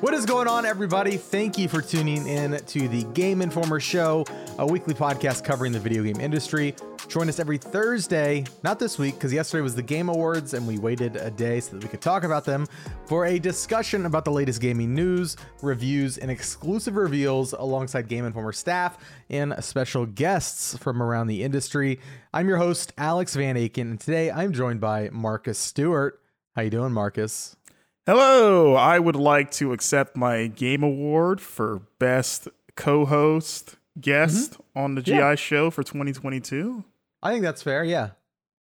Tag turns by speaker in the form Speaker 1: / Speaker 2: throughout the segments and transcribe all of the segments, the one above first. Speaker 1: What is going on, everybody? Thank you for tuning in to the Game Informer Show, a weekly podcast covering the video game industry. Join us every Thursday, not this week, because yesterday was the Game Awards and we waited a day so that we could talk about them, for a discussion about the latest gaming news, reviews, and exclusive reveals alongside Game Informer staff and special guests from around the industry. I'm your host, Alex Van Aken, and today I'm joined by Marcus Stewart. How you doing, Marcus?
Speaker 2: Hello, I would like to accept my game award for best co-host guest on the GI
Speaker 1: Mm-hmm. Yeah.
Speaker 2: show for 2022.
Speaker 1: I think that's fair. Yeah.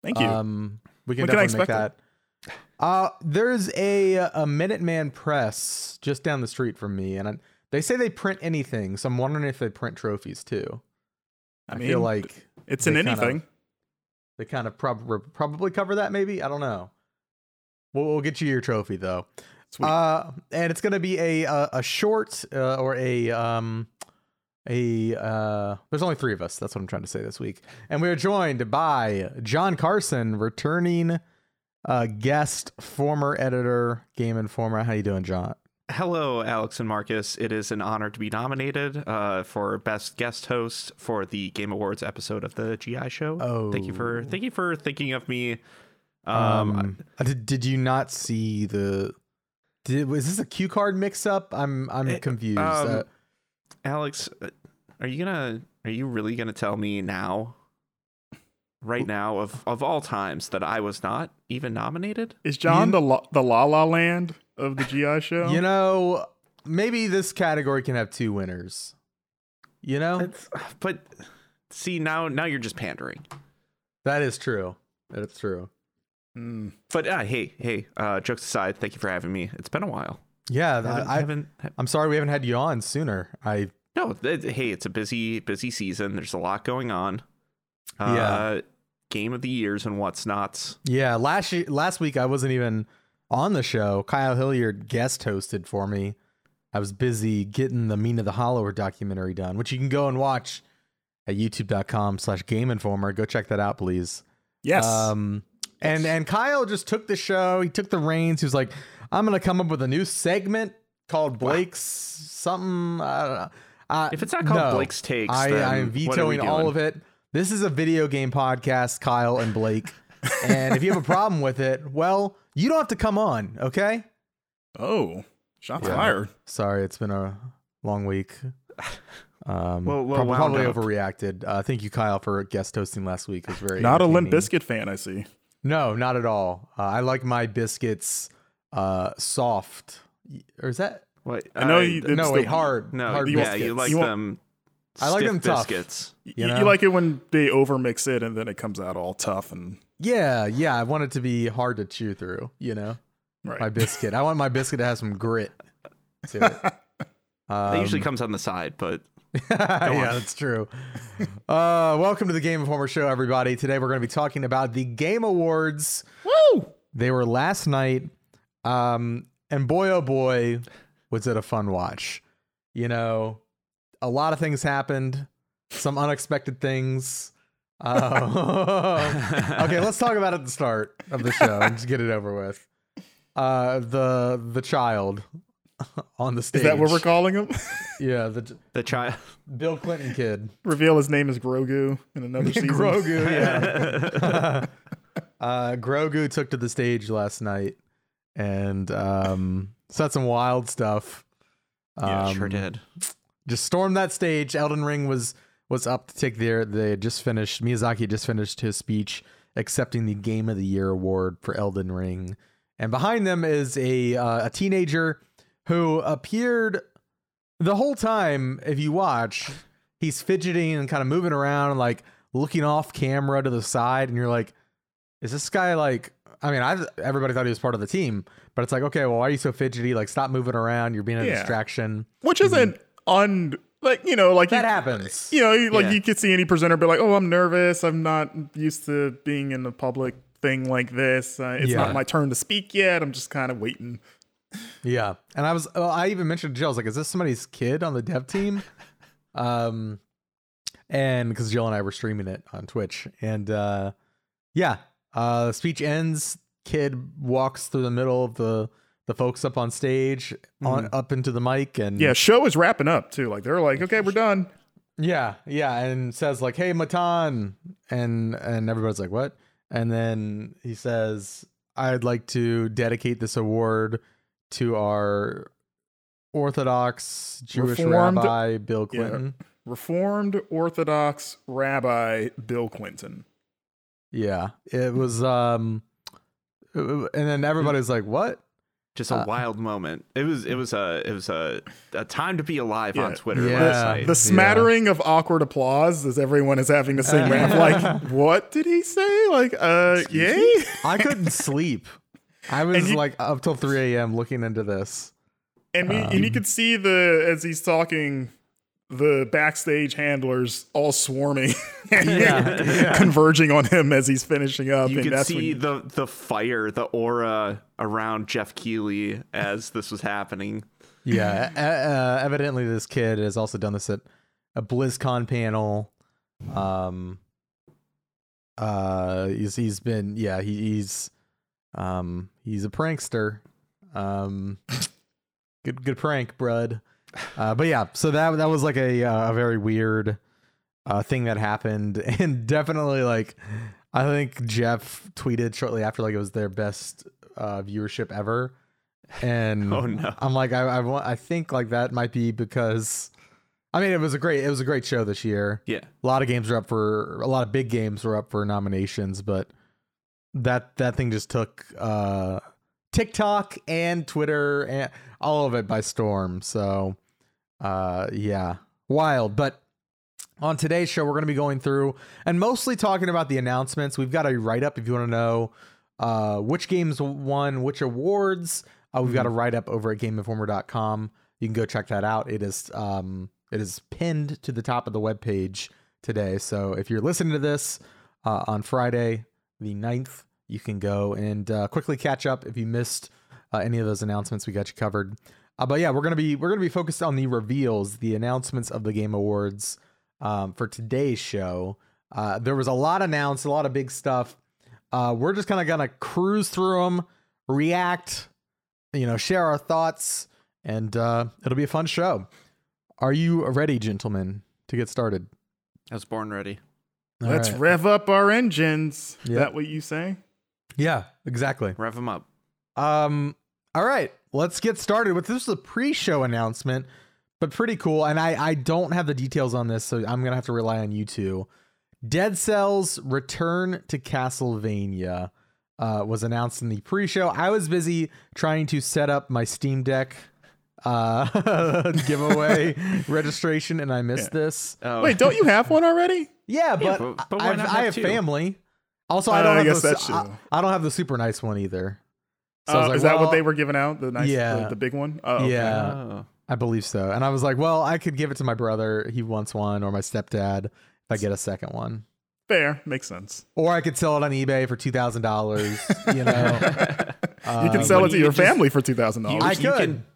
Speaker 2: Thank you.
Speaker 1: Um, we can
Speaker 2: When can I
Speaker 1: definitely make that.
Speaker 2: expect
Speaker 1: Uh, there's a a Minuteman Press just down the street from me, and I, they say they print anything. So I'm wondering if they print trophies too. I, feel
Speaker 2: mean,
Speaker 1: like
Speaker 2: it's
Speaker 1: they
Speaker 2: in
Speaker 1: kind of-
Speaker 2: anything.
Speaker 1: they kind of prob- probably cover that. Maybe I don't know. We'll, we'll get you your trophy though.
Speaker 2: Sweet.
Speaker 1: Uh, and it's gonna be a a, a short uh, or a um a uh. There's only three of us. That's what I'm trying to say this week. And we are joined by John Carson, returning uh guest, former editor, Game Informer. How you doing, John?
Speaker 3: Hello, Alex and Marcus. It is an honor to be nominated uh, for best guest host for the Game Awards episode of the GI Show. thank you for
Speaker 1: Oh.
Speaker 3: thank you for thinking of me. Um,
Speaker 1: uh, did, did you not see the? Did, was this a cue card mix up? I'm I'm
Speaker 3: It-
Speaker 1: confused.
Speaker 3: um,
Speaker 1: uh,
Speaker 3: Alex, uh, are you gonna are you really gonna tell me now, right now of of all times that I was not even nominated?
Speaker 2: Is John the la, the La La Land of the GI show?
Speaker 1: You know, maybe this category can have two winners. You know,
Speaker 3: It's, but see now now you're just pandering.
Speaker 1: that is true. That's true.
Speaker 2: Mm.
Speaker 3: But uh, hey hey, uh, jokes aside, thank you for having me. It's been a while.
Speaker 1: Yeah,
Speaker 3: I haven't-
Speaker 1: I, I,
Speaker 3: haven't
Speaker 1: I'm sorry we haven't had you on sooner. I
Speaker 3: No, th- hey, it's a busy, busy season. There's a lot going on. Uh,
Speaker 1: Yeah.
Speaker 3: Game of the years and what's nots.
Speaker 1: yeah last ye- last week I wasn't even on the show. Kyle Hilliard guest hosted for me. I was busy getting the Mean of the Hollower documentary done, which you can go and watch at YouTube.com/slash Game Informer. Go check that out, please.
Speaker 2: Yes.
Speaker 1: Um, and and Kyle just took the show. He took the reins. He was like, "I'm gonna come up with a new segment called Blake's something." I don't know. Uh,
Speaker 3: If it's not called
Speaker 1: no.
Speaker 3: Blake's takes,
Speaker 1: I,
Speaker 3: then
Speaker 1: I am
Speaker 3: what are we
Speaker 1: vetoing all
Speaker 3: doing?
Speaker 1: of it. This is a video game podcast, Kyle and Blake. and if you have a problem with it, well, you don't have to come on. Okay.
Speaker 2: oh, shots
Speaker 1: Yeah.
Speaker 2: fired.
Speaker 1: Sorry, it's been a long week. Um,
Speaker 3: Well- well
Speaker 1: prob-
Speaker 3: wound
Speaker 1: probably
Speaker 3: up.
Speaker 1: overreacted. Uh, thank you, Kyle, for guest hosting last week. It was very
Speaker 2: Not a Limp
Speaker 1: entertaining.
Speaker 2: Biscuit fan, I see.
Speaker 1: No, not at all. Uh, I like my biscuits uh, soft. Y- Or is that
Speaker 3: What?
Speaker 2: I know
Speaker 3: uh,
Speaker 2: you-
Speaker 3: th-
Speaker 1: no?
Speaker 2: the-
Speaker 1: Wait, hard.
Speaker 3: no,
Speaker 1: hard
Speaker 3: yeah,
Speaker 1: biscuits.
Speaker 3: you like
Speaker 2: You want-
Speaker 3: them.
Speaker 1: I like
Speaker 3: stiff
Speaker 1: them tough.
Speaker 3: biscuits.
Speaker 2: You,
Speaker 1: You
Speaker 2: you
Speaker 1: know?
Speaker 2: like it when they overmix it and then it comes out all tough and
Speaker 1: yeah, yeah. I want it to be hard to chew through. You know,
Speaker 2: right.
Speaker 1: my biscuit. I want my biscuit to have some grit to it.
Speaker 3: That usually
Speaker 1: Um,
Speaker 3: comes on the side, but
Speaker 1: yeah,
Speaker 3: on.
Speaker 1: that's true. Uh, welcome to the Game Informer Show, everybody. Today we're going to be talking about the Game Awards.
Speaker 2: Woo!
Speaker 1: They were last night, um, and boy, oh boy, was it a fun watch. You know, a lot of things happened, some unexpected things. Uh, okay, let's talk about it at the start of the show and just get it over with. Uh, the the child on the stage.
Speaker 2: Is that what we're calling him?
Speaker 1: Yeah, the
Speaker 3: the child.
Speaker 1: Bill Clinton kid.
Speaker 2: Reveal his name is Grogu in another season.
Speaker 1: Grogu, yeah. uh, Grogu took to the stage last night and um, said some wild stuff.
Speaker 3: yeah,
Speaker 1: Um,
Speaker 3: sure did.
Speaker 1: Just stormed that stage. Elden Ring was was up to take their. They had just finished. Miyazaki had just finished his speech accepting the Game of the Year award for Elden Ring, and behind them is a uh, a teenager who appeared the whole time. If you watch, he's fidgeting and kind of moving around and like looking off camera to the side, and you're like, is this guy like? I mean, I everybody thought he was part of the team, but it's like, okay, well, why are you so fidgety? Like, stop moving around. You're being a
Speaker 2: Yeah.
Speaker 1: distraction.
Speaker 2: Which isn't un like you know like
Speaker 1: That
Speaker 2: you-
Speaker 1: happens.
Speaker 2: you know, you- like
Speaker 3: Yeah.
Speaker 2: you could see any presenter be like, "Oh, I'm nervous. I'm not used to being in a public thing like this. Uh, it's
Speaker 1: Yeah.
Speaker 2: not my turn to speak yet. I'm just kind of waiting."
Speaker 1: Yeah, and I was well, I even mentioned to Jill. I was like, "Is this somebody's kid on the dev team?" um, and because Jill and I were streaming it on Twitch, and uh, yeah, uh, speech ends. Kid walks through the middle of the the folks up on stage, on up into the mic, and
Speaker 2: Yeah, show is wrapping up too. Like they're like, okay, we're done.
Speaker 1: yeah, yeah, and says like, "Hey, Matan," and and everybody's like, "What?" And then he says, "I'd like to dedicate this award to our." Orthodox Jewish
Speaker 2: Reformed-
Speaker 1: rabbi Bill
Speaker 2: Yeah.
Speaker 1: Clinton.
Speaker 2: Reformed Orthodox Rabbi Bill Clinton.
Speaker 1: Yeah, it was. Um, and then everybody's like, "What?"
Speaker 3: Just a
Speaker 1: Uh,
Speaker 3: wild moment. It was it was a it was a, a time to be alive on
Speaker 2: Yeah.
Speaker 3: Twitter
Speaker 1: Yeah.
Speaker 3: last night.
Speaker 2: The smattering of awkward applause as everyone is having the
Speaker 1: Uh.
Speaker 2: same rant. Like, what did he say? Like, uh,
Speaker 3: Excuse
Speaker 2: yay?
Speaker 1: I couldn't sleep. I was
Speaker 2: you-
Speaker 1: like up till three a.m. looking into this.
Speaker 2: And we and you
Speaker 1: Um,
Speaker 2: could see the as he's talking, the backstage handlers all swarming, and converging on him as he's finishing up.
Speaker 3: you
Speaker 2: and
Speaker 3: could
Speaker 2: that's when
Speaker 3: see the the fire, the aura around Jeff Keeley as this was happening.
Speaker 1: Yeah, e- uh, evidently this kid has also done this at a BlizzCon panel. Um, uh, he's he's been yeah he, he's um he's a prankster. Um, good good prank, brud. Uh, but yeah, so that that was like a uh, a very weird uh thing that happened, and definitely like I think Jeff tweeted shortly after like it was their best uh viewership ever. And
Speaker 3: Oh, no.
Speaker 1: I'm like I I want I think like that might be because I mean it was a great it was a great show this year.
Speaker 3: Yeah.
Speaker 1: A lot of games were up for a lot of big games were up for nominations, but that that thing just took uh TikTok and Twitter and all of it by storm. So uh yeah, wild, but on today's show, we're going to be going through and mostly talking about the announcements. We've got a write up if you want to know uh, which games won which awards. Uh, we've got a write up over at GameInformer.com. You can go check that out. It is um, it is pinned to the top of the webpage today. So if you're listening to this uh, on Friday the 9th, you can go and uh, quickly catch up if you missed uh, any of those announcements. We got you covered. Uh, but yeah, we're gonna be we're gonna be focused on the reveals, the announcements of the Game Awards um, for today's show. Uh, there was a lot announced, a lot of big stuff. Uh, we're just kind of gonna cruise through them, react, you know, share our thoughts, and uh, it'll be a fun show. Are you ready, gentlemen, to get started?
Speaker 3: I was born ready.
Speaker 1: All
Speaker 2: let's
Speaker 1: right.
Speaker 2: rev up our engines.
Speaker 1: Yeah.
Speaker 2: Is that what you say?
Speaker 1: yeah, exactly.
Speaker 3: Rev him up.
Speaker 1: Um, all right, let's get started with this is a pre-show announcement, but pretty cool. And I I don't have the details on this, so I'm gonna have to rely on you two. Dead Cells Return to Castlevania uh, was announced in the pre-show. I was busy trying to set up my Steam Deck uh giveaway registration and I missed this.
Speaker 3: Oh,
Speaker 2: Wait, don't you have one already?
Speaker 1: Yeah, but,
Speaker 3: but- but why
Speaker 1: I've,
Speaker 3: not
Speaker 1: I
Speaker 3: have
Speaker 1: have
Speaker 3: two?
Speaker 1: family. Also, I
Speaker 2: Oh,
Speaker 1: don't
Speaker 2: I
Speaker 1: have
Speaker 2: guess
Speaker 1: the,
Speaker 2: that's
Speaker 1: I,
Speaker 2: true.
Speaker 1: I don't have the super nice one either. I
Speaker 2: Uh,
Speaker 1: was like,
Speaker 2: is that
Speaker 1: well-
Speaker 2: what they were giving out? The nice,
Speaker 1: Yeah.
Speaker 2: the, the big one. Oh, okay.
Speaker 1: Yeah.
Speaker 3: Oh.
Speaker 1: I believe so. And I was like, well, I could give it to my brother. He wants one, or my stepdad if I get a second one.
Speaker 2: fair makes sense.
Speaker 1: Or I could sell it on eBay for two thousand dollars. You know, Um,
Speaker 2: you
Speaker 1: Uh,
Speaker 2: can sell it
Speaker 3: but
Speaker 2: to
Speaker 3: you
Speaker 2: your
Speaker 3: just-
Speaker 2: family for two thousand
Speaker 3: You,
Speaker 2: dollars.
Speaker 1: I
Speaker 3: you
Speaker 1: could.
Speaker 3: can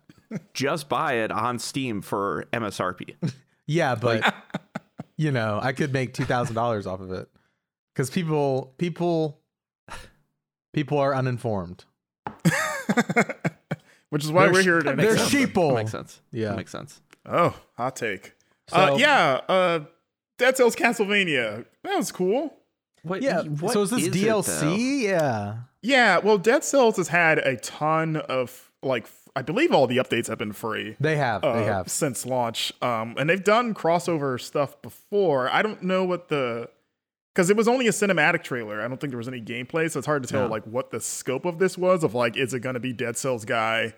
Speaker 3: just buy it on Steam for MSRP.
Speaker 1: yeah, but you know, I could make two thousand dollars off of it because people, people, people are uninformed.
Speaker 2: Which is why
Speaker 1: They're
Speaker 2: we're
Speaker 1: sh-
Speaker 2: here to.
Speaker 1: They're
Speaker 3: sense.
Speaker 1: sheeple.
Speaker 3: That makes sense.
Speaker 1: Yeah.
Speaker 3: That makes sense.
Speaker 2: Oh, hot take.
Speaker 1: So-
Speaker 2: uh, yeah, uh, Dead Cells Castlevania. That was cool.
Speaker 3: What,
Speaker 1: Yeah.
Speaker 3: what
Speaker 1: so is this
Speaker 3: it, though?
Speaker 1: DLC? yeah.
Speaker 2: Yeah, well, Dead Cells has had a ton of like, f- I believe all the updates have been free.
Speaker 1: They have.
Speaker 2: uh,
Speaker 1: they have.
Speaker 2: since launch. Um, and they've done crossover stuff before. I don't know what the because it was only a cinematic trailer. I don't think there was any gameplay, so it's hard to tell
Speaker 3: No.
Speaker 2: like what the scope of this was. Of like, is it going to be Dead Cells guy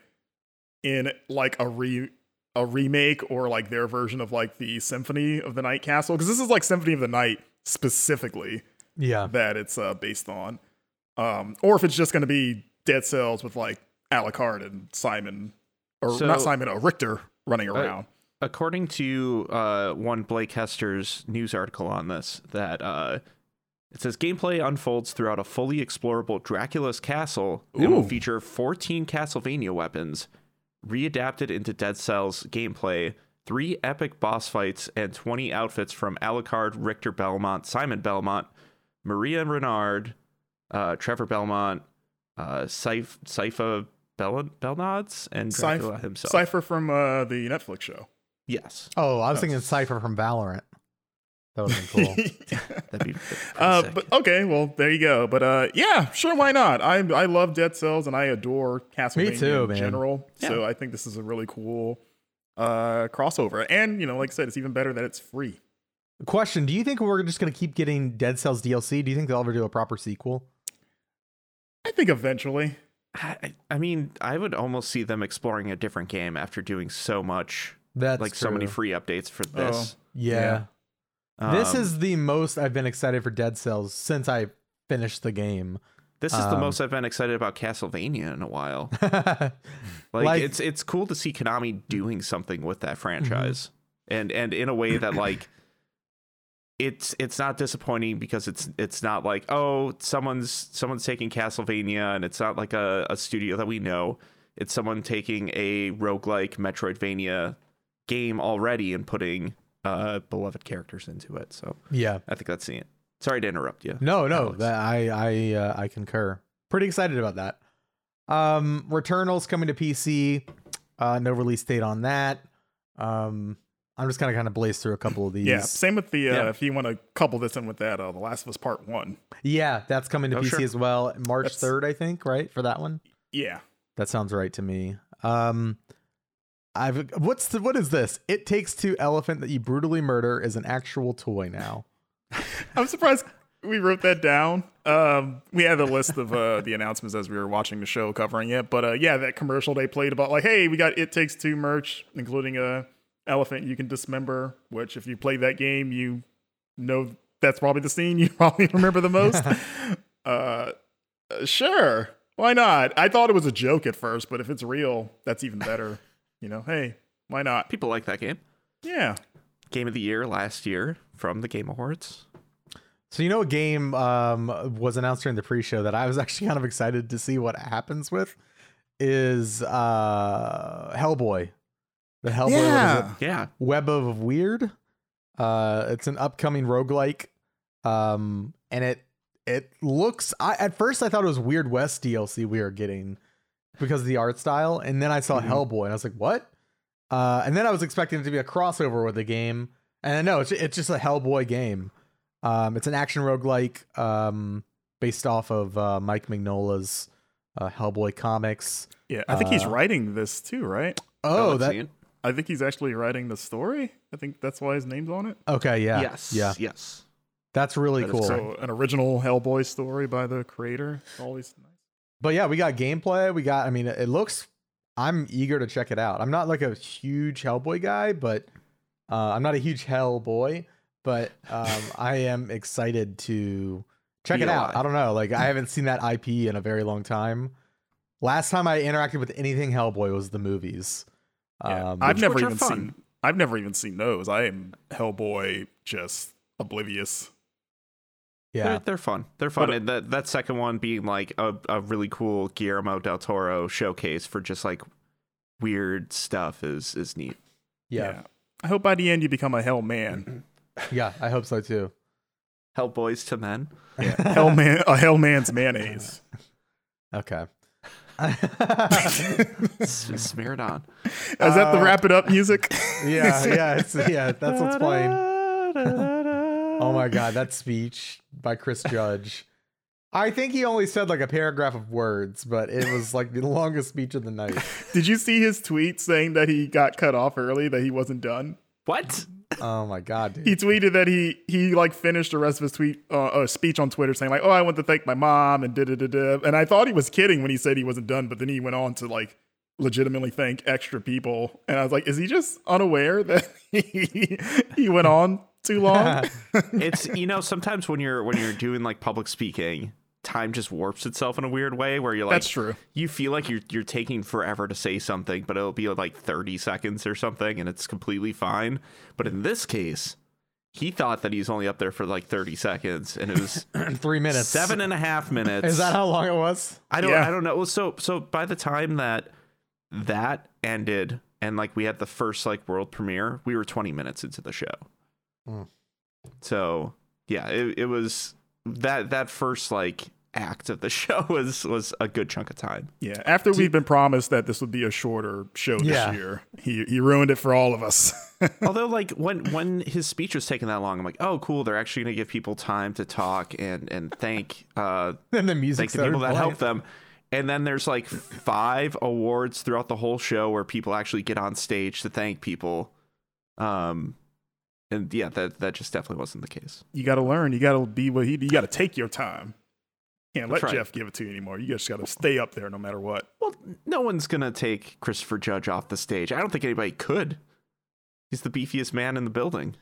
Speaker 2: in like a re a remake or like their version of like the Symphony of the Night Castle? Because this is like Symphony of the Night specifically
Speaker 1: Yeah.
Speaker 2: that it's uh, based on, um, or if it's just going to be Dead Cells with like Alucard and Simon, or
Speaker 3: So-
Speaker 2: not Simon, uh, Richter running around.
Speaker 3: According to uh, one Blake Hester's news article on this, that uh, it says gameplay unfolds throughout a fully explorable Dracula's castle and will
Speaker 2: Ooh.
Speaker 3: feature 14 Castlevania weapons, readapted into Dead Cells gameplay, three epic boss fights, and 20 outfits from Alucard, Richter Belmont, Simon Belmont, Maria Renard, uh, Trevor Belmont, uh, Syph- Sypha Bel- Belnods and
Speaker 2: Cyph-
Speaker 3: Dracula himself.
Speaker 2: Cypher from uh, the Netflix show.
Speaker 3: yes,
Speaker 1: Oh, I was
Speaker 3: Oh.
Speaker 1: thinking Cypher from Valorant. That would have been cool.
Speaker 3: that'd be. that'd be pretty
Speaker 2: Uh,
Speaker 3: sick.
Speaker 2: but okay, well there you go. But uh, yeah, sure, why not? I I love Dead Cells and I adore Castlevania
Speaker 1: too,
Speaker 2: in
Speaker 1: man.
Speaker 2: general. So I think this is a really cool uh crossover. And you know, like I said, it's even better that it's free.
Speaker 1: Question: Do you think we're just gonna keep getting Dead Cells DLC? Do you think they'll ever do a proper sequel?
Speaker 2: I think eventually.
Speaker 3: I, I mean, I would almost see them exploring a different game after doing so much,
Speaker 1: That's
Speaker 3: like so many
Speaker 1: true.
Speaker 3: free updates for this.
Speaker 1: Yeah. This
Speaker 3: Um,
Speaker 1: is the most I've been excited for Dead Cells since I finished the game.
Speaker 3: this is the
Speaker 1: um,
Speaker 3: most I've been excited about Castlevania in a while.
Speaker 1: like,
Speaker 3: Like,
Speaker 1: Like- Mm-hmm.
Speaker 3: it's it's cool to see Konami doing something with that franchise, and and in a way that like. It's it's not disappointing because it's it's not like oh someone's someone's taking Castlevania and it's not like a, a studio that we know. It's someone taking a roguelike Metroidvania game already and putting uh beloved characters into it. So
Speaker 1: yeah.
Speaker 3: I think that's it. Sorry to interrupt you.
Speaker 1: No, no,
Speaker 3: Alex.
Speaker 1: that I I uh, I concur. Pretty excited about that. Um, Returnal's coming to PC. Uh, no release date on that. Um, I'm just gonna kind of blaze through a couple of these.
Speaker 2: Yeah. Same with the uh,
Speaker 3: Yeah.
Speaker 2: if you want to couple this in with that, uh, The Last of Us Part One.
Speaker 1: Yeah, that's coming to
Speaker 3: Oh,
Speaker 1: PC
Speaker 3: sure.
Speaker 1: as well. March
Speaker 2: That's-
Speaker 1: 3rd, I think, right? For that one.
Speaker 2: Yeah.
Speaker 1: That sounds right to me. Um I've what's the what is this? It takes two elephant that you brutally murder is an actual toy now.
Speaker 2: I'm surprised we wrote that down. Um, we had a list of uh, the announcements as we were watching the show covering it, but uh, yeah, that commercial they played about like, hey, we got It Takes Two merch, including a elephant you can dismember. Which, if you play that game, you know that's probably the scene you probably remember the most. uh, sure, why not? I thought it was a joke at first, but if it's real, that's even better. You know, hey, why not?
Speaker 3: People like that game.
Speaker 2: Yeah,
Speaker 3: Game of the year last year from the Game Awards.
Speaker 1: So you know a game um was announced during the pre-show that I was actually kind of excited to see what happens with is uh Hellboy. The Hellboy what is it?
Speaker 2: yeah.
Speaker 3: Yeah,
Speaker 1: Web of Weird. Uh, it's an upcoming roguelike. Um, and it it looks I at first I thought it was Weird West DLC we were getting because of the art style, and then I saw
Speaker 2: Mhm.
Speaker 3: Mm-hmm.
Speaker 1: Hellboy and I was like, what? Uh, and then I was expecting it to be a crossover with the game, and no, it's it's just a Hellboy game. Um, it's an action roguelike um, based off of uh, Mike Mignola's uh, Hellboy comics.
Speaker 2: Yeah, I think he's
Speaker 1: Uh,
Speaker 2: writing this too, right?
Speaker 1: Oh,
Speaker 3: I've
Speaker 1: that
Speaker 3: seen it.
Speaker 2: I think he's actually writing the story. I think that's why his name's on it.
Speaker 1: okay, yeah,
Speaker 3: yes,
Speaker 1: yeah,
Speaker 3: yes.
Speaker 1: that's really
Speaker 3: That is
Speaker 1: cool.
Speaker 3: correct.
Speaker 2: So an original Hellboy story by the creator. Always nice.
Speaker 1: but yeah, we got gameplay. We got, I mean, it looks, I'm eager to check it out. I'm not like a huge Hellboy guy, but uh, I'm not a huge Hellboy, but um, I am excited to check
Speaker 3: Be
Speaker 1: it out.
Speaker 3: alive.
Speaker 1: I don't know. Like, I haven't seen that IP in a very long time. Last time I interacted with anything Hellboy was the movies.
Speaker 2: Yeah.
Speaker 1: Um,
Speaker 2: I've
Speaker 3: which-
Speaker 2: never
Speaker 3: which are
Speaker 2: even
Speaker 3: fun.
Speaker 2: seen. I've never even seen those. I am Hellboy just oblivious.
Speaker 1: yeah.
Speaker 3: They're, they're fun. They're fun.
Speaker 2: But-
Speaker 3: and that, that second one being like a, a really cool Guillermo del Toro showcase for just like weird stuff is is neat.
Speaker 1: yeah,
Speaker 2: I hope by the end you become a Hell man.
Speaker 1: yeah, I hope so too.
Speaker 3: Hellboys to men.
Speaker 2: Hell man. A Hell man's mayonnaise.
Speaker 1: okay.
Speaker 3: S- Smear it on.
Speaker 2: Is that the
Speaker 1: Uh,
Speaker 2: wrap it up music?
Speaker 1: yeah, yeah, it's, yeah. That's what's playing. Oh my god, that speech by Chris Judge. I think he only said like a paragraph of words, but it was like the longest speech of the night.
Speaker 2: Did you see his tweet saying that he got cut off early, that he wasn't done?
Speaker 3: What?
Speaker 1: Oh my god, dude.
Speaker 2: he tweeted that he he like finished the rest of his tweet uh, uh, speech on Twitter saying like, "Oh, I want to thank my mom and da da da da." And I thought he was kidding when he said he wasn't done, but then he went on to like legitimately thank extra people, and I was like, "Is he just unaware that he he went on too long?"
Speaker 3: It's you know sometimes when you're when you're doing like public speaking, time just warps itself in a weird way where you're like
Speaker 2: That's true.
Speaker 3: you feel like you're you're taking forever to say something, but it'll be like 30 seconds or something and it's completely fine. But in this case, he thought that he's only up there for like 30 seconds and it was
Speaker 1: Three minutes.
Speaker 3: seven and a half minutes.
Speaker 1: Is that how long it was?
Speaker 3: I don't
Speaker 2: Yeah.
Speaker 3: I don't know. Well, so so by the time that that ended and like we had the first like world premiere, we were 20 minutes into the show.
Speaker 1: Mm.
Speaker 3: So, yeah, it it was that that first like act of the show was was a good chunk of time.
Speaker 2: Yeah, after we've been promised that this would be a shorter show this
Speaker 1: Yeah.
Speaker 2: year, he he ruined it for all of us.
Speaker 3: Although, like when when his speech was taking that long, I'm like, oh, cool. They're actually going to give people time to talk and and thank uh,
Speaker 1: And the music
Speaker 3: thank the people that helped them. And then there's like five awards throughout the whole show where people actually get on stage to thank people. Um, and yeah, that that just definitely wasn't the case.
Speaker 2: you got to learn. You got to be what he. You got to take your time. Can't let
Speaker 3: That's right.
Speaker 2: Jeff give it to you anymore. You just got to stay up there no matter what.
Speaker 3: Well, no one's gonna take Christopher Judge off the stage. I don't think anybody could. He's the beefiest man in the building.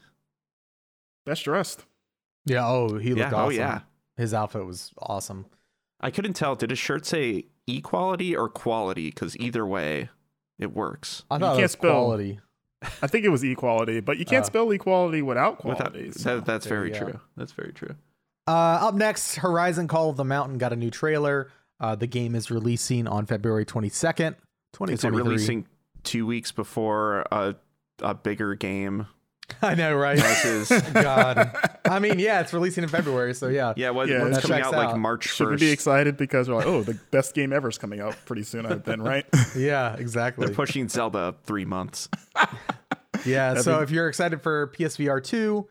Speaker 2: Best dressed.
Speaker 1: Yeah. Oh, he looked
Speaker 3: yeah.
Speaker 1: awesome.
Speaker 3: Oh yeah.
Speaker 1: His outfit was awesome.
Speaker 3: I couldn't tell. Did his shirt say equality or quality? Because either way, it works.
Speaker 1: I thought
Speaker 2: can't
Speaker 1: it was
Speaker 2: spell
Speaker 1: quality.
Speaker 2: I think it was equality, but you can't
Speaker 1: Uh,
Speaker 2: spell equality without
Speaker 3: Without,
Speaker 2: quality. so-
Speaker 3: that, that's
Speaker 1: there
Speaker 3: very
Speaker 1: you go.
Speaker 3: true. That's very true.
Speaker 1: Uh, up next, Horizon Call of the Mountain got a new trailer. Uh, the game is releasing on February 22nd,
Speaker 3: Is it
Speaker 1: 2023.
Speaker 3: releasing two weeks before a a bigger game?
Speaker 1: I know, right?
Speaker 3: Is
Speaker 1: God. I mean, yeah, it's releasing in February, so yeah.
Speaker 3: yeah, what,
Speaker 2: Yeah,
Speaker 3: what's
Speaker 2: that
Speaker 3: coming
Speaker 1: checks
Speaker 3: out, like
Speaker 1: out.
Speaker 3: March
Speaker 2: Should we be
Speaker 3: first?
Speaker 2: excited because we're like, oh, the best game ever is coming out pretty soon, I- then, right?
Speaker 1: Yeah, exactly.
Speaker 3: They're pushing Zelda up three months.
Speaker 1: Yeah,
Speaker 2: That'd
Speaker 1: so
Speaker 2: be-
Speaker 1: if you're excited for PSVR 2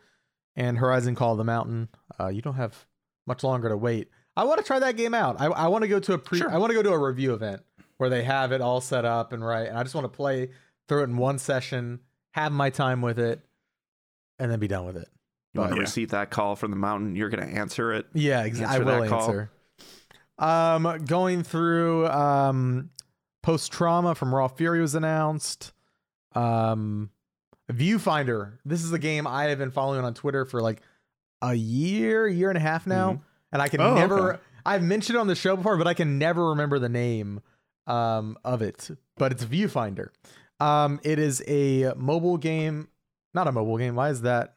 Speaker 1: and Horizon Call of the Mountain, uh, you don't have much longer to wait. I want to try that game out. I, I want to go to a pre
Speaker 3: Sure.
Speaker 1: I want to go to a review event where they have it all set up and right and I just want to play through it in one session, have my time with it and then be done with it.
Speaker 3: You want to
Speaker 2: Yeah.
Speaker 3: receive that call from the mountain? You're going to answer it.
Speaker 1: Yeah, exactly. I
Speaker 3: Answer that
Speaker 1: will
Speaker 3: call.
Speaker 1: answer. Um, going through um, post trauma from Raw Fury was announced. Um, Viewfinder. This is a game I have been following on Twitter for like a year, year and a half now, and I can
Speaker 2: Oh,
Speaker 1: never.
Speaker 3: Mm-hmm. okay.
Speaker 1: I've mentioned it on the show before, but I can never remember the name um, of it. But it's Viewfinder. Um, it is a mobile game, not a mobile game. Why is that?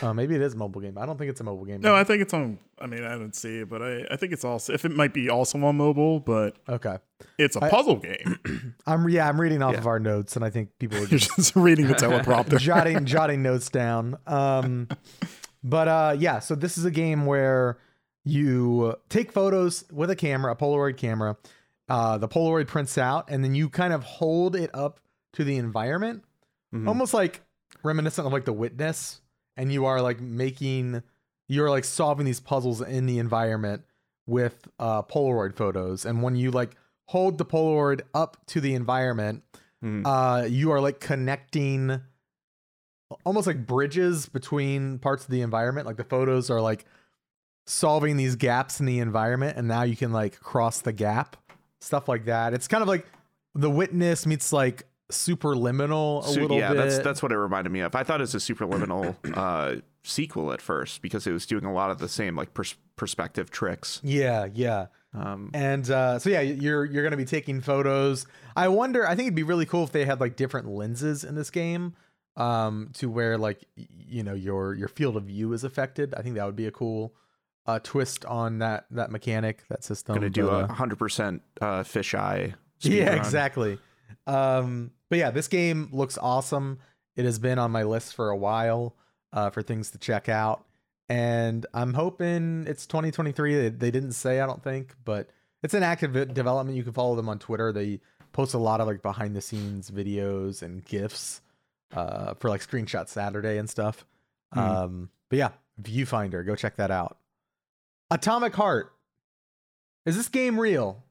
Speaker 1: Uh, maybe it is a mobile game. I don't think it's a mobile game.
Speaker 2: no, I think it's on. I mean, I didn't see it, but I, I think it's also, if it might be also on mobile, but
Speaker 1: Okay.
Speaker 2: it's a
Speaker 1: I-
Speaker 2: puzzle game.
Speaker 1: I'm yeah, I'm reading off
Speaker 3: Yeah.
Speaker 1: of our notes and I think people are
Speaker 2: You're
Speaker 1: just
Speaker 2: just reading the teleprompter.
Speaker 1: jotting jotting notes down. Um but uh yeah, so this is a game where you take photos with a camera, a Polaroid camera. Uh the Polaroid prints out and then you kind of hold it up to the environment,
Speaker 3: Mhm.
Speaker 1: almost like reminiscent of like the witness and you are like making you're like solving these puzzles in the environment with uh Polaroid photos and when you like hold the Polaroid up to the environment
Speaker 3: Mhm.
Speaker 1: uh you are like connecting almost like bridges between parts of the environment like the photos are like solving these gaps in the environment and now you can like cross the gap stuff like that it's kind of like the witness meets like superliminal a
Speaker 3: So,
Speaker 1: little
Speaker 3: yeah,
Speaker 1: bit
Speaker 3: that's that's what it reminded me of. I thought it was a superliminal uh, sequel at first because it was doing a lot of the same like pers- perspective tricks.
Speaker 1: yeah yeah
Speaker 3: Um,
Speaker 1: and uh, so yeah you're you're gonna be taking photos i wonder i think it'd be really cool if they had like different lenses in this game um to where like y- you know your your field of view is affected i think that would be a cool uh twist on that that mechanic that system
Speaker 3: going to do
Speaker 1: But,
Speaker 3: a
Speaker 1: uh,
Speaker 3: hundred percent uh, fisheye.
Speaker 1: yeah
Speaker 3: speedrun.
Speaker 1: exactly um but yeah this game looks awesome it has been on my list for a while uh for things to check out and i'm hoping it's 2023 they, they didn't say i don't think but it's an active de- development you can follow them on twitter they post a lot of like behind the scenes videos and gifs uh for like screenshot saturday and stuff
Speaker 3: Mhm.
Speaker 1: um but yeah viewfinder go check that out atomic heart is this game real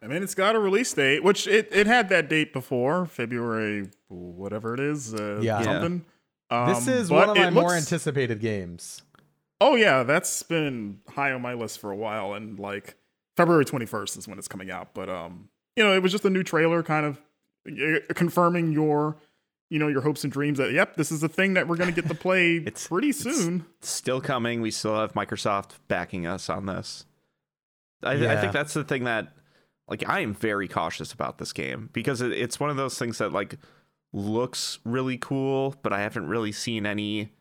Speaker 2: I mean, it's got a release date, which it, it had that date before February, whatever it is, uh,
Speaker 1: Yeah.
Speaker 3: Yeah.
Speaker 2: something. Um,
Speaker 1: This is
Speaker 2: but
Speaker 1: one of my
Speaker 2: it
Speaker 1: more
Speaker 2: looks-
Speaker 1: anticipated games.
Speaker 2: Oh yeah, that's been high on my list for a while, and like February twenty first is when it's coming out. But um, you know, it was just a new trailer, kind of uh, confirming your, you know, your hopes and dreams that yep, this is a thing that we're gonna get to play
Speaker 3: It's-
Speaker 2: pretty
Speaker 3: it's-
Speaker 2: soon.
Speaker 3: still coming. We still have Microsoft backing us on this. I, I
Speaker 1: Yeah.
Speaker 3: think that's the thing that, like, I am very cautious about this game because it, it's one of those things that like looks really cool, but I haven't really seen any.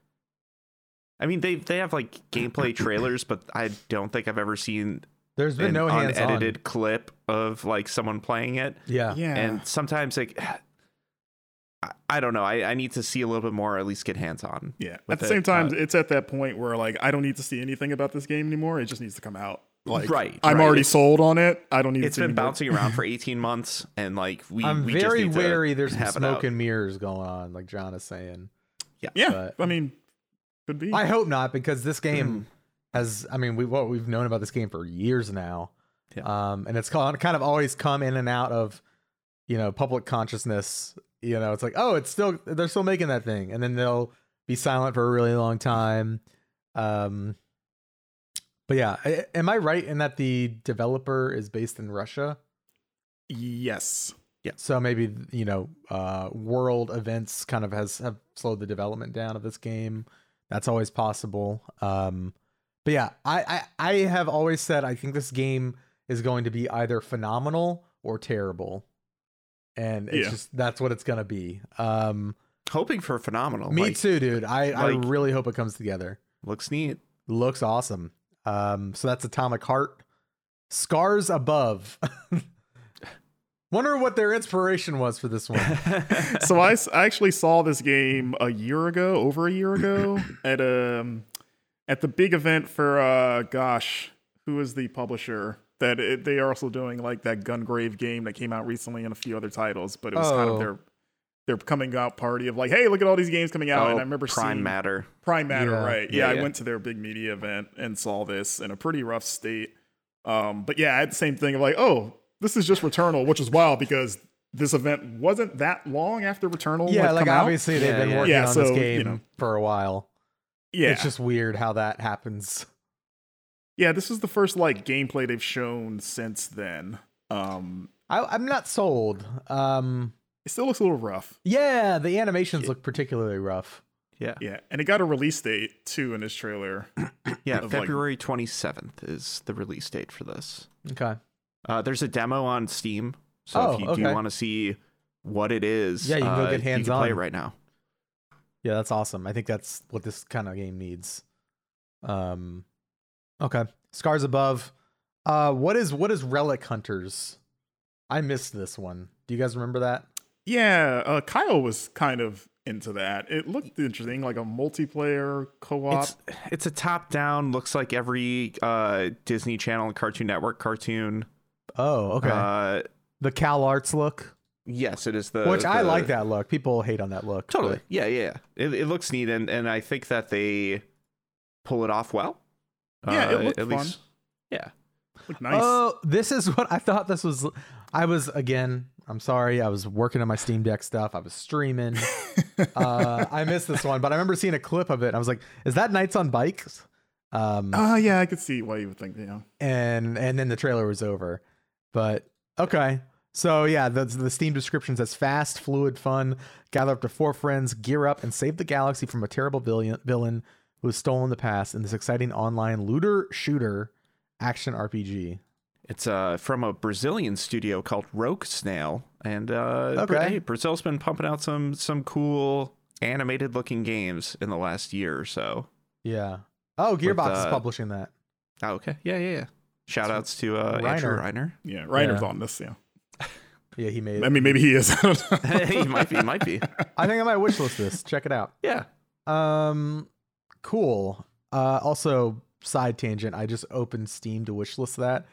Speaker 3: I mean, they they have like gameplay trailers, but I don't think I've ever seen
Speaker 1: There's been
Speaker 3: an
Speaker 1: no hands
Speaker 3: unedited clip of like someone playing
Speaker 1: on.
Speaker 3: it.
Speaker 1: Yeah.
Speaker 2: Yeah,
Speaker 3: And sometimes like I, I don't know. I, I need to see a little bit more, or at least get hands on.
Speaker 2: Yeah.
Speaker 3: with uh,
Speaker 2: At the
Speaker 3: it,
Speaker 2: same time,
Speaker 3: but-
Speaker 2: it's at that point where like I don't need to see anything about this game anymore. It just needs to come out. Like
Speaker 3: Right,
Speaker 2: I'm
Speaker 3: right.
Speaker 2: already
Speaker 3: It's-
Speaker 2: sold on it. I don't need
Speaker 3: it's
Speaker 2: to see
Speaker 3: been
Speaker 2: any more.
Speaker 3: bouncing around for 18 months, and like we,
Speaker 1: I'm
Speaker 3: we
Speaker 1: very
Speaker 3: just need to
Speaker 1: wary there's some
Speaker 3: have it
Speaker 1: smoke
Speaker 3: out.
Speaker 1: and mirrors going on, like John is saying.
Speaker 2: Yeah.
Speaker 1: but-
Speaker 2: I mean could be.
Speaker 1: I hope not, because this
Speaker 3: Hmm.
Speaker 1: game has I mean we what we've known about this game for years now.
Speaker 3: Yeah.
Speaker 1: Um and it's kind kind of always come in and out of you know public consciousness. You know, it's like, oh, it's still they're still making that thing. And then they'll be silent for a really long time. Um but yeah, I- am I right in that the developer is based in Russia?
Speaker 2: yes.
Speaker 1: So maybe you know, uh, world events kind of has have slowed the development down of this game. That's always possible. Um, but yeah, I, I I have always said I think this game is going to be either phenomenal or terrible, and it's
Speaker 2: Yeah.
Speaker 1: just that's what it's gonna be. Um,
Speaker 3: Hoping for phenomenal.
Speaker 1: me
Speaker 3: Oh, like,
Speaker 1: too, dude. I
Speaker 3: like-
Speaker 1: I really hope it comes together.
Speaker 3: Looks neat.
Speaker 1: Looks awesome. Um, so that's Atomic Heart. Scars above. Wonder what their inspiration was for this one.
Speaker 2: so I, s- I actually saw this game a year ago, over a year ago, at um at the big event for uh gosh, who is the publisher that it, they are also doing like that Gungrave game that came out recently and a few other titles, but it was kind
Speaker 1: Oh.
Speaker 2: of their their coming out party of like, hey, look at all these games coming out, and I remember
Speaker 3: Oh, Prime
Speaker 2: seeing
Speaker 3: Matter.
Speaker 2: Prime Matter,
Speaker 1: Yeah.
Speaker 2: right?
Speaker 3: Yeah,
Speaker 2: Yeah,
Speaker 3: yeah.
Speaker 2: I went to their big media event and saw this in a pretty rough state. Um, but yeah, I had the same thing of like, oh, this is just Returnal, which is wild because this event wasn't that long after Returnal.
Speaker 1: yeah,
Speaker 2: had
Speaker 1: like
Speaker 2: come out.
Speaker 1: obviously they've
Speaker 3: Yeah,
Speaker 1: been
Speaker 3: yeah.
Speaker 1: working
Speaker 2: Yeah,
Speaker 1: on
Speaker 2: so,
Speaker 1: this
Speaker 2: you
Speaker 1: game
Speaker 2: know.
Speaker 1: for a while.
Speaker 2: yeah,
Speaker 1: It's just weird how that happens.
Speaker 2: yeah. This is the first like gameplay they've shown since then. Um,
Speaker 1: I, I'm not sold. Um,
Speaker 2: it still looks a little rough.
Speaker 1: yeah, the animations look particularly rough.
Speaker 3: Yeah.
Speaker 2: Yeah, and it got a release date too in this trailer.
Speaker 3: Yeah.
Speaker 2: Of, like-
Speaker 3: February 27th is the release date for this.
Speaker 1: Okay,
Speaker 3: Uh, there's a demo on Steam, so
Speaker 1: Oh,
Speaker 3: if you
Speaker 1: okay.
Speaker 3: do want to see what it is,
Speaker 1: Yeah, you can go
Speaker 3: uh,
Speaker 1: get
Speaker 3: you can play
Speaker 1: hands-on.
Speaker 3: it right now.
Speaker 1: yeah, that's awesome. I think that's what this kind of game needs. Um, okay, scars above. Uh, what is what is Relic Hunters? I missed this one. Do you guys remember that?
Speaker 2: Yeah, uh, Kyle was kind of into that. It looked interesting, like a multiplayer co-op.
Speaker 3: It's it's a top down, looks like every uh, Disney Channel and Cartoon Network cartoon.
Speaker 1: Oh, okay.
Speaker 3: Uh,
Speaker 1: the Cal Arts look,
Speaker 3: yes, it
Speaker 2: uh,
Speaker 3: is the
Speaker 1: which I
Speaker 3: the-
Speaker 1: like that look. People hate on that look.
Speaker 3: totally.
Speaker 1: but-
Speaker 3: Yeah, yeah, yeah. It, it looks neat, and and I think that they pull it off well.
Speaker 2: Yeah, it
Speaker 3: Uh,
Speaker 2: looked
Speaker 3: at
Speaker 2: fun.
Speaker 3: least. Yeah,
Speaker 2: looked nice.
Speaker 1: Oh, this is what I thought this was. I was again. I'm sorry. I was working on my Steam Deck stuff. I was streaming. uh, I missed this one, but I remember seeing a clip of it. I was like, "Is that Knights on Bikes?" Um,
Speaker 2: Ah, yeah, I could see why you would think, you know.
Speaker 1: and and then the trailer was over. But okay. So yeah, the the Steam description says fast, fluid, fun. Gather up to four friends, gear up, and save the galaxy from a terrible villain, villain who has stolen the past in this exciting online looter shooter action RPG.
Speaker 3: It's uh, from a Brazilian studio called Roke Snail, and uh, Bra-
Speaker 1: Okay.
Speaker 3: hey, Brazil's been pumping out some some cool animated looking games in the last year or so.
Speaker 1: Yeah. Oh, Gearbox is
Speaker 3: uh,
Speaker 1: publishing that.
Speaker 3: Oh, okay, yeah, yeah, yeah. Shout outs to uh,
Speaker 1: Reiner.
Speaker 3: Andrew Reiner.
Speaker 2: Yeah, Reiner's
Speaker 1: Yeah.
Speaker 2: on this, yeah.
Speaker 1: Yeah, he made
Speaker 2: I
Speaker 1: it.
Speaker 2: mean, maybe he is. I don't know.
Speaker 3: he might be, might be.
Speaker 1: I think I might wishlist this. Check it out.
Speaker 3: Yeah,
Speaker 1: Um, cool. Uh, also side tangent. I just opened Steam to wishlist that,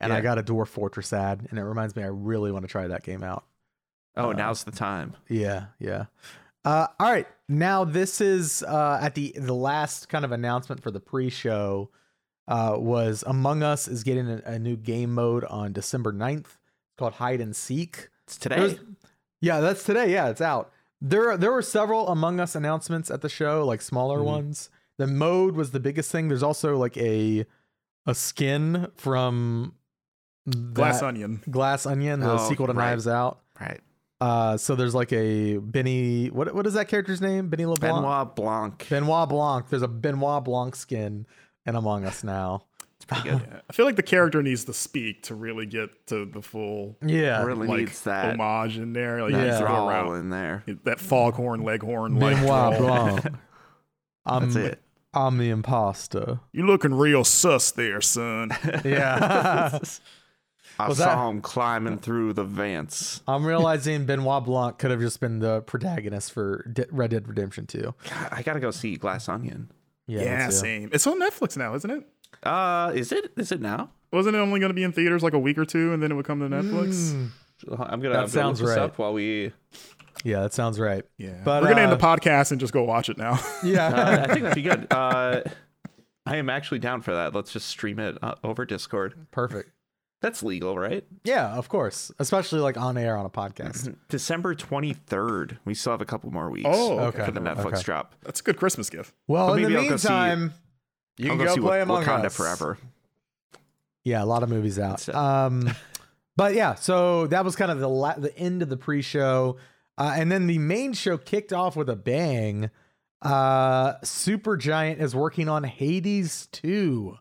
Speaker 1: and I
Speaker 3: Yeah.
Speaker 1: got a Dwarf Fortress ad, and it reminds me I really want to try that game out.
Speaker 3: Oh,
Speaker 1: Uh,
Speaker 3: now's the time.
Speaker 1: Yeah, yeah. Uh, all right. Now this is uh, at the the last kind of announcement for the pre-show uh, was Among Us is getting a, a new game mode on December 9th It's called Hide and Seek.
Speaker 3: It's today.
Speaker 1: There's- Yeah, that's today. Yeah, it's out. There there were several Among Us announcements at the show, like smaller
Speaker 3: Mhm.
Speaker 1: ones. The mode was the biggest thing. There's also like a a skin from
Speaker 2: Glass
Speaker 1: that-
Speaker 2: Onion.
Speaker 1: Glass Onion, the
Speaker 3: Oh,
Speaker 1: sequel to
Speaker 3: right.
Speaker 1: Knives Out.
Speaker 3: right,
Speaker 1: Uh, so there's like a Benny. What what is that character's name? Benny LeBlanc.
Speaker 3: Benoit Blanc.
Speaker 1: Benoit Blanc. There's a Benoit Blanc skin in Among Us now.
Speaker 3: it's pretty good.
Speaker 2: Yeah. I feel like the character needs to speak to really get to the full
Speaker 1: Yeah.
Speaker 3: really
Speaker 2: like
Speaker 3: needs that
Speaker 2: homage in there. Like,
Speaker 1: Yeah.
Speaker 2: yeah.
Speaker 3: drawl
Speaker 2: around.
Speaker 3: in there.
Speaker 2: that foghorn, leghorn, like,
Speaker 1: Benoit
Speaker 2: drawl.
Speaker 1: Blanc. I'm,
Speaker 3: That's it.
Speaker 1: I'm the imposter.
Speaker 2: You looking real sus there, son.
Speaker 1: Yeah.
Speaker 3: I
Speaker 1: Was
Speaker 3: saw
Speaker 1: that-
Speaker 3: him climbing through the vents.
Speaker 1: I'm realizing Benoit Blanc could have just been the protagonist for De- Red Dead Redemption 2.
Speaker 3: God, I gotta go see Glass Onion.
Speaker 1: Yeah,
Speaker 2: Yeah,
Speaker 1: me too.
Speaker 2: same. It's on Netflix now, isn't it?
Speaker 3: Uh, is it? Is it now?
Speaker 2: Wasn't it only going to be in theaters like a week or two, and then it would come to Netflix?
Speaker 3: Mm. I'm gonna
Speaker 1: That
Speaker 3: have to
Speaker 1: sounds
Speaker 3: look this
Speaker 1: right.
Speaker 3: up while we.
Speaker 1: Yeah, that sounds right.
Speaker 2: Yeah,
Speaker 1: But,
Speaker 2: we're gonna end
Speaker 1: uh,
Speaker 2: the podcast and just go watch it now.
Speaker 1: Yeah.
Speaker 3: Uh, I think that'd be good. Uh, I am actually down for that. Let's just stream it uh, over Discord.
Speaker 1: Perfect.
Speaker 3: That's legal, right?
Speaker 1: Yeah, of course. Especially like on air on a podcast.
Speaker 3: December 23rd. We still have a couple more weeks
Speaker 2: Oh,
Speaker 1: okay.
Speaker 3: for the Netflix
Speaker 1: Okay.
Speaker 3: drop.
Speaker 2: That's a good Christmas gift.
Speaker 1: Well,
Speaker 3: But
Speaker 1: in the
Speaker 3: maybe I'll go see-
Speaker 1: meantime, you
Speaker 3: I'll
Speaker 1: can
Speaker 3: go,
Speaker 1: go,
Speaker 3: see
Speaker 1: play
Speaker 3: Wa-
Speaker 1: Among
Speaker 3: Wakanda
Speaker 1: Us.
Speaker 3: Forever.
Speaker 1: Yeah, a lot of movies out.
Speaker 3: That's it.
Speaker 1: Um, but yeah, so that was kind of the la- the end of the pre-show, uh, and then the main show kicked off with a bang. Uh, Supergiant is working on Hades 2,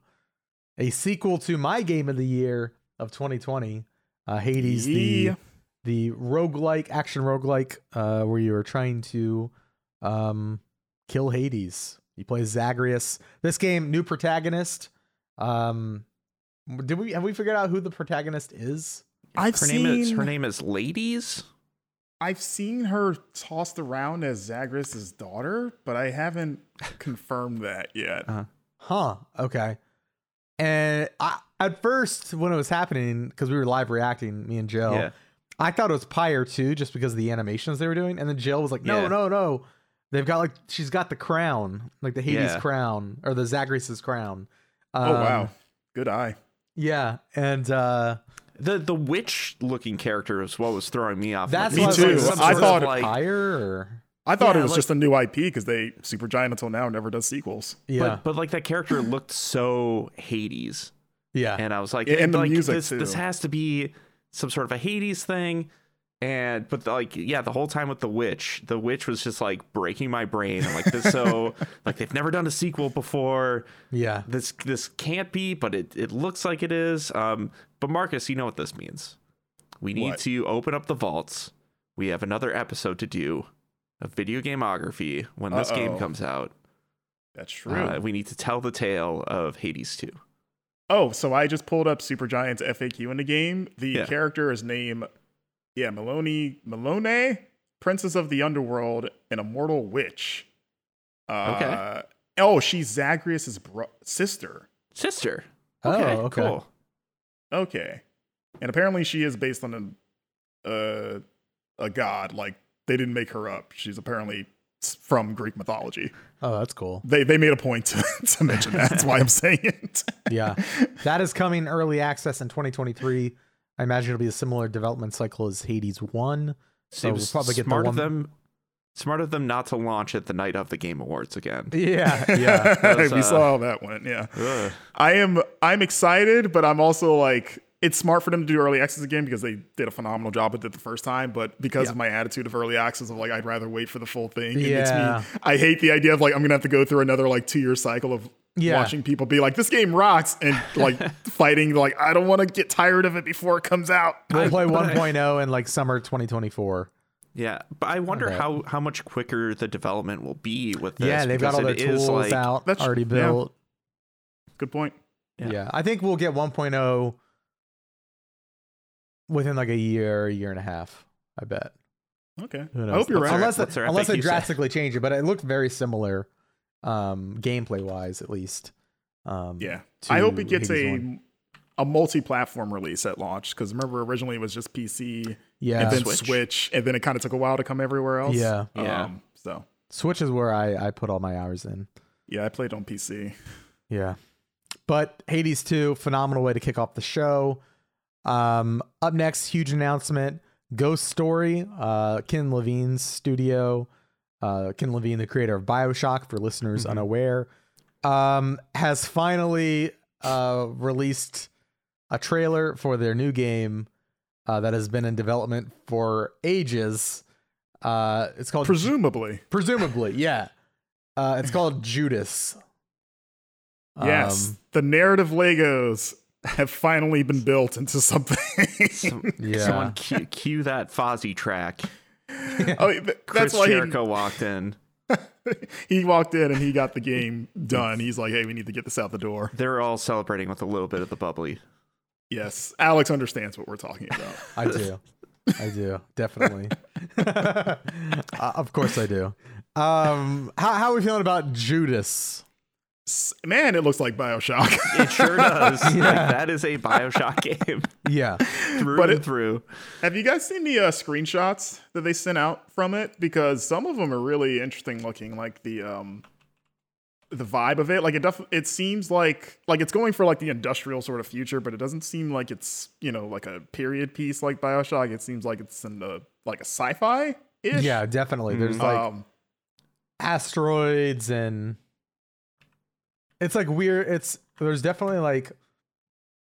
Speaker 1: a sequel to my game of the year of 2020. Uh, Hades,
Speaker 2: Yeah.
Speaker 1: the the roguelike action roguelike uh, where you are trying to um, kill Hades. You play Zagreus. This game, new protagonist. Um, did we have we figured out who the protagonist is?
Speaker 2: I've
Speaker 3: Her
Speaker 2: seen
Speaker 3: name is her name is Ladies.
Speaker 2: I've seen her tossed around as Zagreus' daughter, but I haven't confirmed that yet.
Speaker 1: Huh. Okay. And I, at first, when it was happening, because we were live reacting, me and
Speaker 2: Oh.
Speaker 1: Jill,
Speaker 3: Yeah.
Speaker 1: I thought it was Pyre too, just because of the animations they were doing. And then Jill was like, "No,
Speaker 3: Yeah.
Speaker 1: no, no! They've got like she's got the crown, like the Hades
Speaker 3: Yeah.
Speaker 1: crown or the Zagreus's crown."
Speaker 2: oh
Speaker 1: Um,
Speaker 2: wow, good eye.
Speaker 1: Yeah, and uh,
Speaker 3: The the witch looking character is what was throwing me off.
Speaker 1: that's
Speaker 2: Me
Speaker 1: why
Speaker 3: like,
Speaker 1: was
Speaker 2: too.
Speaker 1: Like, some
Speaker 2: I
Speaker 1: sort of
Speaker 2: thought it-
Speaker 3: like,
Speaker 1: Pyre. Or...
Speaker 2: I thought
Speaker 3: Yeah,
Speaker 2: it was
Speaker 3: like-
Speaker 2: just a new IP because they Supergiant until now never does sequels.
Speaker 1: Yeah,
Speaker 3: but but like that character looked so Hades,
Speaker 1: yeah.
Speaker 3: and I was like,
Speaker 2: Yeah, and the
Speaker 3: like,
Speaker 2: music,
Speaker 3: this, this
Speaker 2: too.
Speaker 3: has to be some sort of a Hades thing. And but like yeah, the whole time with the witch, the witch was just like breaking my brain. I'm like this, so like they've never done a sequel before.
Speaker 1: yeah.
Speaker 3: This this can't be, but it it looks like it is. Um, but Marcus, you know what this means. We need
Speaker 2: What?
Speaker 3: to open up the vaults. We have another episode to do of video gameography when this game
Speaker 2: Uh-oh.
Speaker 3: comes out.
Speaker 2: That's true.
Speaker 3: Uh, we need to tell the tale of Hades 2.
Speaker 2: oh, so I just pulled up Supergiant's FAQ in the game. The
Speaker 3: Yeah.
Speaker 2: character is named yeah Maloney Malone, Princess of the Underworld, an immortal witch. Uh,
Speaker 3: Okay.
Speaker 2: Oh, she's Zagreus' bro- sister.
Speaker 3: Sister.
Speaker 1: Oh,
Speaker 3: Okay,
Speaker 1: okay.
Speaker 3: cool.
Speaker 2: Okay. And apparently she is based on a uh, a god. Like they didn't make her up. She's apparently s- from Greek mythology.
Speaker 1: Oh, that's cool.
Speaker 2: They they made a point to, to mention that. That's why I'm saying it.
Speaker 1: Yeah, that is coming early access in 2023. I imagine it'll be a similar development cycle as Hades One. So
Speaker 3: it
Speaker 1: we'll
Speaker 3: was
Speaker 1: probably get the
Speaker 3: smart
Speaker 1: one-
Speaker 3: of them smart of them not to launch it the night of the game awards again.
Speaker 1: Yeah, yeah,
Speaker 3: that's,
Speaker 2: we
Speaker 3: uh,
Speaker 2: saw how that went. Yeah.
Speaker 3: Ugh.
Speaker 2: I am I'm excited, but I'm also like it's smart for them to do early access again because they did a phenomenal job with it the first time. But because of my attitude of early access, of like I'd rather wait for the full thing. It makes
Speaker 1: Yeah.
Speaker 2: me I hate the idea of like I'm gonna have to go through another like two year cycle of
Speaker 1: Yeah.
Speaker 2: watching people be like this game rocks and like fighting like I don't want to get tired of it before it comes out.
Speaker 1: we'll play
Speaker 3: but I-
Speaker 1: 1.0 in like summer 2024.
Speaker 3: Yeah, but I wonder
Speaker 1: Okay.
Speaker 3: how how much quicker the development will be with this.
Speaker 1: Yeah, they've got
Speaker 3: because
Speaker 1: all their
Speaker 3: it is,
Speaker 1: tools
Speaker 3: like-
Speaker 1: out
Speaker 2: That's-
Speaker 1: already
Speaker 2: yeah.
Speaker 1: built.
Speaker 2: Good point.
Speaker 1: Yeah.
Speaker 3: Yeah.
Speaker 1: I think we'll get 1.0 within like a year, year and a half. I bet.
Speaker 2: Okay,
Speaker 1: Who
Speaker 2: I
Speaker 1: knows?
Speaker 2: hope you're
Speaker 3: That's
Speaker 2: right.
Speaker 3: all
Speaker 1: Unless,
Speaker 3: What's
Speaker 1: they,
Speaker 3: their
Speaker 1: unless they
Speaker 3: FAQ say?
Speaker 1: drastically change it, but it looked very similar, um, gameplay wise at least. Um,
Speaker 2: Yeah.
Speaker 1: to
Speaker 2: I hope it gets
Speaker 1: Hades
Speaker 2: a
Speaker 1: one.
Speaker 2: a multi-platform release at launch because remember originally it was just PC
Speaker 1: yeah
Speaker 2: and then
Speaker 3: Switch.
Speaker 2: Switch. and then it kind of took a while to come everywhere else.
Speaker 1: Uh, Yeah.
Speaker 3: Yeah.
Speaker 2: Um, so
Speaker 1: Switch is where I I put all my hours in.
Speaker 2: yeah, I played on PC.
Speaker 1: Yeah. But Hades 2, phenomenal way to kick off the show. Um, up next, huge announcement Ghost Story, uh, Ken Levine's studio, uh, Ken Levine, the creator of Bioshock, for listeners unaware, um, has finally uh, released a trailer for their new game uh, that has been in development for ages. Uh, it's called
Speaker 2: Presumably,
Speaker 1: Presumably, yeah. Uh, it's called Judas.
Speaker 2: yes,
Speaker 1: Um,
Speaker 2: the narrative Legos have finally been built into something.
Speaker 3: Some,
Speaker 1: Um, Yeah.
Speaker 3: Someone cue, cue that Fozzy track.
Speaker 2: oh, th-
Speaker 3: Chris
Speaker 2: that's why he,
Speaker 3: Jericho walked in.
Speaker 2: he walked in and he got the game done. He's like, "Hey, we need to get this out the door."
Speaker 3: They're all celebrating with a little bit of the bubbly.
Speaker 2: Yes, Alex understands what we're talking about.
Speaker 1: I do. I do definitely. uh, of course, I do. Um, how how are we feeling about Judas?
Speaker 2: S- Man, it looks like Bioshock.
Speaker 3: It sure does. Like, that is a Bioshock game
Speaker 1: Yeah,
Speaker 3: through
Speaker 2: But
Speaker 3: and
Speaker 2: it-
Speaker 3: through.
Speaker 2: Have you guys seen the uh, screenshots that they sent out from it? Because some of them are really interesting looking, like the um, the vibe of it. Like it, def- it seems like like it's going for like the industrial sort of future, but it doesn't seem like it's you know like a period piece like Bioshock. It seems like it's in the like a sci-fi ish.
Speaker 1: yeah, definitely. There's like
Speaker 2: Um,
Speaker 1: asteroids and it's like weird. It's there's definitely like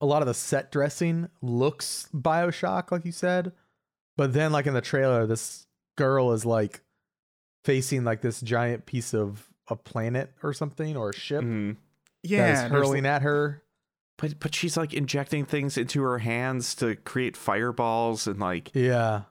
Speaker 1: a lot of the set dressing looks Bioshock, like you said, but then like in the trailer, this girl is like facing like this giant piece of a planet or something or a ship
Speaker 3: Mhm.
Speaker 2: yeah,
Speaker 1: that is
Speaker 2: there's-
Speaker 1: hurling at her.
Speaker 3: But but she's like injecting things into her hands to create fireballs and like
Speaker 1: Yeah,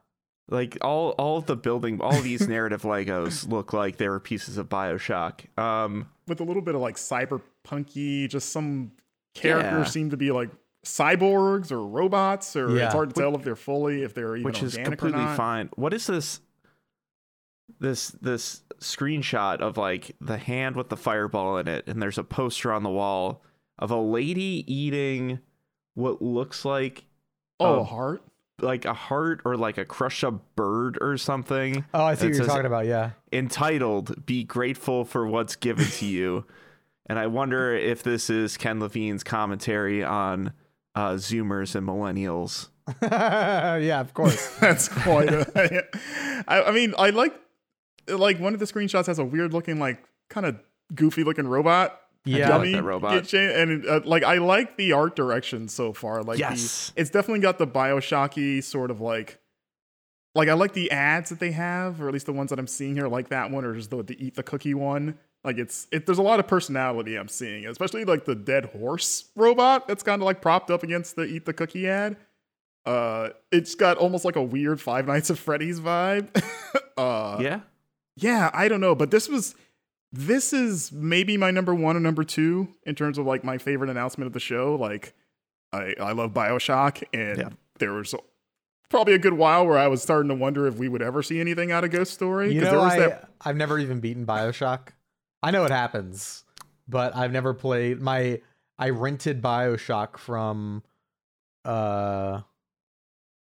Speaker 3: like all all of the building all these narrative Legos look like they were pieces of Bioshock. Um
Speaker 2: with a little bit of like cyberpunky, just some characters
Speaker 3: Yeah.
Speaker 2: seem to be like cyborgs or robots, or
Speaker 1: Yeah.
Speaker 2: it's hard to tell if they're fully if they're even
Speaker 3: which is
Speaker 2: organic
Speaker 3: completely
Speaker 2: or not.
Speaker 3: fine. What is this? This this screenshot of like the hand with the fireball in it, and there's a poster on the wall of a lady eating what looks like
Speaker 2: Oh, a
Speaker 3: Um,
Speaker 2: heart.
Speaker 3: like a heart or like a crushed up bird or something.
Speaker 1: Oh, I see
Speaker 3: It
Speaker 1: what you're
Speaker 3: says-
Speaker 1: talking about. Yeah.
Speaker 3: Entitled "Be Grateful for What's Given to You," and I wonder if this is Ken Levine's commentary on uh, Zoomers and Millennials.
Speaker 1: yeah, of course.
Speaker 2: That's quite a. I, I mean, I like like one of the screenshots has a weird looking, like kind of goofy looking robot.
Speaker 1: Yeah.
Speaker 3: I like
Speaker 2: dummy
Speaker 3: that robot.
Speaker 2: get cha- and uh, like I like the art direction so far. Like the-
Speaker 3: Yes.
Speaker 2: it's definitely got the Bioshocky sort of like. Like I like the ads that they have, or at least the ones that I'm seeing here, like that one, or just the, the eat the cookie one. Like it's it, there's a lot of personality I'm seeing, especially like the dead horse robot that's kind of like propped up against the eat the cookie ad. Uh, it's got almost like a weird Five Nights at Freddy's vibe. uh,
Speaker 3: yeah,
Speaker 2: yeah, I don't know, but this was this is maybe my number one and number two in terms of like my favorite announcement of the show. Like, I I love Bioshock, and
Speaker 3: Yeah.
Speaker 2: there was probably a good while where I was starting to wonder if we would ever see anything out of Ghost Story.
Speaker 1: You
Speaker 2: 'cause
Speaker 1: know,
Speaker 2: there was
Speaker 1: I,
Speaker 2: that,
Speaker 1: I've never even beaten Bioshock. I know it happens, but I've never played my. I rented Bioshock from, uh,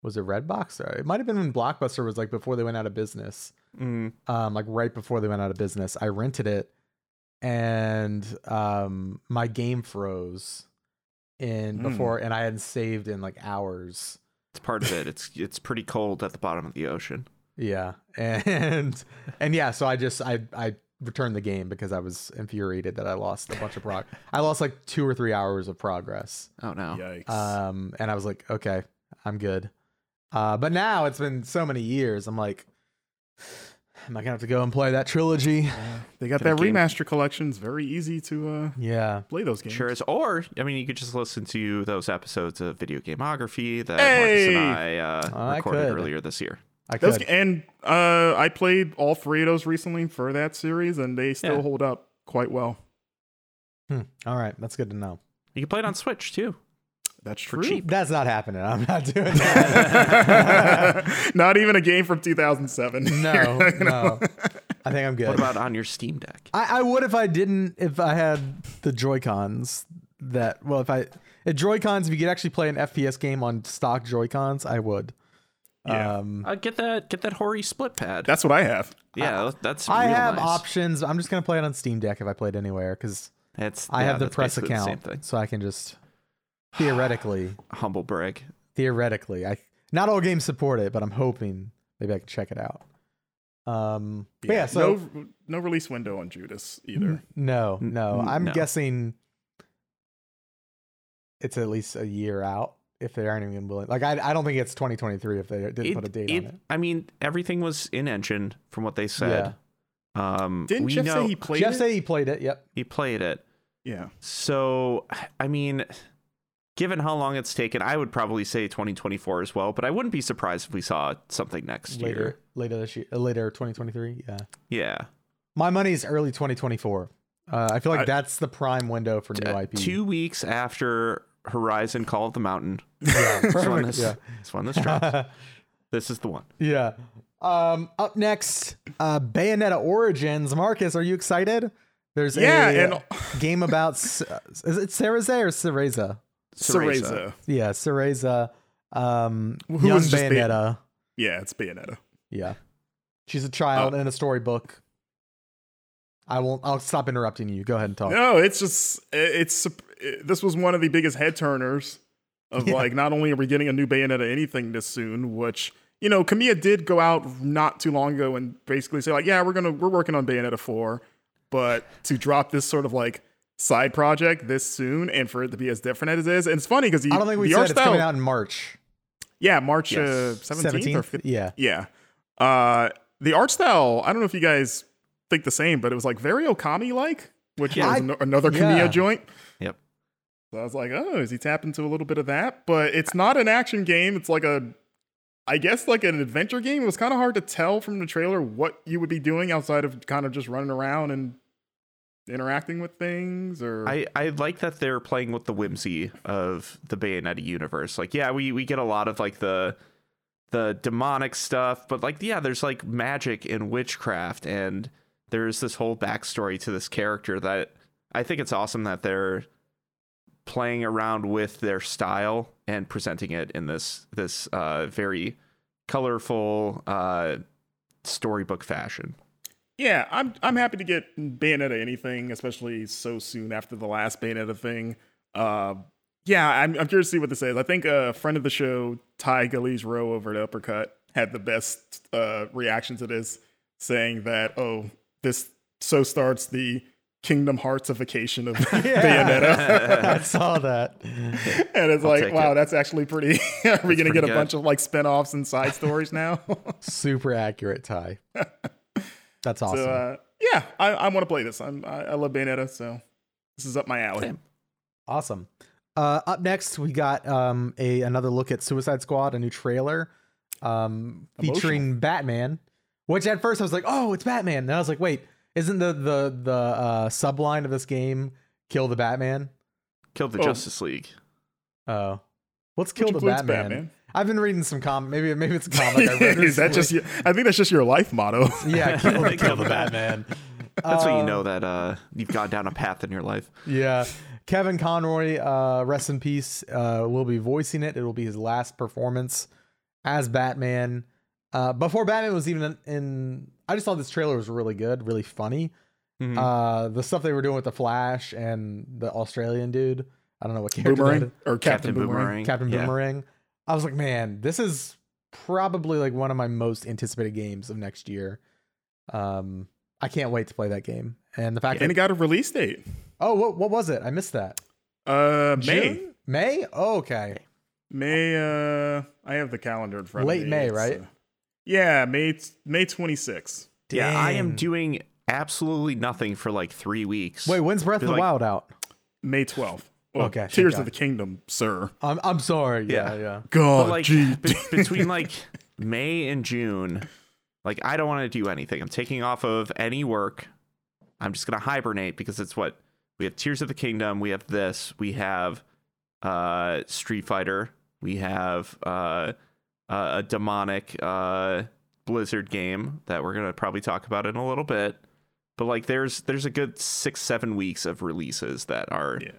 Speaker 1: was it Redbox? Or it might have been when Blockbuster was like before they went out of business.
Speaker 3: Mm.
Speaker 1: Um, like right before they went out of business, I rented it, and um, my game froze, in
Speaker 2: Mm.
Speaker 1: before, and I hadn't saved in like hours.
Speaker 3: it's part of it. It's it's pretty cold at the bottom of the ocean.
Speaker 1: Yeah. And and yeah, so I just I I returned the game because I was infuriated that I lost a bunch of prog. I lost like 2 or 3 hours of progress.
Speaker 3: Oh no.
Speaker 2: yikes.
Speaker 1: Um and I was like, okay, I'm good. Uh but now it's been so many years. I'm like am I going to have to go and play that trilogy?
Speaker 2: they got
Speaker 3: Can
Speaker 2: that
Speaker 3: uh, a game-
Speaker 2: remaster collection. It's very easy to uh,
Speaker 1: Yeah.
Speaker 2: play those games.
Speaker 3: Sure is. Or, I mean, you could just listen to those episodes of Video Gameography that
Speaker 2: Hey!
Speaker 3: Marcus and I uh,
Speaker 1: I
Speaker 3: recorded
Speaker 1: could.
Speaker 3: earlier this year.
Speaker 1: I
Speaker 2: Those,
Speaker 1: could.
Speaker 2: and uh, I played all three of those recently for that series, and they still
Speaker 3: Yeah.
Speaker 2: hold up quite well.
Speaker 1: Hmm. All right, that's good to know.
Speaker 3: You can play it on Switch, too.
Speaker 2: That's
Speaker 3: For
Speaker 2: true.
Speaker 3: cheap.
Speaker 1: That's not happening. I'm not doing that.
Speaker 2: Not even a game from 2007.
Speaker 1: no. No. I think I'm good.
Speaker 3: What about on your Steam Deck?
Speaker 1: I, I would if I didn't if I had the Joy Cons that well if I at Joy Cons if you could actually play an FPS game on stock Joy Cons I would.
Speaker 2: Yeah.
Speaker 1: Um,
Speaker 3: Uh, get that get that Hori split pad.
Speaker 2: That's what I have.
Speaker 3: yeah, that's
Speaker 1: I
Speaker 3: real
Speaker 1: have
Speaker 3: nice.
Speaker 1: options. I'm just gonna play it on Steam Deck if I played anywhere because
Speaker 3: That's,
Speaker 1: I
Speaker 3: yeah,
Speaker 1: have the
Speaker 3: that's
Speaker 1: press
Speaker 3: basically the
Speaker 1: account,
Speaker 3: same thing.
Speaker 1: so I can just theoretically
Speaker 3: Humble brag.
Speaker 1: theoretically I not all games support it, but I'm hoping maybe I can check it out. Um, but yeah, so
Speaker 2: no, no release window on Judas
Speaker 1: Mm-hmm.
Speaker 2: either.
Speaker 1: No,
Speaker 3: N-
Speaker 1: no.
Speaker 3: n-
Speaker 1: I'm
Speaker 3: no.
Speaker 1: guessing it's at least a year out if they aren't even willing. Like I, I don't think it's 2023 if they didn't
Speaker 3: It-
Speaker 1: put a date
Speaker 3: it-
Speaker 1: on it.
Speaker 3: I mean, everything was in engine from what they said. Um,
Speaker 2: Didn't
Speaker 3: we
Speaker 2: Jeff
Speaker 3: know
Speaker 2: say he played
Speaker 1: Jeff
Speaker 2: it?
Speaker 1: said he played it. Yep.
Speaker 3: he played it.
Speaker 2: yeah.
Speaker 3: So, I mean, given how long it's taken, I would probably say 2024 as well, but I wouldn't be surprised if we saw something next
Speaker 1: Later,
Speaker 3: year.
Speaker 1: later this year, uh, later 2023. Yeah.
Speaker 3: Yeah.
Speaker 1: My money is early 2024. Uh, I feel like
Speaker 2: I-
Speaker 1: that's the prime window for new
Speaker 3: Uh,
Speaker 1: IP.
Speaker 3: Two weeks after Horizon Call of the Mountain.
Speaker 1: Yeah,
Speaker 3: It's one
Speaker 1: perfect.
Speaker 3: this,
Speaker 1: yeah.
Speaker 3: it's one this drops. This is the one.
Speaker 1: yeah. Um, up next, uh, Bayonetta Origins. Marcus, are you excited? There's
Speaker 2: Yeah,
Speaker 1: a
Speaker 2: and-
Speaker 1: game about S- is it Cereza or Cereza?
Speaker 3: Cereza.
Speaker 2: Cereza.
Speaker 1: Yeah, Cereza. Um,
Speaker 2: Who
Speaker 1: young
Speaker 2: was just the-
Speaker 1: Bayonetta.
Speaker 2: Yeah, it's Bayonetta.
Speaker 1: Yeah, she's a
Speaker 2: Oh.
Speaker 1: child in a storybook. I won't. I'll stop interrupting you. Go ahead and talk.
Speaker 2: No, it's just it's sup- this was one of the biggest head turners of
Speaker 1: Yeah.
Speaker 2: like not only are we getting a new Bayonetta anything this soon, which you know Kamiya did go out not too long ago and basically say like yeah we're gonna we're working on Bayonetta four, but to drop this sort of like side project this soon and for it to be as different as it is, and it's funny because
Speaker 1: I don't think we
Speaker 2: the
Speaker 1: said
Speaker 2: art
Speaker 1: it's
Speaker 2: style,
Speaker 1: coming out in March.
Speaker 2: yeah March uh,
Speaker 3: Yes.
Speaker 2: seventeenth or 15th,
Speaker 1: Yeah.
Speaker 2: yeah. Uh, the art style, I don't know if you guys think the same, but it was like very Okami like, which
Speaker 3: Yeah.
Speaker 2: was
Speaker 1: I-
Speaker 2: an- another Kamiya
Speaker 1: yeah.
Speaker 2: joint.
Speaker 3: Yep.
Speaker 2: So I was like, oh, is he tapping into a little bit of that? But it's not an action game. It's like a, I guess, like an adventure game. It was kind of hard to tell from the trailer what you would be doing outside of kind of just running around and interacting with things or.
Speaker 3: I, I like that they're playing with the whimsy of the Bayonetta universe. Like, yeah, we, we get a lot of like the the demonic stuff, but like yeah, there's like magic and witchcraft and there's this whole backstory to this character that I think it's awesome that they're playing around with their style and presenting it in this this uh very colorful uh storybook fashion.
Speaker 2: Yeah, I'm I'm happy to get Bayonetta anything, especially so soon after the last Bayonetta thing. Uh, yeah, I'm, I'm curious to see what this is. I think a friend of the show, Ty Gillies Rowe over at Uppercut, had the best uh, reaction to this, saying that, oh, this so starts the Kingdom Heartsification of
Speaker 1: I
Speaker 2: Bayonetta.
Speaker 1: saw that.
Speaker 2: and it's
Speaker 3: take
Speaker 2: like, wow,
Speaker 3: it.
Speaker 2: that's actually pretty. Are we going to
Speaker 3: pretty
Speaker 2: get a
Speaker 3: good.
Speaker 2: bunch of like spin offs and side stories now?
Speaker 1: Super accurate, Ty. That's awesome.
Speaker 2: So uh, yeah, I, I want to play this. I'm, I, I love Bayonetta, so this is up my alley.
Speaker 3: Same.
Speaker 1: Awesome. Uh, up next, we got um, a another look at Suicide Squad, a new trailer um, featuring Batman. Which at first I was like, "Oh, it's Batman," then I was like, "Wait, isn't the the the uh, subline of this game kill the Batman?"
Speaker 3: Kill the
Speaker 2: Oh.
Speaker 3: Justice League.
Speaker 1: Oh, what's
Speaker 2: Which
Speaker 1: kill the
Speaker 2: includes
Speaker 1: Batman?
Speaker 2: Batman.
Speaker 1: I've been reading some comic. Maybe maybe it's a comic. I read
Speaker 2: is that
Speaker 1: recently.
Speaker 2: just? Your, I think that's just your life motto.
Speaker 1: yeah? Kill,
Speaker 3: Kill
Speaker 1: kill
Speaker 3: the
Speaker 1: the Batman.
Speaker 3: That's when
Speaker 1: Um,
Speaker 3: you know that uh, you've gone down a path in your life.
Speaker 1: Yeah. Kevin Conroy, uh, rest in peace, uh, will be voicing it. It'll be his last performance as Batman. Uh, before Batman was even in, in- I just thought this trailer was really good, really funny.
Speaker 3: Mhm.
Speaker 1: Uh, the stuff they were doing with the Flash and the Australian dude. I don't know what character that
Speaker 2: Boomerang
Speaker 1: is.
Speaker 2: or Captain, Boomerang.
Speaker 1: Captain
Speaker 3: Yeah.
Speaker 1: Boomerang. I was like, man, this is probably like one of my most anticipated games of next year. Um, I can't wait to play that game. And the fact
Speaker 2: And it
Speaker 1: that
Speaker 2: got a release date.
Speaker 1: oh, what what was it? I missed that.
Speaker 2: Uh, May.
Speaker 1: June? May? Oh, okay.
Speaker 2: May. Uh, I have the calendar in front.
Speaker 1: Late
Speaker 2: of me.
Speaker 1: May,
Speaker 2: It's,
Speaker 1: right?
Speaker 2: uh, yeah, May May 26th.
Speaker 3: Yeah, I
Speaker 1: Dang.
Speaker 3: am doing absolutely nothing for like three weeks.
Speaker 1: Wait, when's Breath of the
Speaker 3: Like-
Speaker 1: Wild out?
Speaker 2: May 12th. Well,
Speaker 1: Okay, thank
Speaker 2: Tears
Speaker 1: God.
Speaker 2: of the Kingdom, sir.
Speaker 1: I'm I'm sorry. Yeah,
Speaker 3: Yeah.
Speaker 1: yeah.
Speaker 3: but
Speaker 2: God,
Speaker 3: like
Speaker 2: Oh, gee.
Speaker 3: be- between like May and June, like I don't want to do anything. I'm taking off of any work. I'm just gonna hibernate because it's what we have. Tears of the Kingdom. We have this. We have uh, Street Fighter. We have uh, a a demonic uh, Blizzard game that we're gonna probably talk about in a little bit. But like, there's there's a good six seven weeks of releases that are
Speaker 2: yeah,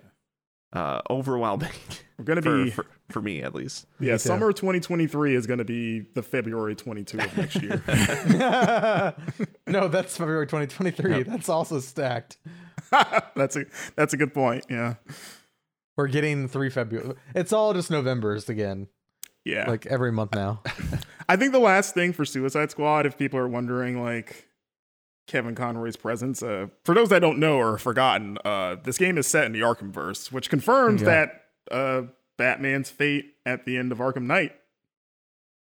Speaker 3: uh, overwhelming
Speaker 2: we're gonna
Speaker 3: for,
Speaker 2: be.
Speaker 3: for for me at least.
Speaker 2: yeah,
Speaker 1: too.
Speaker 2: summer 2023 is gonna be the February 22 of next year.
Speaker 1: no, that's February 2023. That's also stacked.
Speaker 2: that's a that's a good point. Yeah,
Speaker 1: We're getting three February. It's all just November's again,
Speaker 2: yeah.
Speaker 1: like every month now.
Speaker 2: I think the last thing for Suicide Squad, if people are wondering, like Kevin Conroy's presence, uh, for those that don't know or have forgotten, uh, this game is set in the Arkhamverse, which confirms
Speaker 1: Yeah.
Speaker 2: that uh, Batman's fate at the end of Arkham Knight,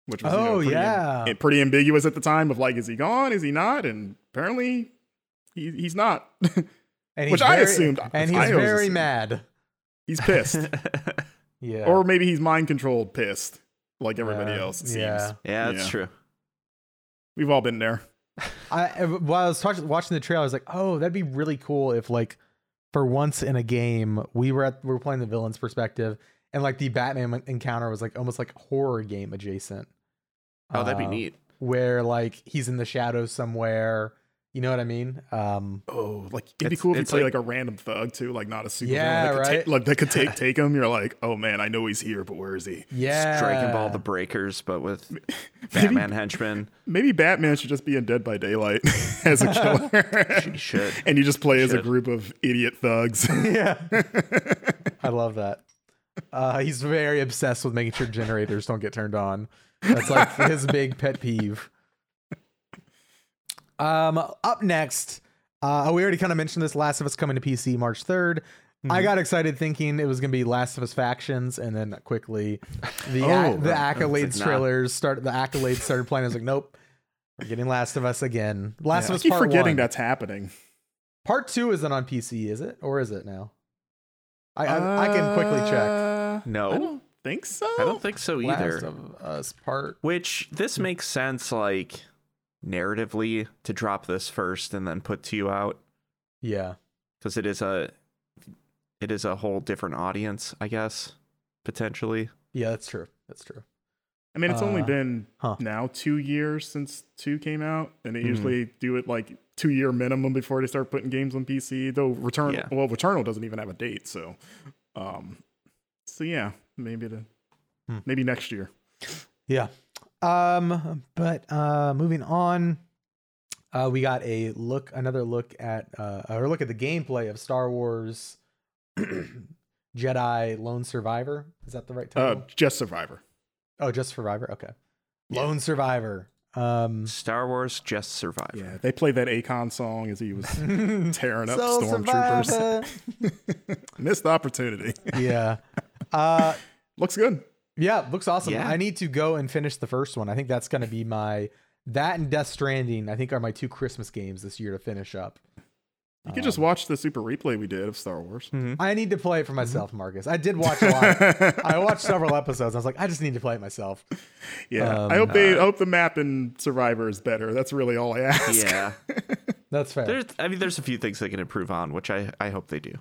Speaker 2: which was you know,
Speaker 1: Oh,
Speaker 2: pretty,
Speaker 1: yeah.
Speaker 2: it- pretty ambiguous at the time of like, is he gone? Is he not? And apparently, he, he's not.
Speaker 1: And
Speaker 2: Which
Speaker 1: he's
Speaker 2: I
Speaker 1: very-
Speaker 2: assumed-
Speaker 1: And
Speaker 2: I
Speaker 1: he's
Speaker 2: always
Speaker 1: very
Speaker 2: assumed.
Speaker 1: mad.
Speaker 2: he's pissed,
Speaker 1: Yeah.
Speaker 2: or maybe he's mind controlled, pissed, like everybody
Speaker 1: Yeah.
Speaker 2: else. It
Speaker 1: Yeah.
Speaker 2: seems
Speaker 3: Yeah, that's
Speaker 2: Yeah.
Speaker 3: true.
Speaker 2: we've all been there.
Speaker 1: I while I was watch- watching the trailer, I was like, oh, that'd be really cool if like for once in a game, we were at we were playing the villain's perspective, and like the Batman encounter was like almost like horror game adjacent.
Speaker 3: Oh, that'd be
Speaker 1: Uh,
Speaker 3: neat.
Speaker 1: Where like he's in the shadows somewhere. You know what I mean? Um,
Speaker 2: Oh, like it'd be
Speaker 3: It's-
Speaker 2: cool if you
Speaker 3: it's
Speaker 2: play like,
Speaker 3: like-
Speaker 2: a random thug too, like not a super
Speaker 1: Yeah,
Speaker 2: villain that could
Speaker 1: right?
Speaker 2: ta- like that could take take him. You're like, oh man, I know he's here, but where is he?
Speaker 1: yeah,
Speaker 3: It's Dragon Ball the Breakers, but with
Speaker 2: Maybe,
Speaker 3: Batman henchmen.
Speaker 2: maybe Batman should just be in Dead by Daylight as a killer,
Speaker 3: You should.
Speaker 2: and you just play as a
Speaker 3: should.
Speaker 2: group of idiot thugs.
Speaker 1: yeah. I love that. Uh, he's very obsessed with making sure generators don't get turned on. That's like his big pet peeve. Um, up next, uh, we already kind of mentioned this Last of Us coming to PC March 3rd. I
Speaker 2: Mm-hmm.
Speaker 1: got excited thinking it was going to be Last of Us factions, and then quickly the
Speaker 2: Oh,
Speaker 1: ac- the
Speaker 3: right.
Speaker 1: accolades
Speaker 3: It's not.
Speaker 1: trailers start. The accolades started playing. I was like, nope, we're getting Last of Us again. Last
Speaker 2: I
Speaker 1: of Us
Speaker 2: keep
Speaker 1: Part
Speaker 2: forgetting
Speaker 1: One.
Speaker 2: that's happening.
Speaker 1: Part two isn't on PC, is it? Or is it now? I I, I can quickly check.
Speaker 2: Uh,
Speaker 3: No.
Speaker 2: I don't think so.
Speaker 3: Oh. I don't think so
Speaker 1: Last
Speaker 3: either.
Speaker 1: of Us Part.
Speaker 3: Which this makes sense, like narratively, to drop this first and then put two out
Speaker 1: Yeah.
Speaker 3: because it is a it is a whole different audience, I guess, potentially.
Speaker 1: Yeah, that's true. That's true.
Speaker 2: I mean, it's only
Speaker 1: Uh,
Speaker 2: been
Speaker 1: huh. Hmm.
Speaker 2: now two years since two came out, and they
Speaker 3: Mhm.
Speaker 2: usually do it like two year minimum before they start putting games on PC. Though Return,
Speaker 3: Yeah.
Speaker 2: well, Returnal doesn't even have a date, so, um, so yeah, maybe the
Speaker 1: Hmm.
Speaker 2: maybe next year.
Speaker 1: Yeah. Um, but uh moving on. Uh we got a look another look at uh or look at the gameplay of Star Wars Jedi Lone Survivor. Is that the right
Speaker 2: Uh,
Speaker 1: title?
Speaker 2: just Survivor.
Speaker 1: oh, just Survivor. Okay.
Speaker 2: Yeah.
Speaker 1: Lone Survivor. Um
Speaker 3: Star Wars just survived.
Speaker 2: Yeah, they played that Akon song as he was tearing up
Speaker 1: Soul
Speaker 2: stormtroopers.
Speaker 1: Survivor.
Speaker 2: Missed the opportunity.
Speaker 1: yeah. Uh
Speaker 2: Looks good.
Speaker 1: Yeah, looks awesome.
Speaker 3: Yeah.
Speaker 1: I need to go and finish the first one. I think that's going to be my that and Death Stranding. I think are my two Christmas games this year to finish up.
Speaker 2: You could
Speaker 1: Um,
Speaker 2: just watch the super replay we did of Star Wars.
Speaker 3: Mm-hmm.
Speaker 1: I need to play it for myself, Marcus. I did watch a lot. I watched several episodes. I was like, I just need to play it myself.
Speaker 2: yeah,
Speaker 1: Um,
Speaker 2: I hope they I hope the map in Survivor is better. That's really all I ask.
Speaker 3: Yeah.
Speaker 1: That's fair.
Speaker 3: There's I mean there's a few things they can improve on, which I, I hope they do.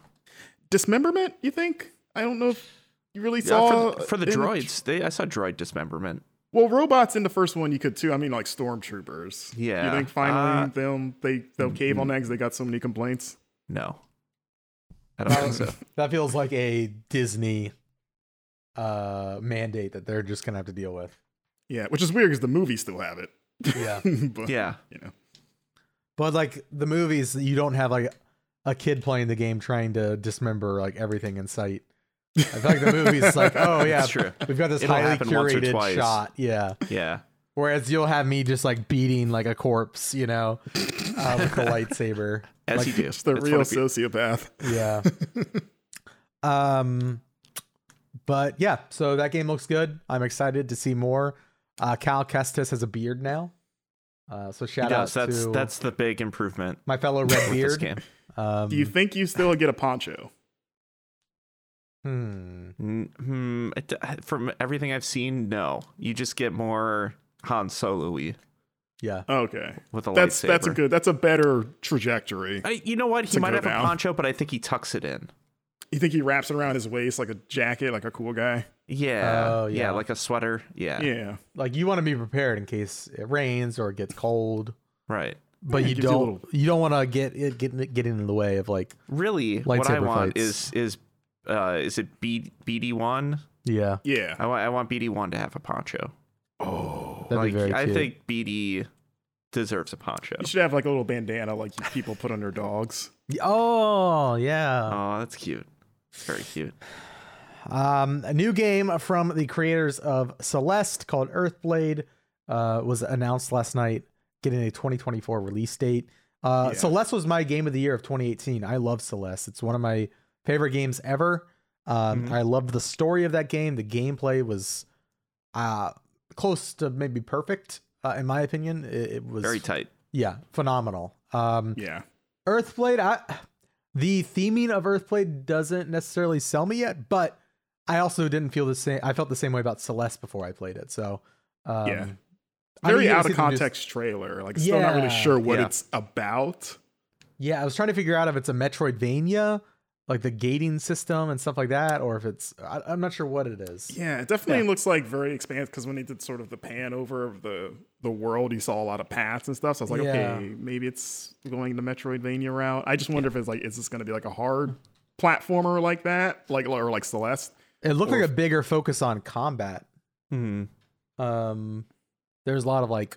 Speaker 2: dismemberment you think i don't know if you really
Speaker 3: Yeah,
Speaker 2: saw
Speaker 3: for, the- for the
Speaker 2: in
Speaker 3: droids, they I saw droid dismemberment.
Speaker 2: well robots in the first one you could too i mean like stormtroopers
Speaker 3: Yeah.
Speaker 2: you think finally
Speaker 3: Uh, mm.
Speaker 2: them they they'll cave on that because they got so many complaints
Speaker 3: No. I don't think so.
Speaker 1: that feels like a Disney uh mandate that they're just going to have to deal with.
Speaker 2: yeah which is weird because the movies still have it
Speaker 1: Yeah.
Speaker 2: but,
Speaker 3: Yeah.
Speaker 2: you know
Speaker 1: But like the movies, you don't have like a kid playing the game trying to dismember like everything in sight. I feel like the movies like, oh yeah,
Speaker 3: That's true.
Speaker 1: we've got this
Speaker 3: It'll
Speaker 1: highly
Speaker 3: happen once or
Speaker 1: curated
Speaker 3: twice.
Speaker 1: shot. Yeah.
Speaker 3: Yeah.
Speaker 1: Whereas you'll have me just like beating like a corpse, you know, uh, with the lightsaber.
Speaker 3: As
Speaker 1: Like,
Speaker 3: you Mm. do.
Speaker 2: it's the
Speaker 3: It's
Speaker 2: real
Speaker 3: funny pe-
Speaker 2: sociopath
Speaker 1: Yeah. um, but yeah, so that game looks good. I'm excited to see more. Uh, Cal Kestis has a beard now. Uh, so shout out
Speaker 3: Yes, that's
Speaker 1: to
Speaker 3: that's the big improvement
Speaker 1: my fellow red
Speaker 3: with this
Speaker 1: beard.
Speaker 3: game.
Speaker 1: Um,
Speaker 2: do you think you still get a poncho
Speaker 1: hmm.
Speaker 3: Mm, Hmm, it, from everything I've seen, no. You just get more Han Solo-y
Speaker 1: Yeah.
Speaker 2: okay
Speaker 3: with a
Speaker 2: that's
Speaker 3: lightsaber.
Speaker 2: that's a good that's a better trajectory
Speaker 3: I, you know what? He
Speaker 2: to
Speaker 3: might
Speaker 2: go
Speaker 3: have a
Speaker 2: down.
Speaker 3: poncho, but I think he tucks it in.
Speaker 2: you think he wraps it around his waist like a jacket like a cool guy
Speaker 3: Yeah.
Speaker 1: Oh,
Speaker 3: yeah.
Speaker 1: yeah.
Speaker 3: like a sweater. Yeah.
Speaker 2: yeah
Speaker 1: Like you want to be prepared in case it rains or it gets cold,
Speaker 3: Right.
Speaker 1: but
Speaker 2: Yeah,
Speaker 1: you
Speaker 2: it gives you a
Speaker 1: don't you,
Speaker 2: little-
Speaker 1: don't want to get it get get in the way of like
Speaker 3: Really, what I
Speaker 1: Lightsaber
Speaker 3: want
Speaker 1: fights.
Speaker 3: is is uh is it B- BD1?
Speaker 1: yeah.
Speaker 2: yeah
Speaker 3: I want I want BD1 to have a poncho.
Speaker 2: oh
Speaker 1: That'd
Speaker 3: like
Speaker 1: be very
Speaker 3: I
Speaker 1: cute.
Speaker 3: think BD deserves a poncho.
Speaker 2: you should have like a little bandana like people put on their dogs
Speaker 1: Oh yeah.
Speaker 3: Oh, that's cute. It's very cute.
Speaker 1: Um, a new game from the creators of Celeste called Earthblade uh, was announced last night, getting a 2024 release date. Uh,
Speaker 2: Yeah.
Speaker 1: Celeste was my game of the year of 2018. I love Celeste. It's one of my favorite games ever. Um,
Speaker 3: Mhm.
Speaker 1: I loved the story of that game. The gameplay was uh, close to maybe perfect, uh, in my opinion. It, it was
Speaker 3: Very tight.
Speaker 1: yeah, phenomenal. Um,
Speaker 2: yeah
Speaker 1: Earthblade, I, the theming of Earthblade doesn't necessarily sell me yet, but I also didn't feel the same. I felt the same way about Celeste before I played it. So, um,
Speaker 2: Yeah.
Speaker 1: I mean,
Speaker 2: very
Speaker 1: you
Speaker 2: out
Speaker 1: see
Speaker 2: of
Speaker 1: the news-
Speaker 2: context trailer. Like, still not really
Speaker 1: Yeah.
Speaker 2: sure what
Speaker 3: Yeah.
Speaker 2: it's about.
Speaker 1: yeah, I was trying to figure out if it's a Metroidvania like the gating system and stuff like that, or if it's I, I'm not sure what it is.
Speaker 2: Yeah, it definitely looks like very expansive because when they did sort of the pan over of the the world, you saw a lot of paths and stuff. So I was like,
Speaker 1: Yeah.
Speaker 2: okay, maybe it's going the Metroidvania route. I just wonder if it's like, is this going to be like a hard platformer like that, like or like Celeste?
Speaker 1: It looked
Speaker 2: Or-
Speaker 1: like a bigger focus on combat.
Speaker 3: Mhm.
Speaker 1: Um, there's a lot of like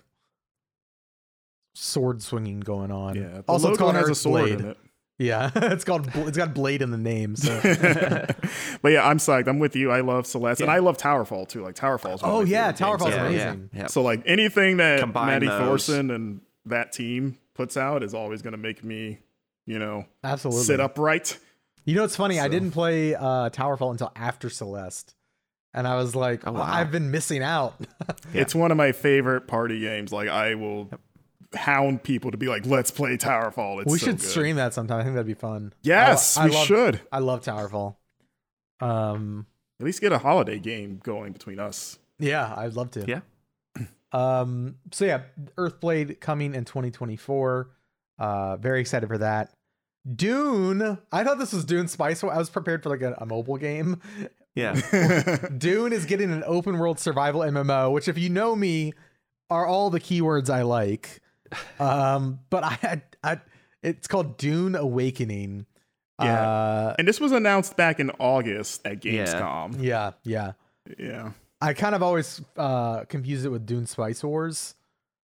Speaker 1: sword swinging going on.
Speaker 2: Yeah. the
Speaker 1: Also, it's
Speaker 2: logo
Speaker 1: called
Speaker 2: has a sword
Speaker 1: Blade.
Speaker 2: in it.
Speaker 1: Yeah, it's called Bl- it's got blade in the name. So.
Speaker 2: but yeah, I'm psyched. I'm with you. I love Celeste, and I love Towerfall too. Like Towerfall. Is one of
Speaker 1: oh
Speaker 2: my
Speaker 1: yeah,
Speaker 2: favorite games
Speaker 1: Towerfall's
Speaker 2: ever.
Speaker 3: Yeah, yeah,
Speaker 1: amazing.
Speaker 3: yeah.
Speaker 2: So like anything that
Speaker 3: Combine
Speaker 2: Maddie
Speaker 3: those.
Speaker 2: Thorson and that team puts out is always going to make me, you know,
Speaker 1: Absolutely.
Speaker 2: sit upright.
Speaker 1: You know, it's funny. I
Speaker 2: So-
Speaker 1: didn't play uh, Towerfall until after Celeste, and I was like,
Speaker 3: Oh, wow.
Speaker 1: I've been missing out.
Speaker 3: Yeah.
Speaker 2: It's one of my favorite party games. Like I will hound people to be like, "Let's play Towerfall." It's
Speaker 1: we
Speaker 2: so
Speaker 1: should
Speaker 2: good.
Speaker 1: stream that sometime. I think that'd be fun.
Speaker 2: Yes,
Speaker 1: I, I
Speaker 2: we
Speaker 1: love,
Speaker 2: should.
Speaker 1: I love Towerfall. Um,
Speaker 2: At least get a holiday game going between us.
Speaker 1: yeah, I'd love to.
Speaker 3: Yeah.
Speaker 1: Um, so yeah, Earthblade coming in 2024. Uh, very excited for that. Dune. I thought this was Dune Spice. I was prepared for like a, a mobile game. uh,
Speaker 3: Yeah.
Speaker 1: Dune is getting an open world survival MMO, which if you know me, are all the keywords I like. Um, but I, I, I it's called Dune Awakening.
Speaker 2: Yeah.
Speaker 1: Uh,
Speaker 2: and this was announced back in August at Gamescom.
Speaker 1: yeah, yeah.
Speaker 2: Yeah.
Speaker 1: I kind of always uh confuse it with Dune Spice Wars,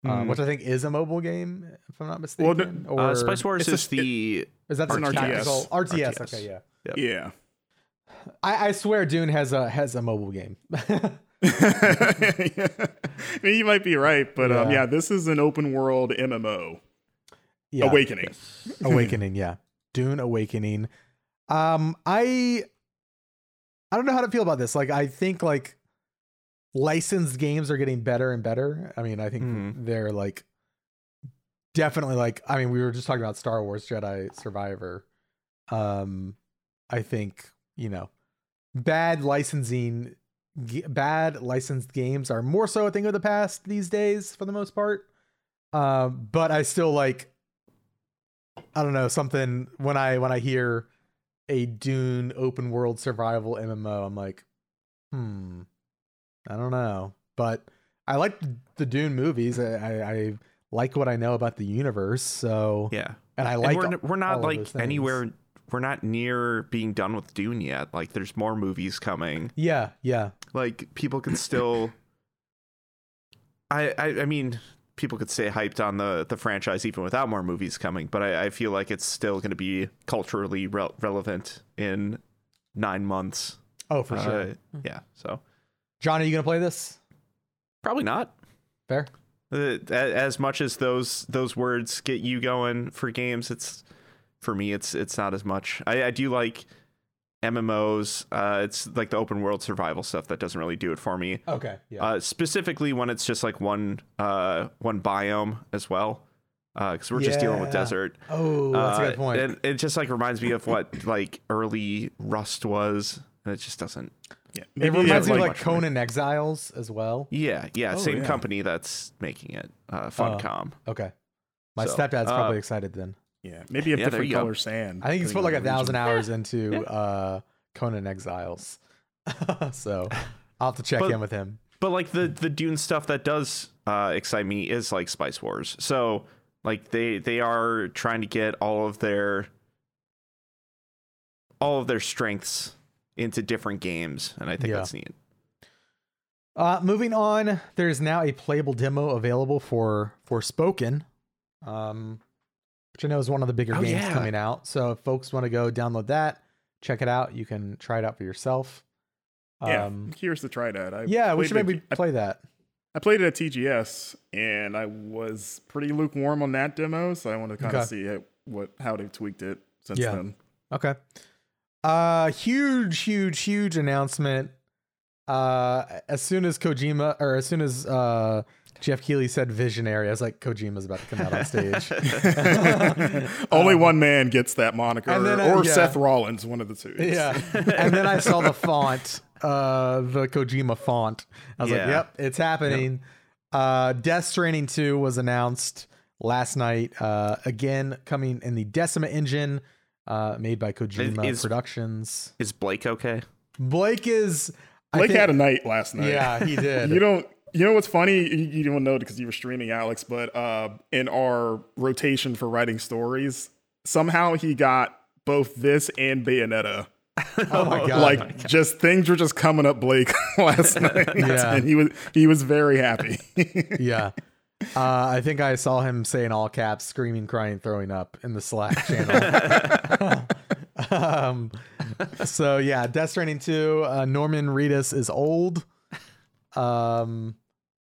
Speaker 1: uh,
Speaker 3: Mhm.
Speaker 1: which I think is a mobile game, if I'm not
Speaker 2: Mm. Well, no-
Speaker 1: mistaken. or
Speaker 3: Uh, Spice Wars
Speaker 2: It's
Speaker 3: is
Speaker 2: just-
Speaker 3: the
Speaker 1: is that
Speaker 2: it's
Speaker 1: an
Speaker 2: an
Speaker 1: RTS?
Speaker 2: RTS.
Speaker 1: RTS.
Speaker 3: RTS.
Speaker 1: Okay, yeah.
Speaker 2: Yeah.
Speaker 1: I, I swear, Dune has a has a mobile game.
Speaker 2: I mean, you might be right, but um,
Speaker 1: Yeah.
Speaker 2: yeah, this is an open world MMO.
Speaker 1: yeah.
Speaker 2: Awakening.
Speaker 1: Awakening, yeah. Dune Awakening. Um I I don't know how to feel about this. Like I think like licensed games are getting better and better. I mean, I think
Speaker 3: Mhm.
Speaker 1: they're like definitely like I mean, we were just talking about Star Wars Jedi Survivor. Um I think, you know, bad licensing g- bad licensed games are more so a thing of the past these days for the most part. Um, but I still like I don't know something when I when I hear a Dune open world survival MMO, I'm like, hmm, I don't know. But I like the Dune movies. I, I, I like what I know about the universe. So
Speaker 3: yeah.
Speaker 1: and I
Speaker 3: And
Speaker 1: like
Speaker 3: we're, n- we're
Speaker 1: all
Speaker 3: not
Speaker 1: of
Speaker 3: like
Speaker 1: those things.
Speaker 3: anywhere. We're not near being done with Dune yet. Like, there's more movies coming.
Speaker 1: Yeah, yeah,
Speaker 3: Like, people can still. I, I I mean, people could stay hyped on the the franchise even without more movies coming. But I, I feel like it's still going to be culturally rel relevant in nine months.
Speaker 1: oh for
Speaker 3: Uh,
Speaker 1: sure.
Speaker 3: Yeah. So
Speaker 1: John, are you gonna play this?
Speaker 3: probably not.
Speaker 1: Fair.
Speaker 3: Uh, a- as much as those those words get you going for games it's for me it's it's not as much i, I do like mmos uh it's like the open world survival stuff that doesn't really do it for me
Speaker 1: Okay. Yeah.
Speaker 3: uh specifically when it's just like one uh one biome as well uh because we're just dealing with
Speaker 1: Yeah.
Speaker 3: desert
Speaker 1: oh, that's a
Speaker 3: Uh,
Speaker 1: good point.
Speaker 3: and it just like reminds me of what like early rust was and it just doesn't
Speaker 2: Yeah.
Speaker 1: it
Speaker 2: Maybe
Speaker 1: reminds
Speaker 2: it's
Speaker 1: me of
Speaker 3: like-
Speaker 1: like Conan Exiles as well.
Speaker 3: yeah yeah same
Speaker 2: yeah.
Speaker 3: company that's making it uh
Speaker 1: Oh.
Speaker 3: funcom
Speaker 1: Okay. My
Speaker 3: So,
Speaker 1: stepdad's
Speaker 3: uh,
Speaker 1: probably excited then.
Speaker 2: yeah, maybe a
Speaker 3: Yeah, there
Speaker 2: different
Speaker 3: you go.
Speaker 2: color sand.
Speaker 1: I think he's put
Speaker 2: depending
Speaker 1: like a
Speaker 2: on the region.
Speaker 1: thousand hours into
Speaker 3: Yeah.
Speaker 1: uh Conan Exiles. so I'll have to check
Speaker 3: But-
Speaker 1: in with him.
Speaker 3: but like the the dune stuff that does uh excite me is like spice wars so like they they are trying to get all of their all of their strengths into different games and i think
Speaker 1: Yeah.
Speaker 3: that's neat
Speaker 1: Uh moving on, there is now a playable demo available for for Spoken. Um which I know is one of the bigger
Speaker 3: Oh,
Speaker 1: games
Speaker 3: yeah.
Speaker 1: coming out. So if folks want to go download that, check it out. You can try it out for yourself.
Speaker 2: Yeah,
Speaker 1: Um
Speaker 2: I'm curious to try that. I
Speaker 1: yeah, we
Speaker 2: played
Speaker 1: should
Speaker 2: the-
Speaker 1: maybe
Speaker 2: I,
Speaker 1: play that.
Speaker 2: I played it at TGS, and I was pretty lukewarm on that demo, so I want to kind
Speaker 1: Okay.
Speaker 2: of see it, what how they tweaked it since
Speaker 1: Yeah.
Speaker 2: then.
Speaker 1: Okay. Uh huge, huge, huge announcement. Uh as soon as Kojima or as soon as uh Jeff Keighley said visionary, I was like, Kojima's about to come out on stage.
Speaker 2: Only one man gets that moniker,
Speaker 1: and then, uh,
Speaker 2: or
Speaker 1: yeah.
Speaker 2: Seth Rollins, one of the two.
Speaker 1: yeah. And then I saw the font, uh the Kojima font. I was like,
Speaker 3: Yeah.
Speaker 1: Yep, it's happening. Uh Death Stranding 2 was announced last night. Uh again coming in the Decima engine. uh, made by Kojima
Speaker 3: is-
Speaker 1: Productions.
Speaker 3: Is Blake okay?
Speaker 1: Blake is I
Speaker 2: Blake
Speaker 1: think-
Speaker 2: had a night last night.
Speaker 1: yeah, he did.
Speaker 2: You don't. You know what's funny? You, you don't know because you were streaming, Alex. But uh, in our rotation for writing stories, somehow he got both this and Bayonetta.
Speaker 1: oh my god!
Speaker 2: like just things were just coming up Blake last night,
Speaker 1: Yeah.
Speaker 2: and he was he was very happy.
Speaker 1: yeah. Uh, I think I saw him say in all caps, screaming, crying, throwing up in the Slack channel. um, so yeah, Death Stranding 2, uh, Norman Reedus is old. Um,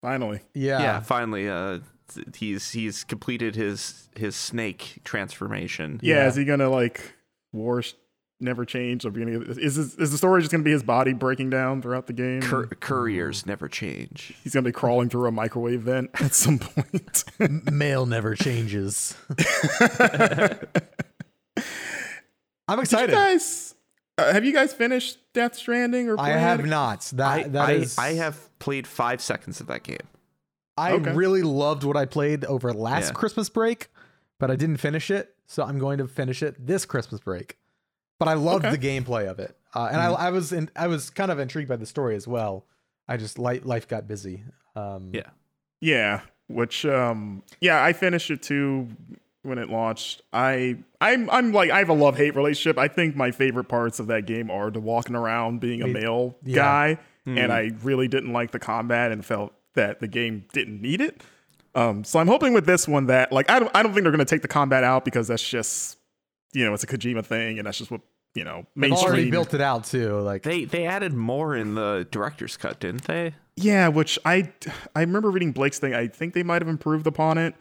Speaker 2: Finally,
Speaker 1: yeah.
Speaker 3: yeah, finally, uh, th- he's he's completed his his snake transformation.
Speaker 2: yeah,
Speaker 1: Yeah.
Speaker 2: Is he gonna like war sh- never change? Or beginning of, is this, is the story just gonna be his body breaking down throughout the game?
Speaker 3: Cur- couriers never change.
Speaker 2: He's gonna be crawling through a microwave vent at some point.
Speaker 1: Mail never changes. I'm excited.
Speaker 2: guys, uh, have you guys finished Death Stranding or?
Speaker 1: I
Speaker 2: played
Speaker 1: have
Speaker 2: it?
Speaker 1: not. That
Speaker 3: I
Speaker 1: that
Speaker 3: I,
Speaker 1: is-
Speaker 3: I have played five seconds of that game.
Speaker 1: I
Speaker 2: Okay.
Speaker 1: really loved what I played over last
Speaker 3: Yeah.
Speaker 1: Christmas break, but I didn't finish it, so I'm going to finish it this Christmas break. But I loved
Speaker 2: Okay. Mm-hmm.
Speaker 1: the gameplay of it, uh, and I, I was in, I was kind of intrigued by the story as well. I just light, life got busy. Um,
Speaker 3: Yeah.
Speaker 2: Yeah, which um yeah, I finished it too when it launched. I I'm I'm like I have a love hate relationship. I think my favorite parts of that game are the walking around being a
Speaker 1: Me-
Speaker 2: male
Speaker 1: yeah.
Speaker 2: guy, and I really didn't like the combat and felt that the game didn't need it. Um, so I'm hoping with this one that like I don't I don't think they're gonna take the combat out because that's just you know it's a Kojima thing and that's just what you know
Speaker 1: They've already
Speaker 2: mainstream
Speaker 1: built it out too. Like
Speaker 3: They they added more in the director's cut, didn't they?
Speaker 2: Yeah, which I I remember reading Blake's thing. I think they might have improved upon it,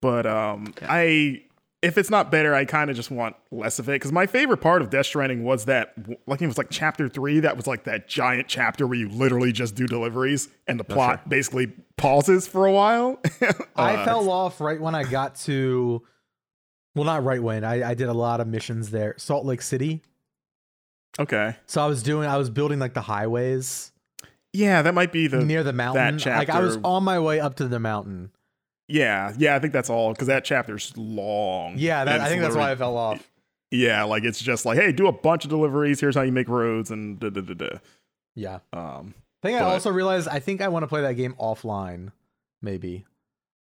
Speaker 2: but um, I if it's not better, I kind of just want less of it because my favorite part of Death Stranding was that like it was like chapter three. That was like that giant chapter where you literally just do deliveries and the plot basically pauses for a while. Uh,
Speaker 1: I fell off right when I got to, well, not right when I, I did a lot of missions there, Salt Lake City.
Speaker 2: okay,
Speaker 1: So I was doing, I was building like the highways
Speaker 2: yeah, that might be the
Speaker 1: near the mountain. Like I was
Speaker 2: chapter-
Speaker 1: on my way up to the mountain.
Speaker 2: yeah yeah. I think that's all because that chapter's long.
Speaker 1: Yeah, that,
Speaker 2: And
Speaker 1: I
Speaker 2: it's
Speaker 1: think that's why I
Speaker 2: literally-
Speaker 1: fell off.
Speaker 2: Yeah, like it's just like hey, do a bunch of deliveries. Here's how you make roads and da da da da.
Speaker 1: Yeah.
Speaker 2: Um,
Speaker 1: thing
Speaker 2: But-
Speaker 1: I also realized I think I want to play that game offline, maybe.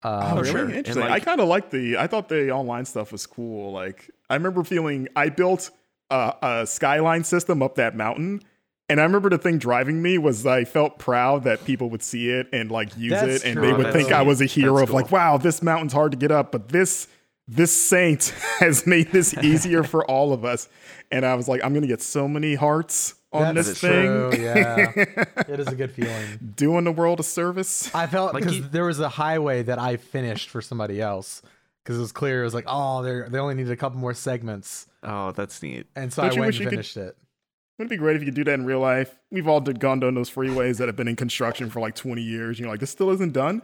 Speaker 1: Um,
Speaker 2: Oh,
Speaker 3: sure.
Speaker 2: really?
Speaker 3: And,
Speaker 2: Interesting.
Speaker 3: like-
Speaker 2: I kind of like the. I thought the online stuff was cool. Like, I remember feeling. I built a, a skyline system up that mountain, and I remember the thing driving me was I felt proud that people would see it and like use
Speaker 1: That's
Speaker 2: it, and
Speaker 1: true.
Speaker 2: they
Speaker 1: Oh,
Speaker 2: would
Speaker 1: that's
Speaker 2: think I
Speaker 3: neat.
Speaker 2: was a hero
Speaker 3: That's
Speaker 2: of like,
Speaker 3: cool.
Speaker 2: wow, this mountain's hard to get up, but this this saint has made this easier for all of us. And I was like, I'm gonna get so many hearts on
Speaker 1: that's
Speaker 2: this
Speaker 1: true,
Speaker 2: thing,
Speaker 1: yeah, it is a good feeling.
Speaker 2: doing the world a service.
Speaker 1: I felt
Speaker 3: Like
Speaker 1: because
Speaker 3: you-
Speaker 1: there was a highway that I finished for somebody else because it was clear it was like oh they they only needed a couple more segments
Speaker 3: Oh, that's neat.
Speaker 1: and so
Speaker 2: Don't
Speaker 1: I
Speaker 2: you
Speaker 1: went
Speaker 2: wish
Speaker 1: and
Speaker 2: you could-
Speaker 1: finished it.
Speaker 2: Wouldn't it be great if you could do that in real life? We've all did gone down those freeways that have been in construction for like 20 years. You're like, this still isn't done.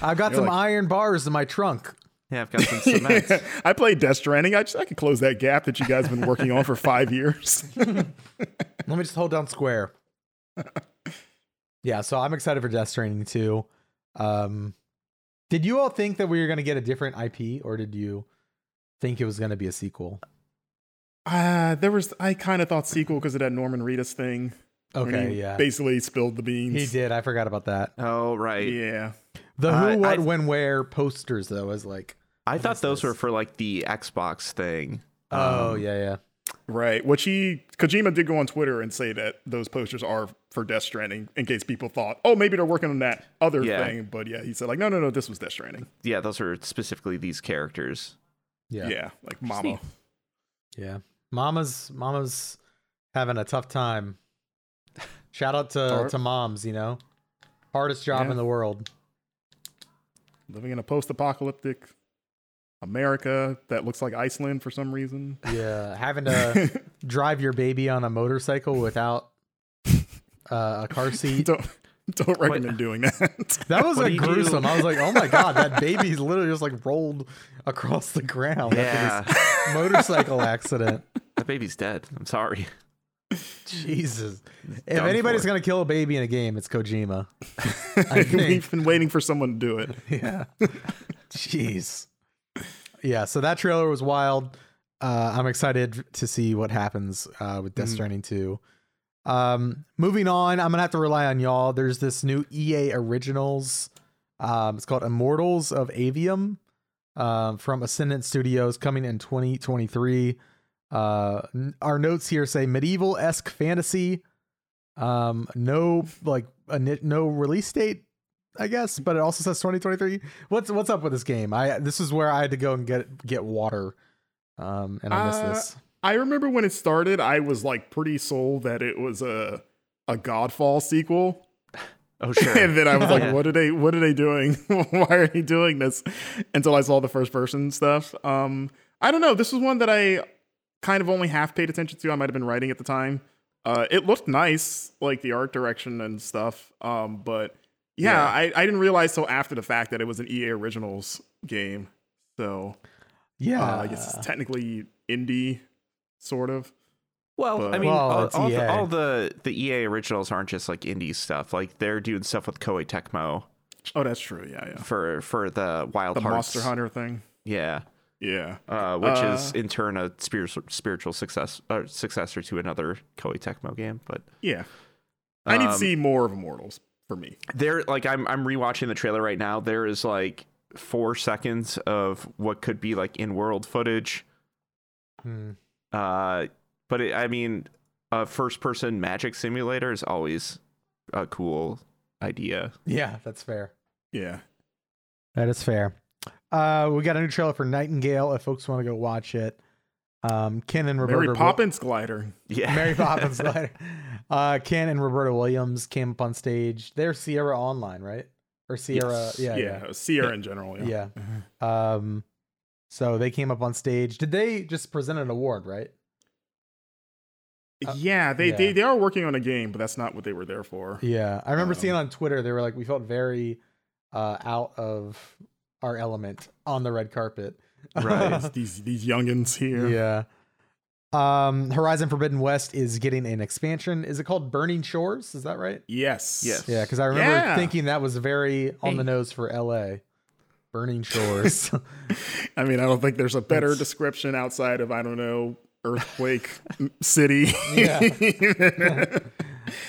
Speaker 1: I've got some
Speaker 2: like-
Speaker 1: iron bars in my trunk.
Speaker 3: Yeah, I've got some cement.
Speaker 2: I played Death Stranding. I just I could close that gap that you guys have been working on for five years.
Speaker 1: Let me just hold down square. yeah, so I'm excited for Death Stranding too. Um, did you all think that we were going to get a different IP, or did you think it was going to be a sequel?
Speaker 2: Uh, there was I kind of thought sequel because of that Norman Reedus thing. when
Speaker 1: Okay,
Speaker 2: he
Speaker 1: yeah,
Speaker 2: Basically spilled the beans.
Speaker 1: he did. I forgot about that.
Speaker 3: oh, right.
Speaker 2: Yeah.
Speaker 1: The
Speaker 3: Uh,
Speaker 1: who, what,
Speaker 3: I-
Speaker 1: when, where posters though is like,
Speaker 3: I thought
Speaker 1: is
Speaker 3: those
Speaker 1: this?
Speaker 3: were for like the Xbox thing.
Speaker 1: oh
Speaker 3: Um,
Speaker 1: yeah, yeah,
Speaker 2: Right. Which he Kojima did go on Twitter and say that those posters are for Death Stranding in case people thought, oh, maybe they're working on that other
Speaker 3: Yeah.
Speaker 2: thing. But yeah, he said like, no, no, no, this was Death Stranding.
Speaker 3: Yeah, those are specifically these characters.
Speaker 1: yeah,
Speaker 2: Yeah,
Speaker 1: yeah,
Speaker 2: like Mama.
Speaker 1: Mama's mama's having a tough time. Shout out to
Speaker 2: Hard-
Speaker 1: to moms, you know, hardest job
Speaker 2: Yeah.
Speaker 1: in the world.
Speaker 2: living in a post-apocalyptic America that looks like Iceland for some reason.
Speaker 1: Yeah, having to drive your baby on a motorcycle without uh, a car seat.
Speaker 2: don't don't recommend doing that.
Speaker 1: That was like
Speaker 3: What do you do?
Speaker 1: gruesome. I was like, oh my god, that baby literally just like rolled across the ground
Speaker 3: Yeah,
Speaker 1: after this motorcycle accident.
Speaker 3: that baby's dead. I'm sorry.
Speaker 1: Jesus. If
Speaker 3: done
Speaker 1: anybody's
Speaker 3: for.
Speaker 1: gonna kill a baby in a game, it's Kojima. I think.
Speaker 2: We've been waiting for someone to do it.
Speaker 1: yeah. Jeez. Yeah, so that trailer was wild. uh, I'm excited to see what happens uh, with Death
Speaker 3: Mm-hmm.
Speaker 2: Mhm.
Speaker 1: Stranding 2. Um, moving on, I'm gonna have to rely on y'all. There's this new EA Originals. Um, it's called Immortals of Avium um, from Ascendant Studios, coming in 2023. Uh, n- our notes here say medieval esque fantasy. Um, no like a, ni- no release date, I guess, but it also says 2023. What's what's up with this game? I this is where I had to go and get get water. Um, and I missed
Speaker 2: Uh,
Speaker 1: this.
Speaker 2: I remember when it started, I was like pretty sold that it was a a Godfall sequel,
Speaker 3: Oh sure.
Speaker 2: and then I was
Speaker 3: Yeah.
Speaker 2: like, "What are they? What are they doing? Why are they doing this?" Until I saw the first person stuff. Um, I don't know. This was one that I kind of only half paid attention to. I might have been writing at the time. Uh, it looked nice, like the art direction and stuff. Um, but yeah,
Speaker 3: Yeah.
Speaker 2: I, I didn't realize till after the fact that it was an EA Originals game. So
Speaker 1: Yeah,
Speaker 2: uh, I guess it's technically indie, sort of.
Speaker 3: Well,
Speaker 2: But-
Speaker 3: I mean,
Speaker 1: Well,
Speaker 3: all,
Speaker 1: it's E
Speaker 3: all
Speaker 1: EA.
Speaker 3: the, all the the EA originals aren't just like indie stuff. Like they're doing stuff with Koei Tecmo
Speaker 2: Oh, that's true. Yeah, yeah.
Speaker 3: for for the Wild
Speaker 2: The
Speaker 3: Hearts.
Speaker 2: Monster Hunter thing.
Speaker 3: Yeah,
Speaker 2: Yeah.
Speaker 3: uh, which
Speaker 2: Uh,
Speaker 3: is in turn a spiritual spiritual success uh, successor to another Koei Tecmo game. But
Speaker 2: Yeah. I need to
Speaker 3: um,
Speaker 2: see more of Immortals for me.
Speaker 3: there, like I'm I'm rewatching the trailer right now. There is like four seconds of what could be like in world footage.
Speaker 1: Hmm.
Speaker 3: Uh, but it, I mean, a first person magic simulator is always a cool idea.
Speaker 1: yeah, that's fair.
Speaker 2: Yeah.
Speaker 1: That is fair. Uh, we got a new trailer for Nightingale. If folks want to go watch it, um, Ken and Roberta
Speaker 2: Mary Poppins glider.
Speaker 3: Yeah,
Speaker 1: Mary Poppins later. Uh, Ken and Roberta Williams came up on stage. They're Sierra Online, right? Or Sierra?
Speaker 3: Yes.
Speaker 1: Yeah,
Speaker 2: Yeah.
Speaker 1: yeah,
Speaker 2: Sierra in general. Yeah. Mm-hmm.
Speaker 1: yeah. Um, so they came up on stage. Did they just present an award? Right? Uh,
Speaker 2: Yeah, they,
Speaker 1: yeah.
Speaker 2: They, they are working on a game, but that's not what they were there for.
Speaker 1: Yeah, I remember
Speaker 2: Um,
Speaker 1: seeing on Twitter they were like, we felt very uh, out of our element on the red carpet.
Speaker 3: Right.
Speaker 2: It's these these youngins here.
Speaker 1: yeah. Um, Horizon Forbidden West is getting an expansion. Is it called Burning Shores? Is that right?
Speaker 2: Yes.
Speaker 3: Yes.
Speaker 1: Yeah, because I remember
Speaker 2: Yeah.
Speaker 1: thinking that was very on the
Speaker 3: Hey.
Speaker 1: nose for LA. Burning Shores.
Speaker 2: I mean, I don't think there's a better
Speaker 1: That's-
Speaker 2: description outside of I don't know earthquake city.
Speaker 1: Yeah.
Speaker 2: if,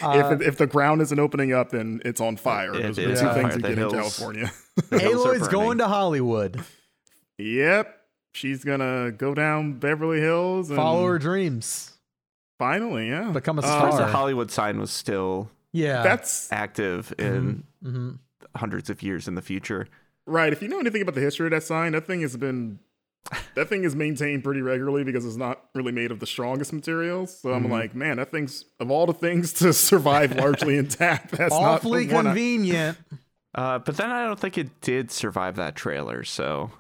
Speaker 1: Uh,
Speaker 2: it, if the ground isn't opening up, then it's on fire.
Speaker 3: It
Speaker 2: Those
Speaker 3: is
Speaker 2: are
Speaker 1: on
Speaker 2: the two
Speaker 3: fire.
Speaker 2: things you
Speaker 3: The
Speaker 2: get
Speaker 3: hills.
Speaker 2: in California.
Speaker 3: The hills are
Speaker 1: Aloy's going
Speaker 3: burning.
Speaker 1: to Hollywood.
Speaker 2: yep. She's gonna go down Beverly Hills and
Speaker 1: Follow her dreams.
Speaker 2: finally, yeah.
Speaker 1: Become a
Speaker 2: Uh,
Speaker 1: star.
Speaker 3: As the Hollywood sign was still
Speaker 1: Yeah.
Speaker 2: That's
Speaker 3: active in
Speaker 1: hmm
Speaker 3: hundreds of years in the future.
Speaker 2: right. If you know anything about the history of that sign, that thing has been that thing is maintained pretty regularly because it's not really made of the strongest materials. So
Speaker 1: Mm-hmm.
Speaker 2: I'm like, man, that thing's of all the things to survive largely intact. That's not the
Speaker 1: Awfully
Speaker 2: one I-
Speaker 1: convenient.
Speaker 3: Uh, but then I don't think it did survive that trailer, so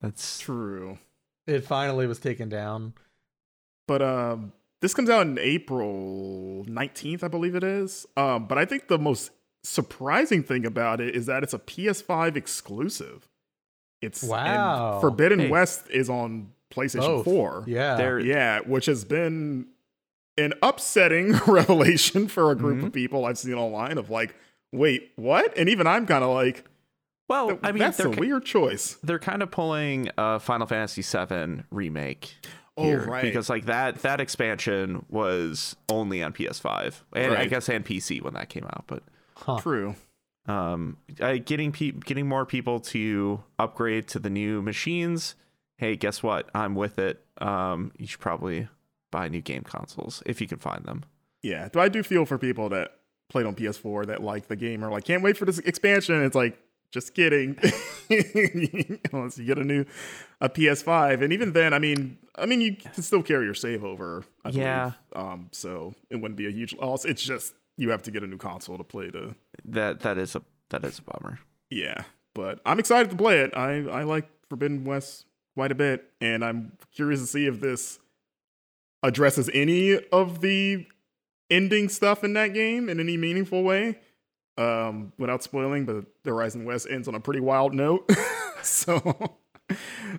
Speaker 3: that's
Speaker 2: True.
Speaker 1: It finally was taken down.
Speaker 2: But um, this comes out in April 19th, I believe it is. Um, but I think the most surprising thing about it is that it's a PS5 exclusive. It's and
Speaker 1: Wow.
Speaker 2: Forbidden
Speaker 3: Hey.
Speaker 2: West is on PlayStation
Speaker 1: Both.
Speaker 2: 4.
Speaker 1: Yeah.
Speaker 3: there.
Speaker 2: Yeah, which has been an upsetting revelation for a
Speaker 3: Mm-hmm.
Speaker 2: group of people I've seen online of like, wait, what? And even I'm kind of like,
Speaker 3: Well, I mean,
Speaker 2: that's
Speaker 3: they're
Speaker 2: a
Speaker 3: ki-
Speaker 2: weird choice.
Speaker 3: they're kind of pulling uh, Final Fantasy VII remake.
Speaker 2: Oh,
Speaker 3: here,
Speaker 2: right.
Speaker 3: because like that that expansion was only on PS5 and I
Speaker 2: Right.
Speaker 3: guess and PC when that came out, but
Speaker 1: Huh.
Speaker 2: True.
Speaker 3: um, uh, getting pe- getting more people to upgrade to the new machines. Hey, guess what? I'm with it. Um, you should probably buy new game consoles if you can find them.
Speaker 2: Yeah, do I do feel for people that played on PS4 that like the game or like can't wait for this expansion? It's like just kidding. Unless you get a new a PS5, and even then, I mean, I mean, you can still carry your save over. I
Speaker 3: Yeah.
Speaker 2: Believe. Um. So it wouldn't be a huge loss. It's just you have to get a new console to play the.
Speaker 3: That that is a that is a bummer.
Speaker 2: Yeah, but I'm excited to play it. I I like Forbidden West quite a bit, and I'm curious to see if this addresses any of the ending stuff in that game in any meaningful way. Um, without spoiling, but the Horizon West ends on a pretty wild note. so,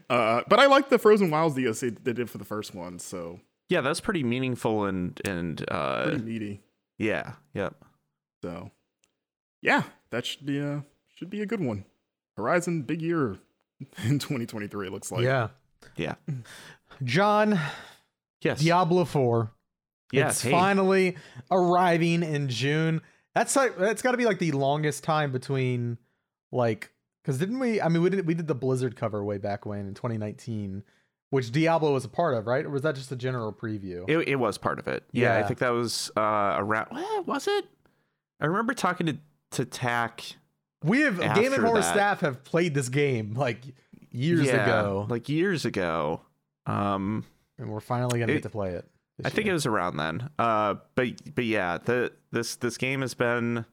Speaker 2: uh, but I like the Frozen Wilds DLC they did for the first one. So
Speaker 3: Yeah, that's pretty meaningful and and uh,
Speaker 2: pretty meaty.
Speaker 3: yeah, yep.
Speaker 2: So, yeah, that should be a should be a good one. Horizon big year in 2023. It looks like.
Speaker 1: yeah.
Speaker 3: Yeah.
Speaker 1: John,
Speaker 3: Yes.
Speaker 1: Diablo 4.
Speaker 3: Yes.
Speaker 1: it's
Speaker 3: hey.
Speaker 1: finally arriving in June. That's like that's got to be like the longest time between like because didn't we? I mean, we did we did the Blizzard cover way back when in 2019, which Diablo was a part of, right? Or was that just a general preview?
Speaker 3: It, it was part of it. Yeah,
Speaker 1: Yeah.
Speaker 3: I think that was uh, around. eh, was it? I remember talking to to Tack
Speaker 1: we have Game
Speaker 3: after
Speaker 1: and Horror
Speaker 3: that-
Speaker 1: staff have played this game like years
Speaker 3: yeah,
Speaker 1: ago,
Speaker 3: like years ago. Um,
Speaker 1: and we're finally gonna
Speaker 3: it-
Speaker 1: get to play it.
Speaker 3: I think it was around then. Uh, but but yeah, the this this game has been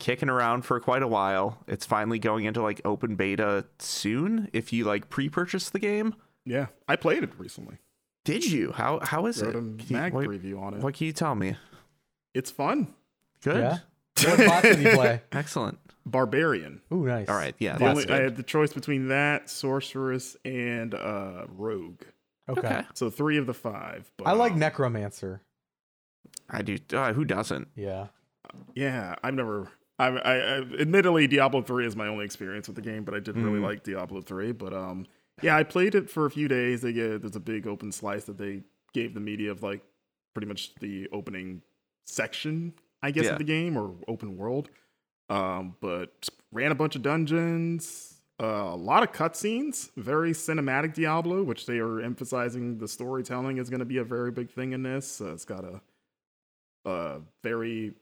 Speaker 3: kicking around for quite a while. It's finally going into like open beta soon. If you like pre-purchase the game,
Speaker 2: Yeah, I played it recently.
Speaker 3: did you? How how is
Speaker 2: Wrote
Speaker 3: it?
Speaker 2: a
Speaker 3: Can you-
Speaker 2: mag
Speaker 3: what,
Speaker 2: preview on it.
Speaker 3: what can you tell me?
Speaker 2: It's fun.
Speaker 3: Good,
Speaker 1: Yeah? What bots did you play?
Speaker 3: excellent.
Speaker 2: Barbarian.
Speaker 1: Ooh, nice.
Speaker 3: All right, yeah,
Speaker 2: The
Speaker 3: that's
Speaker 2: only, I
Speaker 3: good.
Speaker 2: had the choice between that, sorceress, and uh, rogue.
Speaker 1: Okay.
Speaker 3: okay.
Speaker 2: So three of the five. But,
Speaker 1: I like
Speaker 2: um,
Speaker 1: Necromancer.
Speaker 3: I do. Uh, who doesn't?
Speaker 1: Yeah.
Speaker 2: Yeah, I've never. I, I, I admittedly Diablo three is my only experience with the game, but I did really
Speaker 3: Mm.
Speaker 2: like Diablo three. But um, yeah, I played it for a few days. They get there's a big open slice that they gave the media of like pretty much the opening section, I guess,
Speaker 3: Yeah.
Speaker 2: of the game or open world. Um, but ran a bunch of dungeons, uh, a lot of cutscenes, very cinematic Diablo, which they are emphasizing the storytelling is going to be a very big thing in this. Uh, it's got a uh, very,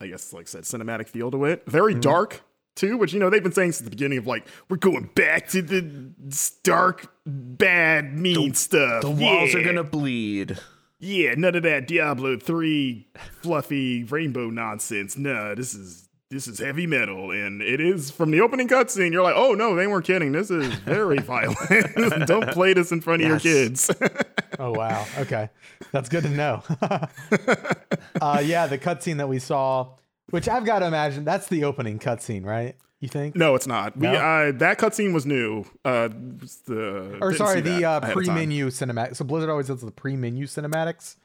Speaker 2: I guess, like I said, cinematic feel to it. Very
Speaker 3: Mm-hmm.
Speaker 2: dark too, which you know they've been saying since the beginning of like we're going back to the s- dark, bad, mean stuff.
Speaker 3: The walls
Speaker 2: yeah.
Speaker 3: are gonna bleed.
Speaker 2: yeah, none of that Diablo three fluffy rainbow nonsense. Nah, this is this is heavy metal, and it is from the opening cutscene. You're like, oh no, they weren't kidding. This is very violent. Don't play this in front
Speaker 3: Yes.
Speaker 2: of your kids.
Speaker 1: Oh wow. Okay. That's good to know. uh yeah, the cutscene that we saw, which I've got to imagine that's the opening cutscene, right? You think?
Speaker 2: no, it's not. We
Speaker 1: No?
Speaker 2: uh, that cutscene was new. Uh, was the
Speaker 1: or
Speaker 2: didn't
Speaker 1: sorry,
Speaker 2: see
Speaker 1: the
Speaker 2: that
Speaker 1: uh,
Speaker 2: ahead of time.
Speaker 1: pre-menu cinematic. So Blizzard always does the pre-menu cinematics.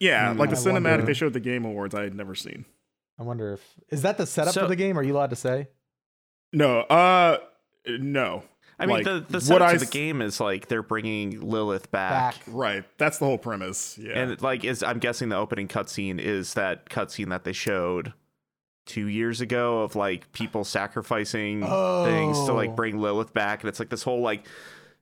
Speaker 2: Yeah, like the
Speaker 1: I
Speaker 2: cinematic
Speaker 1: wonder.
Speaker 2: they showed the Game Awards, I had never seen.
Speaker 1: I wonder if is that the setup
Speaker 3: So-
Speaker 1: for the game? Are you allowed to say?
Speaker 2: No, uh, no.
Speaker 3: I mean,
Speaker 2: Like,
Speaker 3: the the
Speaker 2: what
Speaker 3: setup
Speaker 2: I
Speaker 3: of the
Speaker 2: s-
Speaker 3: game is like they're bringing Lilith
Speaker 1: Back.
Speaker 2: Right, that's the whole premise. Yeah,
Speaker 3: And like is I'm guessing the opening cutscene is that cutscene that they showed two years ago of like people sacrificing things to
Speaker 1: Oh.
Speaker 3: like bring Lilith back, and it's like this whole like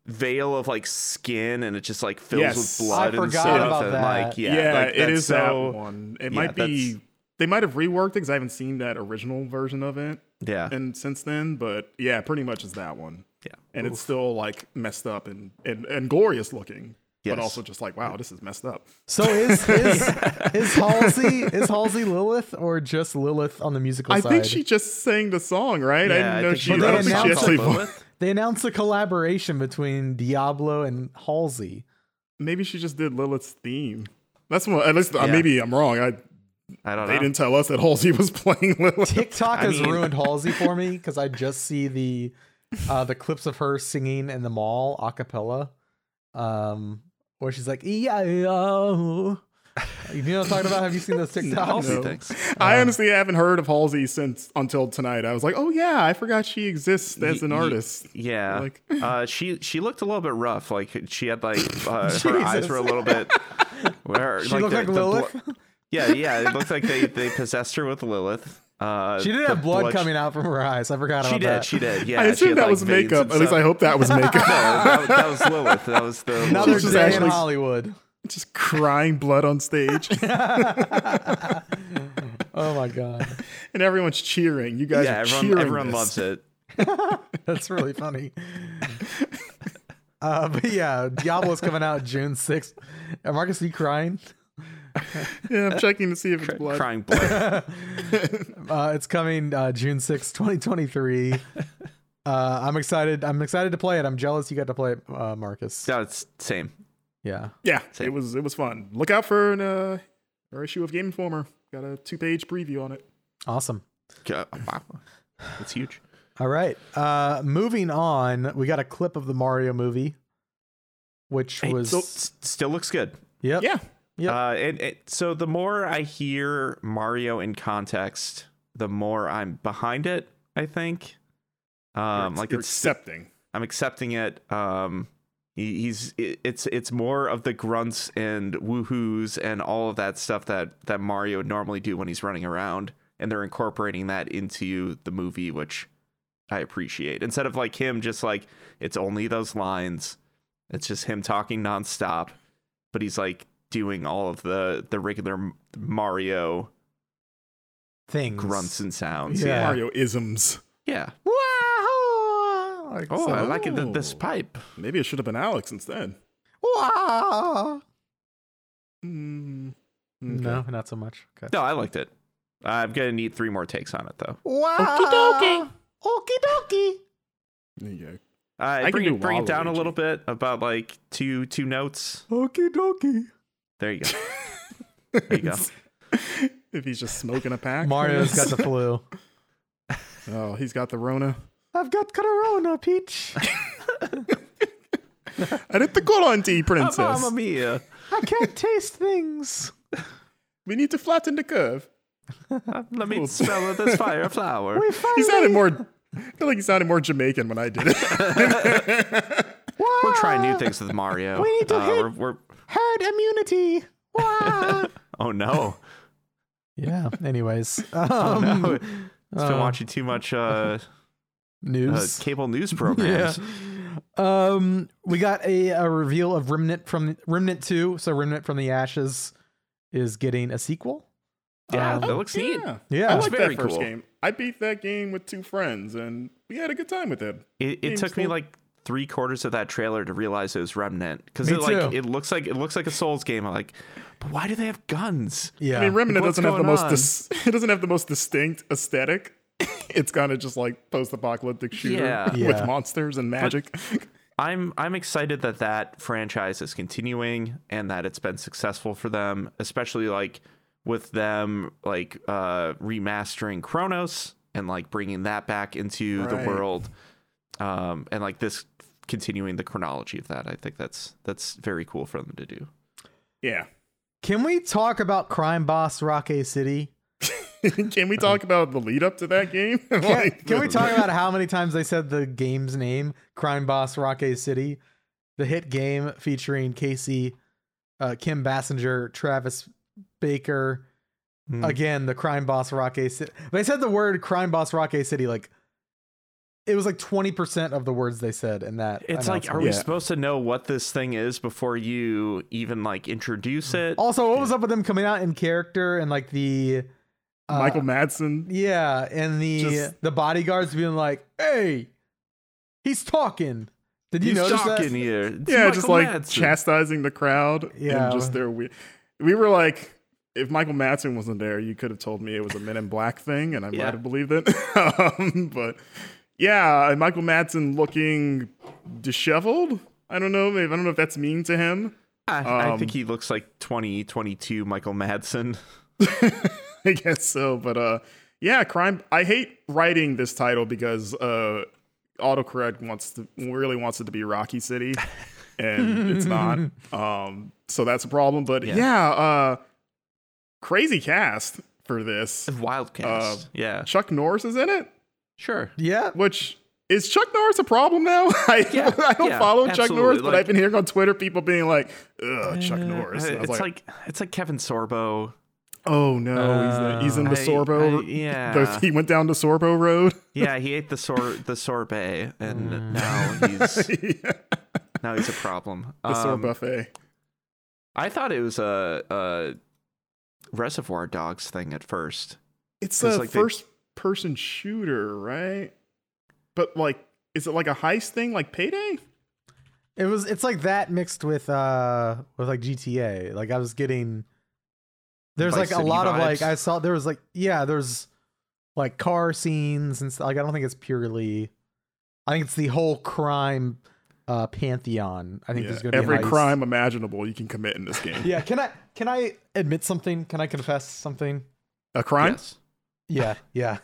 Speaker 3: veil of like skin, and it just like fills
Speaker 2: Yes.
Speaker 3: with blood
Speaker 1: I
Speaker 3: and
Speaker 1: forgot
Speaker 3: stuff,
Speaker 1: about
Speaker 3: and
Speaker 1: that.
Speaker 3: like yeah,
Speaker 2: yeah,
Speaker 3: like,
Speaker 2: it
Speaker 3: that's
Speaker 2: is
Speaker 3: so
Speaker 2: that one. It
Speaker 3: yeah,
Speaker 2: might be
Speaker 3: that's-
Speaker 2: they might have reworked it because I haven't seen that original version of it,
Speaker 3: yeah.
Speaker 2: and since then. But yeah, pretty much is that one.
Speaker 3: Yeah.
Speaker 2: and it's still like messed up and and, and glorious looking,
Speaker 3: Yes.
Speaker 2: but also just like wow, this is messed up.
Speaker 1: So is is, is Halsey is Halsey Lilith or just Lilith on the musical
Speaker 2: I
Speaker 1: side?
Speaker 2: think she just sang the song, right? I
Speaker 3: Yeah,
Speaker 2: didn't know
Speaker 3: think
Speaker 2: she. I
Speaker 1: she
Speaker 2: don't
Speaker 1: did.
Speaker 2: think she
Speaker 1: Announced
Speaker 2: actually.
Speaker 1: it.
Speaker 2: vo-
Speaker 1: they announced a collaboration between Diablo and Halsey.
Speaker 2: Maybe she just did Lilith's theme. That's what. At least uh,
Speaker 3: Yeah.
Speaker 2: maybe I'm wrong. I
Speaker 3: I don't
Speaker 2: They
Speaker 3: know.
Speaker 2: didn't tell us that Halsey was playing Lilith.
Speaker 1: TikTok
Speaker 3: I
Speaker 1: has
Speaker 3: mean-
Speaker 1: ruined Halsey for me because I just see the uh, the clips of her singing in the mall a cappella, um, where she's like, "Yeah, yo." you know what I'm talking about? Have you seen those TikToks?
Speaker 3: Halsey
Speaker 2: No.
Speaker 3: thinks.
Speaker 2: I honestly haven't heard of Halsey since until tonight. I was like, oh yeah, I forgot she exists as an
Speaker 3: Y- y-
Speaker 2: artist.
Speaker 3: Yeah.
Speaker 2: Like-
Speaker 3: uh, she she looked a little bit rough. Like she had like uh, her
Speaker 1: Jesus.
Speaker 3: eyes were a little bit. Where,
Speaker 1: She looked
Speaker 3: the-
Speaker 1: like
Speaker 3: the blo-
Speaker 1: Lilith.
Speaker 3: yeah, yeah. It looked like they they possessed her with Lilith. Uh,
Speaker 1: she did
Speaker 3: the
Speaker 1: have blood, coming out from her eyes. I forgot
Speaker 3: She
Speaker 1: about
Speaker 3: did.
Speaker 1: that.
Speaker 3: She did. Yeah.
Speaker 2: I
Speaker 3: she
Speaker 2: assume
Speaker 3: had,
Speaker 2: that
Speaker 3: like,
Speaker 2: was
Speaker 3: veins and
Speaker 2: makeup. At least I
Speaker 3: stuff.
Speaker 2: hope that was makeup.
Speaker 3: No, that, that was Lilith. That was the
Speaker 1: Another
Speaker 2: She's
Speaker 1: day
Speaker 2: actually-
Speaker 1: in Hollywood.
Speaker 2: just crying blood on stage,
Speaker 1: Oh my god,
Speaker 2: and everyone's cheering. You guys
Speaker 3: Yeah,
Speaker 2: are
Speaker 3: everyone,
Speaker 2: cheering.
Speaker 3: everyone
Speaker 2: this.
Speaker 3: loves it.
Speaker 1: that's really funny. Uh, but yeah, Diablo's coming out June 6th. And Marcus, are you crying?
Speaker 2: Yeah, I'm checking to see if it's blood.
Speaker 3: Crying blood.
Speaker 1: Uh, it's coming uh, June sixth, 2023. uh, I'm excited. I'm excited to play it. I'm jealous you got to play it, uh, Marcus.
Speaker 3: No, it's same.
Speaker 1: Yeah.
Speaker 2: Yeah,
Speaker 3: Same.
Speaker 2: it was it was fun. Look out for an uh, our issue of Game Informer. Got a two page preview on it.
Speaker 1: Awesome.
Speaker 3: Yeah, Wow. It's huge.
Speaker 1: All right. Uh, moving on, we got a clip of the Mario movie, which
Speaker 3: Hey,
Speaker 1: was.
Speaker 3: so- s- still looks good.
Speaker 1: yep.
Speaker 2: Yeah,
Speaker 1: Yep.
Speaker 3: Uh, and, and so the more I hear Mario in context, the more I'm behind it. I think. Um,
Speaker 2: You're-
Speaker 3: like
Speaker 2: you're
Speaker 3: it's
Speaker 2: accepting.
Speaker 3: I'm accepting it. Um, He- He's it- it's it's more of the grunts and woohoos and all of that stuff that that Mario would normally do when he's running around, and they're incorporating that into the movie, which I appreciate. Instead of like him just like it's only those lines, it's just him talking nonstop, but he's like doing all of the the regular Mario
Speaker 1: Things.
Speaker 3: grunts and sounds.
Speaker 1: Yeah.
Speaker 3: Yeah,
Speaker 2: Mario isms.
Speaker 3: yeah.
Speaker 1: Wow. Like
Speaker 3: Oh, I like it.
Speaker 1: so.
Speaker 3: that This pipe.
Speaker 2: Maybe it should have been Alex instead.
Speaker 1: Wow.
Speaker 2: Mm,
Speaker 1: No, not so much. Okay.
Speaker 3: No, I liked it. I'm gonna need three more takes on it though.
Speaker 1: Wow.
Speaker 2: Okey-dokey.
Speaker 1: Okie dokie.
Speaker 2: There you go.
Speaker 3: Uh,
Speaker 2: can
Speaker 3: bring
Speaker 2: do
Speaker 3: it, bring it down a
Speaker 2: Waluigi.
Speaker 3: little bit about like two two notes.
Speaker 1: Okie dokie.
Speaker 3: There you go. There you go.
Speaker 2: if he's just smoking a pack.
Speaker 1: Mario's got the flu.
Speaker 2: Oh, he's got the Rona.
Speaker 1: I've got Corona, Peach.
Speaker 2: I did the Coronti princess.
Speaker 3: Mamma mia!
Speaker 1: I can't taste things.
Speaker 2: we need to flatten the curve.
Speaker 3: Uh, Let me smell of this fire flower.
Speaker 2: He sounded more. I feel like he sounded more Jamaican when I did it.
Speaker 3: We're trying new things with Mario.
Speaker 1: We need to
Speaker 3: Uh,
Speaker 1: hit-
Speaker 3: we're, we're,
Speaker 1: Herd immunity. Wow.
Speaker 3: oh no!
Speaker 1: yeah. Anyways,
Speaker 3: Oh,
Speaker 1: um,
Speaker 3: no. It's been
Speaker 1: uh,
Speaker 3: watching too much uh, uh,
Speaker 1: news.
Speaker 3: cable news programs.
Speaker 1: Um, we got a, a reveal of Remnant from Remnant Two. So Remnant from the Ashes is getting a sequel.
Speaker 3: Yeah,
Speaker 1: Um,
Speaker 3: that looks neat.
Speaker 2: Yeah,
Speaker 1: Yeah.
Speaker 2: I
Speaker 1: It's
Speaker 2: like
Speaker 3: very
Speaker 2: that first
Speaker 3: cool.
Speaker 2: game. I beat that game with two friends, and we had a good time with it.
Speaker 3: It, it
Speaker 2: Game's
Speaker 3: took me
Speaker 2: still-
Speaker 3: like three quarters of that trailer to realize it was Remnant because
Speaker 1: Me
Speaker 3: it like
Speaker 1: too.
Speaker 3: it looks like it looks like a Souls game. I'm like, but why do they have guns?
Speaker 1: Yeah.
Speaker 2: I mean, Remnant
Speaker 3: What's
Speaker 2: doesn't have the
Speaker 3: going
Speaker 2: most.
Speaker 3: on?
Speaker 2: Dis- it doesn't have the most distinct aesthetic. it's kind of just like post-apocalyptic shooter
Speaker 3: Yeah.
Speaker 1: Yeah.
Speaker 2: with monsters and magic.
Speaker 3: I'm I'm excited that that franchise is continuing and that it's been successful for them, especially like with them like uh remastering Chronos and like bringing that back into the
Speaker 2: Right.
Speaker 3: world. Um and like this continuing the chronology of that. I think that's that's very cool for them to do.
Speaker 2: yeah.
Speaker 1: Can we talk about Crime Boss Rocket City?
Speaker 2: can we talk about the lead up to that game?
Speaker 1: Can, can we talk about how many times they said the game's name, Crime Boss Rocket City, the hit game featuring Casey, uh, Kim Bassinger, Travis Baker.
Speaker 3: Hmm.
Speaker 1: Again, the Crime Boss Rocket City. They said the word Crime Boss Rocket City like it was like twenty percent of the words they said in that.
Speaker 3: It's like, are
Speaker 1: announcement.
Speaker 3: we
Speaker 2: Yeah.
Speaker 3: supposed to know what this thing is before you even like introduce it?
Speaker 1: Also, what was up with them coming out in character and like the uh,
Speaker 2: Michael Madsen?
Speaker 1: Yeah, and the
Speaker 2: Just-
Speaker 1: the bodyguards being like, "Hey, he's talking." Did you
Speaker 3: He's
Speaker 1: notice
Speaker 3: talking
Speaker 1: that?
Speaker 3: here. It's
Speaker 2: Yeah,
Speaker 3: Michael
Speaker 2: just like
Speaker 3: Madsen.
Speaker 2: chastising the crowd.
Speaker 1: Yeah.
Speaker 2: and just their weird. We were like, if Michael Madsen wasn't there, you could have told me it was a Men in Black thing, and I
Speaker 3: Yeah.
Speaker 2: might have believed it. um, but yeah, and Michael Madsen looking disheveled. I don't know. Maybe I don't know if that's mean to him.
Speaker 3: I, I
Speaker 2: Um,
Speaker 3: think he looks like 20, 22 Michael Madsen.
Speaker 2: I guess so, but uh yeah, crime I hate writing this title because uh autocorrect wants to really wants it to be Rocky City and it's not. Um so that's a problem, but
Speaker 3: Yeah.
Speaker 2: yeah, uh crazy cast for this.
Speaker 3: Wildcast.
Speaker 2: Uh,
Speaker 3: yeah.
Speaker 2: Chuck Norris is in it,
Speaker 3: Sure.
Speaker 1: Yeah,
Speaker 2: which is Chuck Norris a problem now? I,
Speaker 3: Yeah,
Speaker 2: I don't
Speaker 3: yeah,
Speaker 2: follow Chuck
Speaker 3: absolutely,
Speaker 2: Norris, but
Speaker 3: like-
Speaker 2: I've been hearing on Twitter people being like, "Ugh, Uh, Chuck Norris." And I was
Speaker 3: it's like, it's like Kevin Sorbo.
Speaker 2: "Oh no, he's, in,
Speaker 3: I-
Speaker 2: he's in the Sorbo.
Speaker 3: I- yeah.
Speaker 2: the- he went down to Sorbo Road."
Speaker 3: Yeah, he ate the sor the sorbet, and now he's
Speaker 2: Yeah.
Speaker 3: now he's a problem.
Speaker 2: the sore
Speaker 3: Um,
Speaker 2: buffet.
Speaker 3: I thought it was a, a Reservoir Dogs thing at first.
Speaker 2: It's
Speaker 3: it's
Speaker 2: a
Speaker 3: like they-
Speaker 2: first person shooter, right? But like, is it like a heist thing, like payday?
Speaker 1: it was. It's like that mixed with uh with like GTA. Like I was getting there's
Speaker 3: Vice
Speaker 1: like a
Speaker 3: City
Speaker 1: lot of like
Speaker 3: vibes?
Speaker 1: I saw there was like yeah there's like car scenes and stuff. Like I don't think it's purely. I think it's the whole crime uh pantheon. I think there's gonna
Speaker 2: Every
Speaker 1: be a heist.
Speaker 2: crime imaginable you can commit in this game.
Speaker 1: Yeah, can I can I admit something? Can I confess something?
Speaker 2: A crime?
Speaker 3: Yes.
Speaker 1: Yeah, yeah.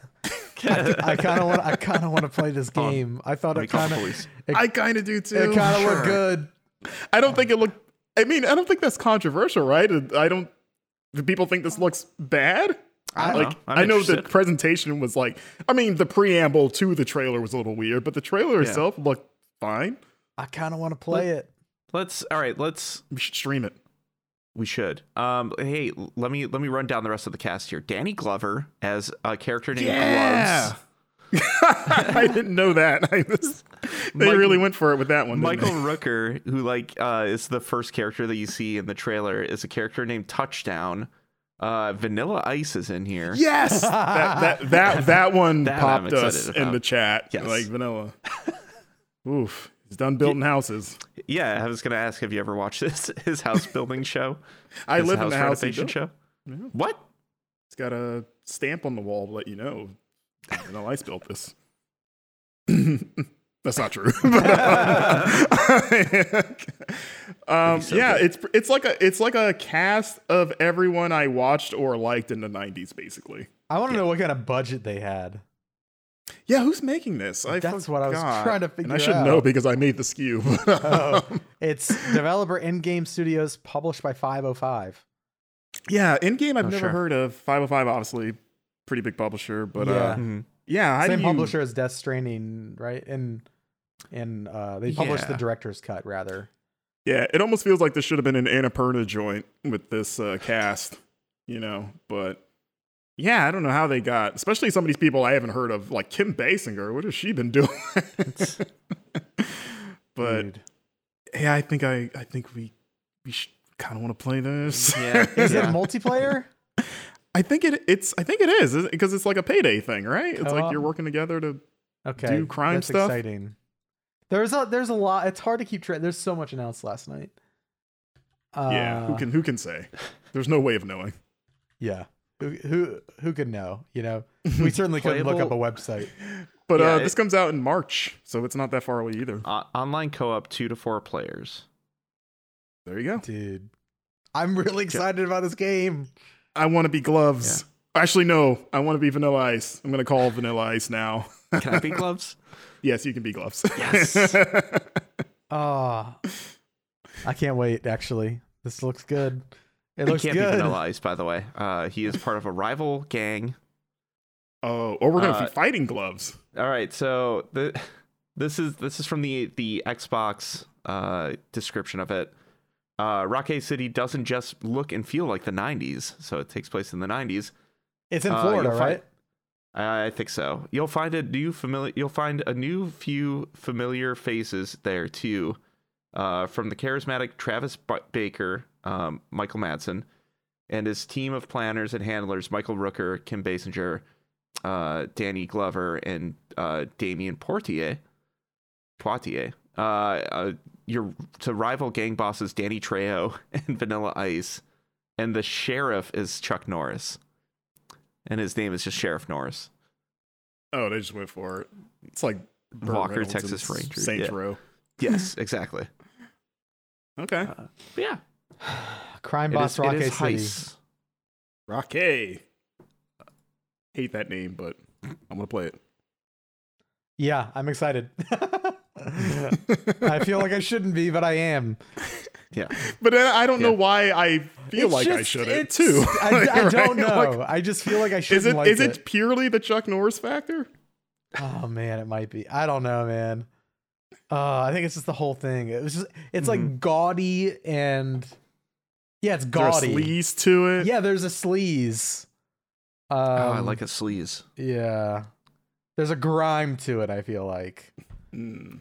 Speaker 1: I kind of want. I kind of want to play this
Speaker 3: on.
Speaker 1: game. I thought it
Speaker 3: Let me call
Speaker 1: kind
Speaker 3: the
Speaker 1: of it
Speaker 3: police.
Speaker 2: I kind of do too.
Speaker 1: kind of looked
Speaker 3: Sure.
Speaker 1: good.
Speaker 2: I don't think it looked. I mean, I don't think that's controversial, right? I don't. Do people think this looks bad?
Speaker 3: I don't
Speaker 2: like
Speaker 3: know. I'm
Speaker 2: i know the
Speaker 3: interested.
Speaker 2: presentation was like. I mean, the preamble to the trailer was a little weird, but the trailer itself looked fine.
Speaker 1: I kind of want to play it.
Speaker 3: Let's all right, let's
Speaker 2: We should stream it.
Speaker 3: we should. Um hey, l- let me let me run down the rest of the cast here. Danny Glover as a character named Gloves.
Speaker 2: I didn't know that. I just, they
Speaker 3: Mike-
Speaker 2: really went for it with that one. didn't
Speaker 3: Michael
Speaker 2: they?
Speaker 3: Rooker, who like uh, is the first character that you see in the trailer, is a character named Touchdown. Uh, Vanilla Ice is in here.
Speaker 2: Yes, that that that, that one
Speaker 3: That I'm
Speaker 2: popped
Speaker 3: excited
Speaker 2: us in
Speaker 3: about.
Speaker 2: the chat.
Speaker 3: Yes.
Speaker 2: Like vanilla. Oof, he's done building houses.
Speaker 3: Yeah, I was gonna ask, have you ever watched this his house building show?
Speaker 2: I
Speaker 3: His
Speaker 2: live in the house. He
Speaker 3: renovation
Speaker 2: built.
Speaker 3: show.
Speaker 2: Yeah.
Speaker 3: What?
Speaker 2: It's got a stamp on the wall to let you know. Vanilla Ice built this. That's not true. But, uh, um,
Speaker 3: so
Speaker 2: yeah,
Speaker 3: good.
Speaker 2: it's it's like a it's like a cast of everyone I watched or liked in the '90s, basically.
Speaker 1: I want to know what kind of budget they had.
Speaker 2: Yeah, who's making this? I
Speaker 1: That's what I was
Speaker 2: forgot.
Speaker 1: trying to
Speaker 2: And
Speaker 1: figure
Speaker 2: I should
Speaker 1: out.
Speaker 2: know because I made the skew.
Speaker 1: Oh. It's developer in game studios published by 505.
Speaker 2: yeah, in game I've
Speaker 3: Oh,
Speaker 2: never
Speaker 3: sure.
Speaker 2: heard of. 505, obviously, pretty big publisher, but yeah,
Speaker 1: Yeah.
Speaker 2: uh,
Speaker 3: Mhm.
Speaker 2: yeah how do
Speaker 1: Same
Speaker 2: you-
Speaker 1: publisher as Death Stranding, right? And and uh, they published the
Speaker 3: Yeah.
Speaker 1: director's cut rather.
Speaker 2: Yeah, it almost feels like this should have been an Annapurna joint with this uh, cast, you know. But yeah, I don't know how they got, especially some of these people I haven't heard of, like Kim Basinger. What has she been doing? but
Speaker 1: Dude.
Speaker 2: yeah, I think I, I think we, we should kind of want to play this.
Speaker 3: Yeah.
Speaker 1: is
Speaker 3: yeah.
Speaker 1: it multiplayer?
Speaker 2: I think it, it's, I think it is because it's like a payday thing, right? It's
Speaker 1: Co-op.
Speaker 2: like
Speaker 3: Um,
Speaker 2: you're working together to.
Speaker 1: Okay,
Speaker 2: Do crime
Speaker 1: that's
Speaker 2: stuff?
Speaker 1: Exciting. There's a there's a lot. It's hard to keep track. There's so much announced last night. Uh,
Speaker 2: yeah, who can, who can say? There's no way of knowing.
Speaker 1: Yeah. Who who who could know? You know, we certainly couldn't look up a
Speaker 3: Playable-
Speaker 1: website.
Speaker 2: But
Speaker 3: Yeah,
Speaker 2: uh,
Speaker 3: it- Uh.
Speaker 2: this comes out in March, so it's not that far away either.
Speaker 3: O- online co-op two to four players.
Speaker 2: There you go.
Speaker 1: Dude, I'm really excited about this game.
Speaker 2: I want to be gloves. Actually, no. I want to be Vanilla Ice. I'm going to call Vanilla Ice now.
Speaker 3: Can I be gloves?
Speaker 2: yes, you can be gloves.
Speaker 3: Yes.
Speaker 1: Ah, I can't wait. Actually, this looks good. It
Speaker 3: He
Speaker 1: looks
Speaker 3: can't
Speaker 1: good.
Speaker 3: be Vanilla Ice, by the way. Uh, he is part of a rival gang.
Speaker 2: oh, or we're going to
Speaker 3: Uh,
Speaker 2: be fighting gloves.
Speaker 3: All right, so the this is this is from the the Xbox uh, description of it. Uh, Rocket City doesn't just look and feel like the '90s, so it takes place in the '90s.
Speaker 1: It's in
Speaker 3: Uh,
Speaker 1: Florida,
Speaker 3: you'll find-
Speaker 1: right?
Speaker 3: I think so. You'll find a new familiar. You'll find a new few familiar faces there too, uh, from the charismatic Travis B- Baker, um, Michael Madsen, and his team of planners and handlers: Michael Rooker, Kim Basinger, uh, Danny Glover, and uh, Damien Portier. Poitier. Uh, uh, your to rival gang bosses Danny Trejo and Vanilla Ice, and the sheriff is Chuck Norris, and his name is just Sheriff Norris.
Speaker 2: Oh, they just went for it. It's like Burt
Speaker 3: Walker,
Speaker 2: Reynolds and
Speaker 3: Texas Ranger,
Speaker 2: Saints
Speaker 3: yeah.
Speaker 2: Row.
Speaker 3: Yes, exactly.
Speaker 2: Okay.
Speaker 3: But yeah,
Speaker 1: Crime
Speaker 3: it
Speaker 1: Boss
Speaker 3: is- it
Speaker 1: Rocket
Speaker 3: is
Speaker 1: City.
Speaker 3: heist.
Speaker 2: Rocky. Hate that name, but I'm going to play it.
Speaker 1: Yeah, I'm excited. I feel like I shouldn't be, but I am.
Speaker 3: Yeah,
Speaker 2: But uh, I don't know
Speaker 3: Yeah.
Speaker 2: why I feel
Speaker 1: It's
Speaker 2: like I
Speaker 1: just-
Speaker 2: shouldn't,
Speaker 1: it's-
Speaker 2: too.
Speaker 1: I,
Speaker 2: Like,
Speaker 1: I don't
Speaker 2: right? Like,
Speaker 1: know. I just feel like I shouldn't
Speaker 2: is it is
Speaker 1: like
Speaker 2: it purely the Chuck Norris factor?
Speaker 1: Oh man, it might be. I don't know, man. Uh, I think it's just the whole thing. It was just it's like gaudy and yeah, it's
Speaker 2: There's
Speaker 1: gaudy.
Speaker 2: sleaze to it.
Speaker 1: Yeah, there's a sleaze. Um,
Speaker 3: oh, I like a sleaze.
Speaker 1: Yeah, there's a grime to it. I feel like
Speaker 2: Mm.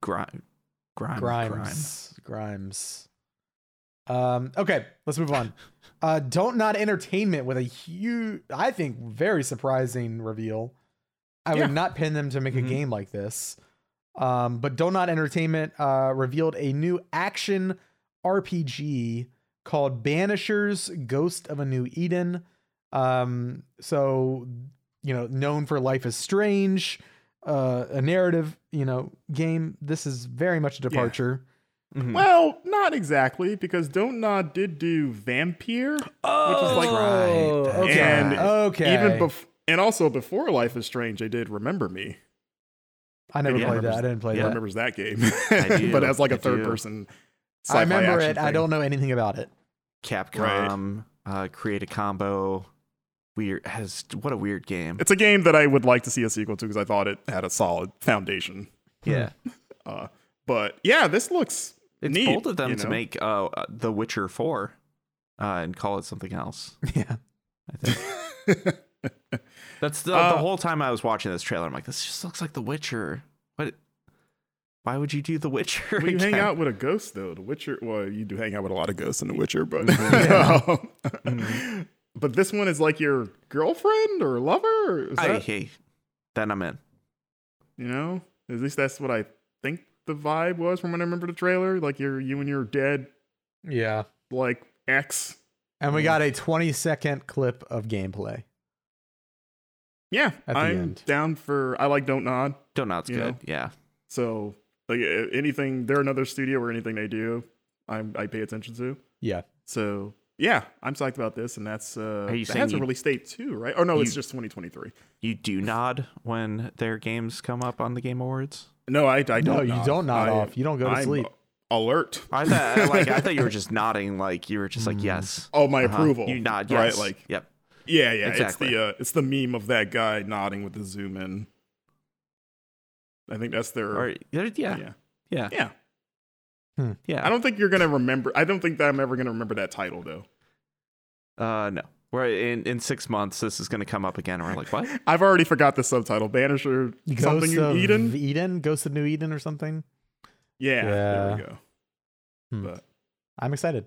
Speaker 3: Grime, grime, grime.
Speaker 1: grimes, grimes. Um. Okay, let's move on. Uh, don't not entertainment with a huge, I think, very surprising reveal. I
Speaker 2: Yeah.
Speaker 1: would not pin them to make
Speaker 3: Mhm.
Speaker 1: a game like this. Um, but Don't Not Entertainment uh, revealed a new action RPG called Banishers: Ghost of a New Eden. Um, so you know, known for Life is Strange, uh, a narrative you know game. This is very much a departure.
Speaker 3: Mhm.
Speaker 2: Well, not exactly, because Don't Nod did do Vampire, which is like
Speaker 1: Oh,
Speaker 3: Right,
Speaker 1: okay.
Speaker 2: and
Speaker 1: okay.
Speaker 2: even before, and also before Life is Strange, they did Remember Me.
Speaker 1: I never
Speaker 3: Yeah.
Speaker 1: played that. I didn't play
Speaker 2: Who
Speaker 3: Yeah.
Speaker 1: that.
Speaker 2: remembers that game?
Speaker 3: do,
Speaker 2: but as like a
Speaker 3: I
Speaker 2: third
Speaker 3: do.
Speaker 2: person.
Speaker 1: I remember
Speaker 2: sci-fi
Speaker 1: it.
Speaker 2: action
Speaker 1: I
Speaker 2: thing.
Speaker 1: don't know anything about it.
Speaker 3: Capcom uh, create a combo. Weird has what a weird game.
Speaker 2: It's a game that I would like to see a sequel to because I thought it had a solid foundation.
Speaker 3: yeah,
Speaker 2: Uh, but yeah, this looks
Speaker 3: It's
Speaker 2: Neat,
Speaker 3: bold of them
Speaker 2: you
Speaker 3: to
Speaker 2: know?
Speaker 3: make uh, uh, The Witcher 4 uh, and call it something else.
Speaker 1: Yeah.
Speaker 3: I think. That's the,
Speaker 2: Uh,
Speaker 3: the whole time I was watching this trailer. I'm like, this just looks like The Witcher. What? Why would you do The Witcher?
Speaker 2: Well, you hang
Speaker 3: again?
Speaker 2: out with a ghost though. The Witcher. Well, you do hang out with a lot of ghosts in The Witcher, but um,
Speaker 3: Mm-hmm.
Speaker 2: but this one is like your girlfriend or lover. Or is
Speaker 3: I,
Speaker 2: that-
Speaker 3: hey, then I'm in.
Speaker 2: you know, at least that's what I think the vibe was from when I remember the trailer. Like you're you and your dead
Speaker 1: Yeah.
Speaker 2: like ex.
Speaker 1: And
Speaker 2: Mm.
Speaker 1: we got a 20 second clip of gameplay.
Speaker 2: Yeah,
Speaker 1: At the
Speaker 2: I'm
Speaker 1: end.
Speaker 2: down for. I like Don't Nod.
Speaker 3: Donut's
Speaker 2: You
Speaker 3: good.
Speaker 2: know?
Speaker 3: Yeah.
Speaker 2: So like a- anything, they're another studio or anything they do, I'm, I pay attention to.
Speaker 1: Yeah.
Speaker 2: So yeah, I'm psyched about this, and that's uh,
Speaker 3: Are you
Speaker 2: that
Speaker 3: saying
Speaker 2: has a
Speaker 3: you-
Speaker 2: release date too, right? Oh no, it's
Speaker 3: you-
Speaker 2: just 2023.
Speaker 3: You do nod when their games come up on the Game Awards.
Speaker 2: No, I, I don't.
Speaker 1: No, you don't nod
Speaker 2: I-
Speaker 1: off. You don't go to
Speaker 2: I'm
Speaker 1: sleep.
Speaker 2: Alert.
Speaker 3: I thought, uh, like, I thought you were just nodding, like you were just like, yes.
Speaker 2: Oh, my
Speaker 3: Uh-huh.
Speaker 2: approval.
Speaker 3: You nod,
Speaker 2: Right,
Speaker 3: yes.
Speaker 2: like-
Speaker 3: yep.
Speaker 2: Yeah, yeah.
Speaker 3: Exactly.
Speaker 2: It's the uh, it's the meme of that guy nodding with the zoom in. I think that's their.
Speaker 3: Or yeah, yeah,
Speaker 2: yeah.
Speaker 3: yeah.
Speaker 2: Yeah.
Speaker 3: yeah.
Speaker 2: I don't think you're gonna remember. I don't think that I'm ever gonna remember that title though.
Speaker 3: Uh, no. We're in in six months. This is going to come up again. And we're like, what?
Speaker 2: I've already forgot the subtitle. Banisher something
Speaker 1: Ghosts
Speaker 2: in
Speaker 1: of
Speaker 2: Eden.
Speaker 1: Eden? Ghost of New Eden or something? Yeah.
Speaker 2: Yeah, There we go.
Speaker 1: Hmm.
Speaker 2: But
Speaker 1: I'm excited.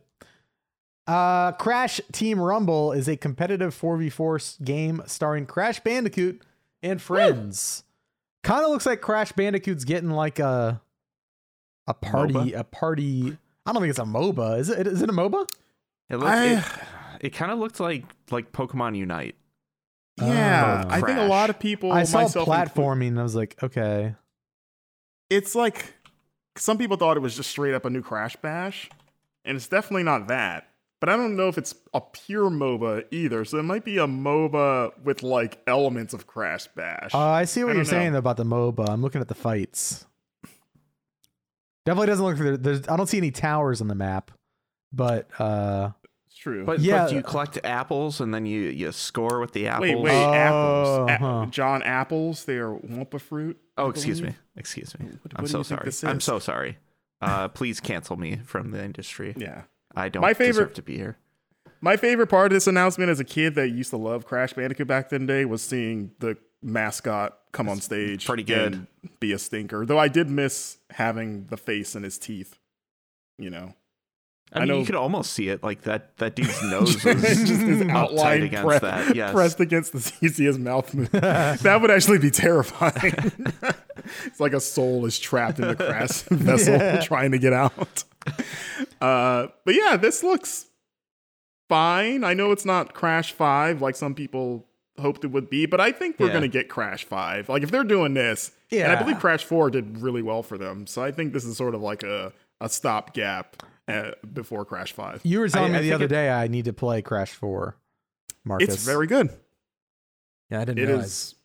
Speaker 1: Uh, Crash Team Rumble is a competitive 4v4 s- game starring Crash Bandicoot and friends. Kind of looks like Crash Bandicoot's getting like a a party,
Speaker 3: MOBA?
Speaker 1: a party. I don't think it's a MOBA. Is it? Is it a MOBA?
Speaker 3: It looked,
Speaker 2: I-
Speaker 3: it, it kind of looked like like Pokemon Unite.
Speaker 2: yeah,
Speaker 1: Oh.
Speaker 2: I think a
Speaker 3: Crash.
Speaker 2: lot of people.
Speaker 1: I saw
Speaker 2: myself included-
Speaker 1: platforming. and I was like, okay,
Speaker 2: it's like some people thought it was just straight up a new Crash Bash, and it's definitely not that. But I don't know if it's a pure MOBA either. So it might be a MOBA with like elements of Crash Bash.
Speaker 1: Uh, I see what
Speaker 2: I
Speaker 1: you're
Speaker 2: don't
Speaker 1: saying though about the MOBA. I'm looking at the fights. Definitely doesn't look there. There's I don't see any towers on the map, but uh,
Speaker 2: it's true.
Speaker 3: But
Speaker 1: Yeah.
Speaker 3: but you collect apples and then you you score with the apples. Uh-huh.
Speaker 2: wait, wait,
Speaker 1: Oh,
Speaker 2: apples. A-
Speaker 1: huh.
Speaker 2: John apples. They are Wampa fruit.
Speaker 3: Oh,
Speaker 2: I
Speaker 3: excuse me.
Speaker 2: believe.
Speaker 3: Excuse me.
Speaker 2: What- what
Speaker 3: I'm
Speaker 2: do
Speaker 3: so
Speaker 2: you think
Speaker 3: sorry.
Speaker 2: this
Speaker 3: I'm
Speaker 2: is?
Speaker 3: so sorry. Uh, please cancel me from the industry.
Speaker 2: Yeah.
Speaker 3: I don't
Speaker 2: My
Speaker 3: deserve
Speaker 2: favorite-
Speaker 3: to be here.
Speaker 2: My favorite part of this announcement as a kid that used to love Crash Bandicoot back then day was seeing the mascot come on stage.
Speaker 3: pretty good.
Speaker 2: and be a stinker. Though I did miss having the face and his teeth. You know. I
Speaker 3: I mean, you
Speaker 2: know-
Speaker 3: could almost see it. Like that that dude's nose was
Speaker 2: Just his
Speaker 3: uptight
Speaker 2: outline
Speaker 3: against
Speaker 2: pre-
Speaker 3: that. Yes.
Speaker 2: pressed against the CCS mouth move. that would actually be terrifying. it's like a soul is trapped in the crash vessel
Speaker 1: Yeah.
Speaker 2: trying to get out. Uh, but yeah, this looks fine. I know it's not Crash 5 like some people hoped it would be, but I think we're
Speaker 3: Yeah.
Speaker 2: going to get Crash 5. Like if they're doing this, and I
Speaker 1: Yeah.
Speaker 2: believe Crash 4 did really well for them. So I think this is sort of like a, a stopgap uh, before Crash 5.
Speaker 1: you were telling me
Speaker 3: I- I
Speaker 1: the
Speaker 3: think
Speaker 1: other
Speaker 3: it-
Speaker 1: day I need to play Crash Four. Marcus,
Speaker 2: It's very good.
Speaker 1: yeah. I didn't
Speaker 2: It
Speaker 1: realize.
Speaker 2: is.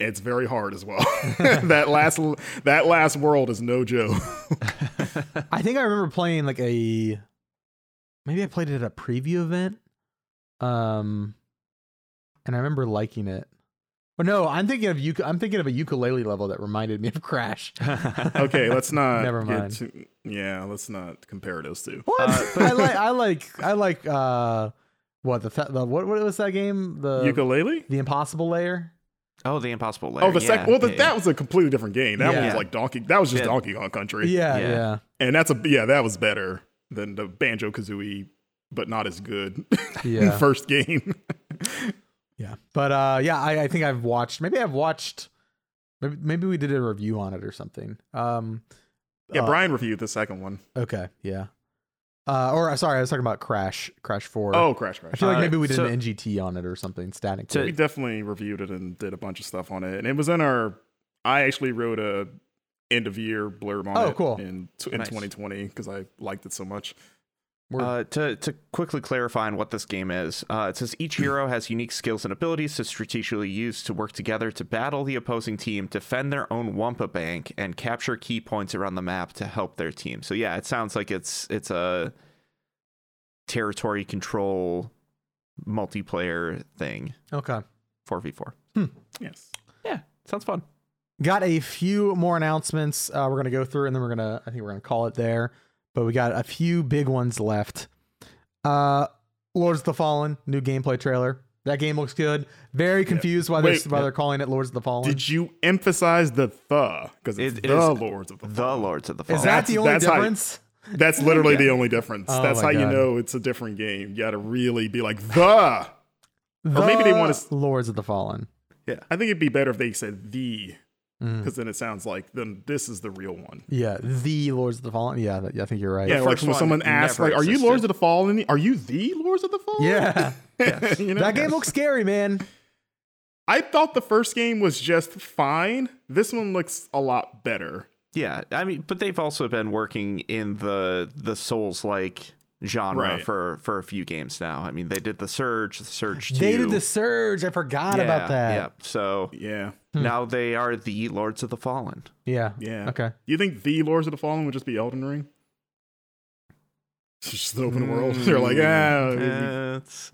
Speaker 2: It's very hard as well. that last that last world is no joke.
Speaker 1: I think I remember playing like a maybe I played it at a preview event. Um and I remember liking it. But no, I'm thinking of uk- I'm thinking of a ukulele level that reminded me of Crash.
Speaker 2: Okay, let's not.
Speaker 1: Never
Speaker 2: get
Speaker 1: mind.
Speaker 2: too- yeah, let's not compare those two.
Speaker 1: What?
Speaker 3: Uh,
Speaker 1: I like I like I like uh what the, th- the what what was that game? The
Speaker 2: Ukulele.
Speaker 1: the impossible layer?
Speaker 3: oh, the impossible layer.
Speaker 2: Oh, the
Speaker 3: yeah,
Speaker 2: second. Well,
Speaker 3: yeah,
Speaker 2: the,
Speaker 3: yeah.
Speaker 2: that was a completely different game. That one
Speaker 1: Yeah.
Speaker 2: was like Donkey. That was just
Speaker 3: Yeah.
Speaker 2: Donkey Kong Country.
Speaker 1: Yeah,
Speaker 3: Yeah.
Speaker 1: yeah.
Speaker 2: And that's a yeah. That was better than the Banjo Kazooie, but not as good.
Speaker 1: Yeah.
Speaker 2: First game.
Speaker 1: Yeah. But uh yeah, I, I think I've watched maybe I've watched maybe maybe we did a review on it or something. Um
Speaker 2: yeah,
Speaker 1: Uh,
Speaker 2: Brian reviewed the second one.
Speaker 1: Okay, yeah. Uh, or uh, sorry, I was talking about Crash, Crash Four.
Speaker 2: Oh, Crash Crash.
Speaker 1: I feel like
Speaker 3: Uh,
Speaker 1: maybe we did
Speaker 3: so-
Speaker 1: an NGT on it or something. Static.
Speaker 3: So-
Speaker 2: we definitely reviewed it and did a bunch of stuff on it and it was in our i actually wrote a end of year blurb on
Speaker 1: Oh,
Speaker 2: it
Speaker 1: cool.
Speaker 2: in, t- in
Speaker 3: Nice.
Speaker 2: 2020 because i liked it so much
Speaker 1: Word.
Speaker 3: Uh, to to quickly clarify on what this game is, uh, it says each hero has unique skills and abilities to strategically use to work together to battle the opposing team, defend their own Wampa Bank, and capture key points around the map to help their team. So yeah, it sounds like it's it's a territory control multiplayer thing,
Speaker 1: okay.
Speaker 3: four v four.
Speaker 2: yes
Speaker 3: Yeah, sounds fun.
Speaker 1: Got a few more announcements. Uh, we're gonna go through, and then we're gonna. I think we're gonna call it there. but we got a few big ones left. Uh, Lords of the Fallen new gameplay trailer. That game looks good. Very confused why they're
Speaker 2: Wait.
Speaker 1: why they're calling it Lords of the Fallen.
Speaker 2: Did you emphasize the the? Because it's
Speaker 3: It
Speaker 2: the
Speaker 3: is
Speaker 2: Lords of the.
Speaker 3: The Lords of the Fallen.
Speaker 1: Is that
Speaker 2: Oh, That's-
Speaker 1: the only
Speaker 2: that's how-
Speaker 1: difference?
Speaker 2: That's literally the only difference.
Speaker 1: Oh
Speaker 2: That's
Speaker 1: my
Speaker 2: how you
Speaker 1: God.
Speaker 2: know it's a different game. You got to really be like the.
Speaker 1: The
Speaker 2: maybe they wanna s-
Speaker 1: Lords of the Fallen.
Speaker 2: I think it'd be better if they said the,
Speaker 1: Mm.
Speaker 2: because then it sounds like then this is the real one.
Speaker 1: Yeah, the Lords of the Fallen. Yeah, that- yeah, I think you're right.
Speaker 2: Yeah, like
Speaker 3: first
Speaker 2: when
Speaker 3: one
Speaker 2: someone asks,
Speaker 3: never
Speaker 2: like, "Are you
Speaker 3: existed.
Speaker 2: Lords of the Fallen? Are you the Lords of the Fallen?"
Speaker 1: Yeah.
Speaker 2: you know?
Speaker 1: that game looks scary, man.
Speaker 2: I thought the first game was just fine. This one looks a lot better.
Speaker 3: Yeah, I mean, but they've also been working in the the Souls like genre
Speaker 2: Right.
Speaker 3: for for a few games now. I mean, they did the Surge, the Surge. 2.
Speaker 1: They did the Surge. I forgot
Speaker 3: Yeah,
Speaker 1: about that. Hmm.
Speaker 3: Yeah. So
Speaker 2: Yeah,
Speaker 3: now they are the Lords of the Fallen.
Speaker 1: Yeah.
Speaker 2: yeah.
Speaker 1: Okay.
Speaker 2: Do you think the Lords of the Fallen would just be Elden Ring? It's just the open world. They're
Speaker 3: Hmm.
Speaker 2: like, ah, it'd be
Speaker 3: Eh, it's-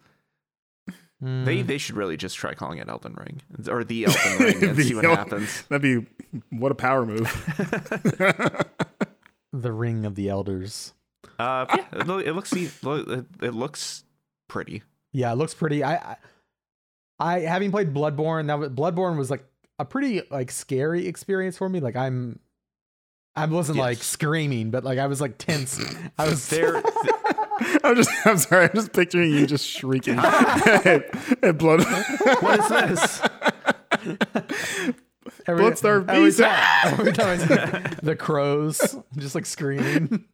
Speaker 1: Mm.
Speaker 3: they they should really just try calling it Elden Ring or the Elden Ring and
Speaker 2: The
Speaker 3: see what
Speaker 2: El-
Speaker 3: happens.
Speaker 2: That'd be what a power move.
Speaker 1: the Ring of the Elders.
Speaker 3: Uh, yeah, it loo- it looks it it looks pretty.
Speaker 1: Yeah, it looks pretty. I, I, I having played Bloodborne. That was, Bloodborne was like a pretty like scary experience for me. Like I'm, I wasn't like
Speaker 3: Yes.
Speaker 1: screaming, but like I was like tense. I was
Speaker 3: There,
Speaker 2: I'm just I'm sorry, I'm just picturing you just shrieking at, at blood
Speaker 3: what is this?
Speaker 1: every,
Speaker 2: Bloodstar
Speaker 1: every
Speaker 2: Visa.
Speaker 1: time- every time I see the crows just like screaming.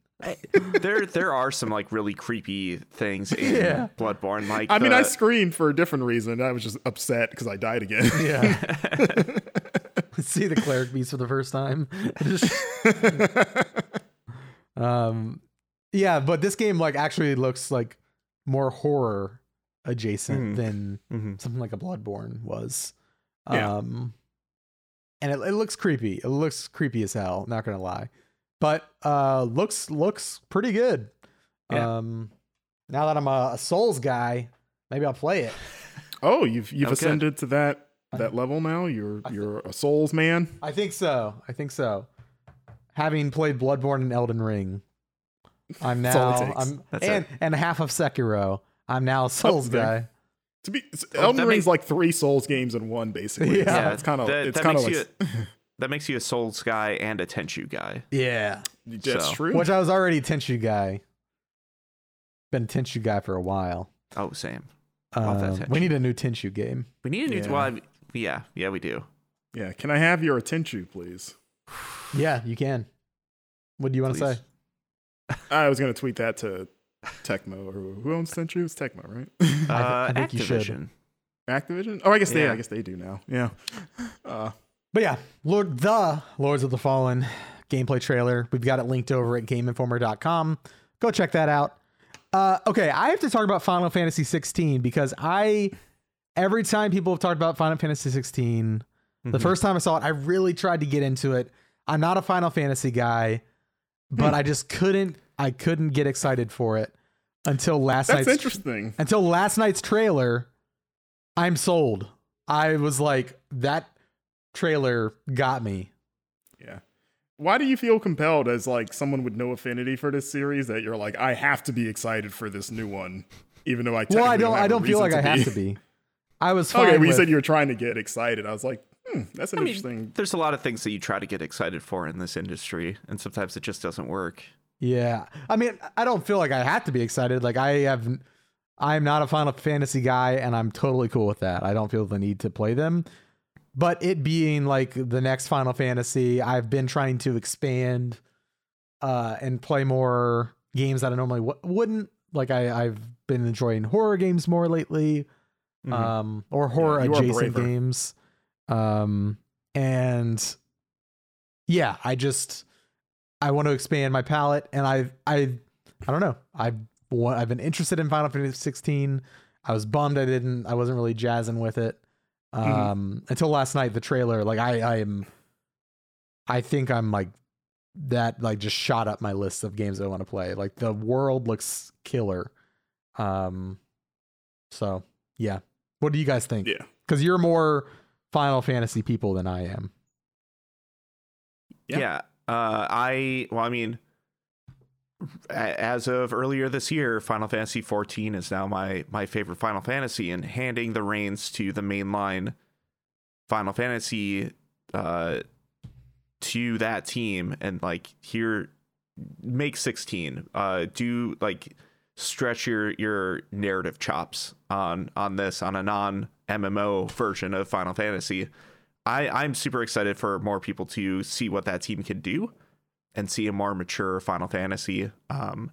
Speaker 3: there there are some like really creepy things in
Speaker 1: Yeah.
Speaker 3: Bloodborne. Like uh,
Speaker 2: I mean,
Speaker 3: the-
Speaker 2: I screamed for a different reason. I was just upset because I died again.
Speaker 1: Yeah. See the cleric beast for the first time. Just- um, yeah, but this game like actually looks like more horror adjacent
Speaker 3: Mhm.
Speaker 1: than
Speaker 3: Mhm.
Speaker 1: something like a Bloodborne was.
Speaker 2: Yeah.
Speaker 1: Um, and it, it looks creepy. It looks creepy as hell. Not gonna lie, but uh, looks looks pretty good.
Speaker 3: Yeah.
Speaker 1: Um, now that I'm a, a Souls guy, maybe I'll play it.
Speaker 2: Oh, you've you've
Speaker 3: Okay.
Speaker 2: ascended to that that level now. You're you're a souls man.
Speaker 1: I think so. I think so. Having played Bloodborne and Elden Ring, I'm
Speaker 2: That's all
Speaker 1: now
Speaker 2: it takes.
Speaker 1: I'm
Speaker 3: That's
Speaker 1: and and half of Sekiro. I'm now a Souls
Speaker 2: there.
Speaker 1: guy.
Speaker 2: To be s-
Speaker 3: Oh,
Speaker 2: Elden
Speaker 3: that
Speaker 2: Ring's
Speaker 3: makes-
Speaker 2: like three souls games in one, basically.
Speaker 1: Yeah.
Speaker 2: Yeah, it's kind of
Speaker 3: that,
Speaker 2: it's
Speaker 3: that
Speaker 2: kind of
Speaker 3: makes
Speaker 2: like
Speaker 3: you a- that makes you a Souls guy and a Tenchu guy.
Speaker 1: Yeah,
Speaker 2: that's
Speaker 3: so.
Speaker 2: true.
Speaker 1: which I was already a Tenchu guy. Been a Tenchu guy for a while.
Speaker 3: Oh, same. Love that
Speaker 1: Um,
Speaker 3: Tenchu.
Speaker 1: we need a new Tenchu game.
Speaker 3: We need a new.
Speaker 2: Yeah.
Speaker 3: Well, I- yeah, yeah, we do.
Speaker 2: yeah, can I have your attention, please?
Speaker 1: Yeah, you can. What do you want to
Speaker 3: Please.
Speaker 1: say?
Speaker 2: I was gonna tweet that to Tecmo or who- who owns Tenchu? It's Tecmo, right?
Speaker 3: Uh,
Speaker 1: I think you should.
Speaker 3: Activision.
Speaker 2: Activision? Oh, I guess they
Speaker 3: Yeah.
Speaker 2: I guess they do now. Yeah. Uh,
Speaker 1: But yeah, Lord the Lords of the Fallen gameplay trailer. We've got it linked over at GameInformer.com. Go check that out. Uh, okay, I have to talk about Final Fantasy 16 because I every time people have talked about Final Fantasy 16, the first time I saw it, I really tried to get into it. I'm not a Final Fantasy guy, but I just couldn't I couldn't get excited for it until last
Speaker 2: that's
Speaker 1: night's
Speaker 2: interesting.
Speaker 1: until last night's trailer, I'm sold. I was like, that trailer got me.
Speaker 2: Yeah. Why do you feel compelled as like someone with no affinity for this series that you're like, I have to be excited for this new one, even though I
Speaker 1: Well, I
Speaker 2: technically
Speaker 1: don't.
Speaker 2: have
Speaker 1: I
Speaker 2: a
Speaker 1: don't feel like
Speaker 2: reason
Speaker 1: I have to be. I was fine.
Speaker 2: Okay, well, you
Speaker 1: with-
Speaker 2: said you were trying to get excited. I was like, hmm, that's an
Speaker 3: I mean,
Speaker 2: interesting.
Speaker 3: There's a lot of things that you try to get excited for in this industry, and sometimes it just doesn't work.
Speaker 1: yeah. I mean, I don't feel like I have to be excited. Like I have. I'm not a Final Fantasy guy, and I'm totally cool with that. I don't feel the need to play them. But it being like the next Final Fantasy, I've been trying to expand uh, and play more games that I normally w- wouldn't. Like I, I've been enjoying horror games more lately,
Speaker 3: Mhm.
Speaker 1: um, or horror
Speaker 2: Yeah, you are
Speaker 1: adjacent
Speaker 2: braver.
Speaker 1: games. Um, and yeah, I just I want to expand my palette, and I I I don't know. I've wa- I've been interested in Final Fantasy 16. I was bummed I didn't. I wasn't really jazzing with it um
Speaker 2: Mhm.
Speaker 1: until last night. The trailer, like I I am, I think I'm like that like just shot up my list of games I want to play. Like the world looks killer. Um so yeah. What do you guys think?
Speaker 2: Yeah.
Speaker 1: Cuz you're more Final Fantasy people than I am.
Speaker 2: Yeah.
Speaker 3: Yeah. Uh, I well, I mean, a- as of earlier this year, Final Fantasy 14 is now my my favorite Final Fantasy, and handing the reins to the mainline Final Fantasy uh, to that team, and like here, make 16. Uh, do like stretch your your narrative chops on on this on a non MMO version of Final Fantasy. I I'm super excited for more people to see what that team can do and see a more mature Final Fantasy um,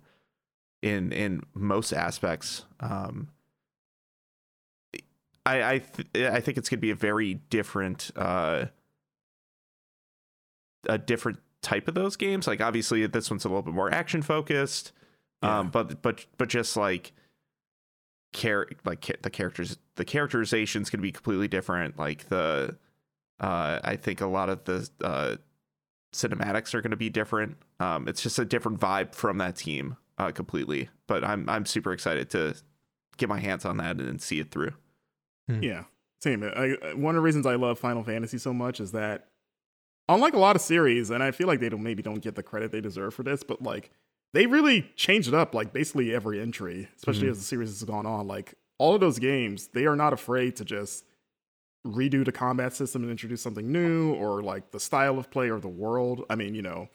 Speaker 3: in in most aspects. Um, I I th- I think it's going to be a very different uh, a different type of those games. Like obviously this one's a little bit more action focused, um, but but but just like care like ca- the characters the characterization's going to be completely different. Like the uh, I think a lot of the uh, cinematics are going to be different. Um, it's just a different vibe from that team uh, completely. But I'm I'm super excited to get my hands on that and see it through.
Speaker 2: Yeah, same. I, I- one of the reasons I love Final Fantasy so much is that, unlike a lot of series, and I feel like they don't maybe don't get the credit they deserve for this, but like they really changed it up, like basically every entry, especially as the series has gone on. Like all of those games, they are not afraid to just redo the combat system and introduce something new, or like the style of play or the world. I mean, you know.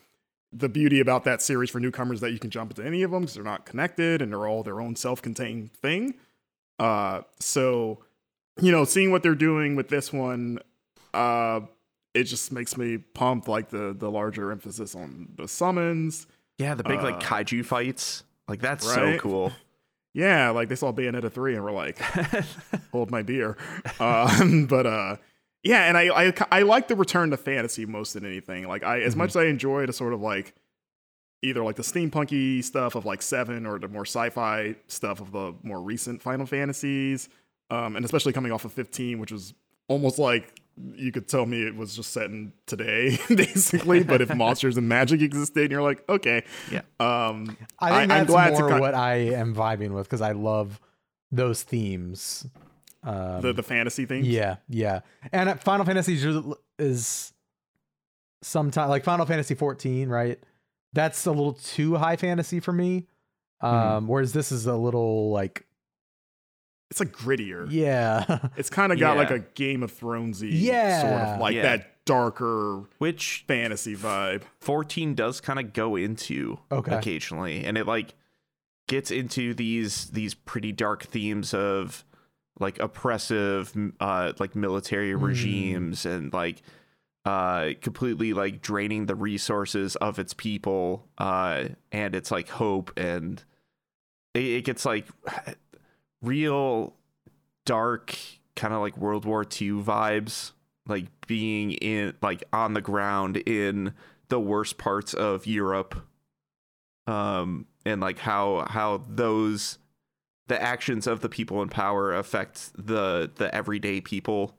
Speaker 2: The beauty about that series for newcomers is that you can jump into any of them because they're not connected and they're all their own self-contained thing. Uh, so you know, seeing what they're doing with this one, uh, it just makes me pumped. Like the the larger emphasis on the summons.
Speaker 3: Yeah, the big like
Speaker 2: Uh,
Speaker 3: kaiju fights, like that's so
Speaker 2: right?
Speaker 3: cool.
Speaker 2: Yeah, like they saw Bayonetta three and were like, hold my beer. Um, but uh, yeah, and I, I I like the return to fantasy most than anything. Like I, as much
Speaker 1: Mm-hmm.
Speaker 2: as I enjoy the sort of like either like the steampunky stuff of like seven or the more sci-fi stuff of the more recent Final Fantasies, um, and especially coming off of fifteen, which was almost like you could tell me it was just set in today, basically. But if monsters and magic existed, and you're like, okay,
Speaker 3: Yeah.
Speaker 2: Um,
Speaker 1: I think
Speaker 2: I- I'm
Speaker 1: that's
Speaker 2: glad to
Speaker 1: more
Speaker 2: con-
Speaker 1: what I am vibing with because I love those themes. Um,
Speaker 2: the the fantasy thing,
Speaker 1: yeah, yeah, and uh, Final Fantasy is, is sometimes like Final Fantasy 14, right? That's a little too high fantasy for me.
Speaker 3: Mm-hmm.
Speaker 1: Um, Whereas this is a little like,
Speaker 2: it's like grittier.
Speaker 1: yeah,
Speaker 2: It's kind of got
Speaker 3: Yeah.
Speaker 2: like a Game of Thronesy, sort
Speaker 1: Yeah.
Speaker 2: of like
Speaker 3: Yeah.
Speaker 2: that darker
Speaker 3: Which
Speaker 2: fantasy vibe.
Speaker 3: 14 does kind of go into
Speaker 1: Okay.
Speaker 3: occasionally and it like gets into these these pretty dark themes of like oppressive m- uh like military regimes and like uh completely like draining the resources of its people uh and its like hope and it, it gets like real dark kind of like World War II vibes, like being in like on the ground in the worst parts of Europe. Um and like how how those the actions of the people in power affect the the everyday people.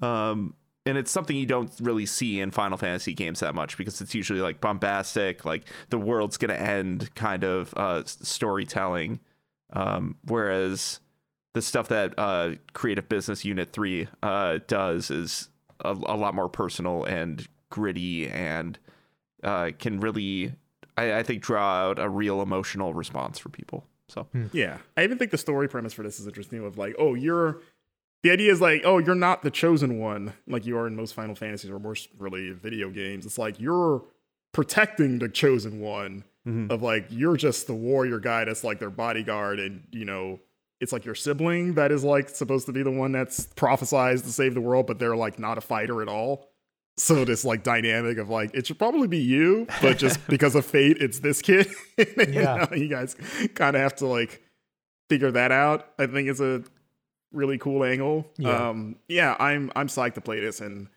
Speaker 3: Um and it's something you don't really see in Final Fantasy games that much because it's usually like bombastic, like the world's gonna end kind of uh s- storytelling. Um whereas the stuff that uh, Creative Business Unit Three uh, does is a, a lot more personal and gritty, and uh, can really, I, I think, draw out a real emotional response for people. So
Speaker 2: Yeah. I even think the story premise for this is interesting of like, oh, you're the idea is like, oh, you're not the chosen one, like you are in most Final Fantasies or most really video games. It's like you're protecting the chosen one of like you're just the warrior guy that's like their bodyguard and you know it's like your sibling that is like supposed to be the one that's prophesized to save the world, but they're like not a fighter at all. So this like dynamic of like it should probably be you, but just because of fate, it's this kid. And
Speaker 1: Yeah.
Speaker 2: now you guys kind of have to like figure that out. I think it's a really cool angle.
Speaker 1: Yeah.
Speaker 2: Um, yeah, I'm I'm psyched to play this, and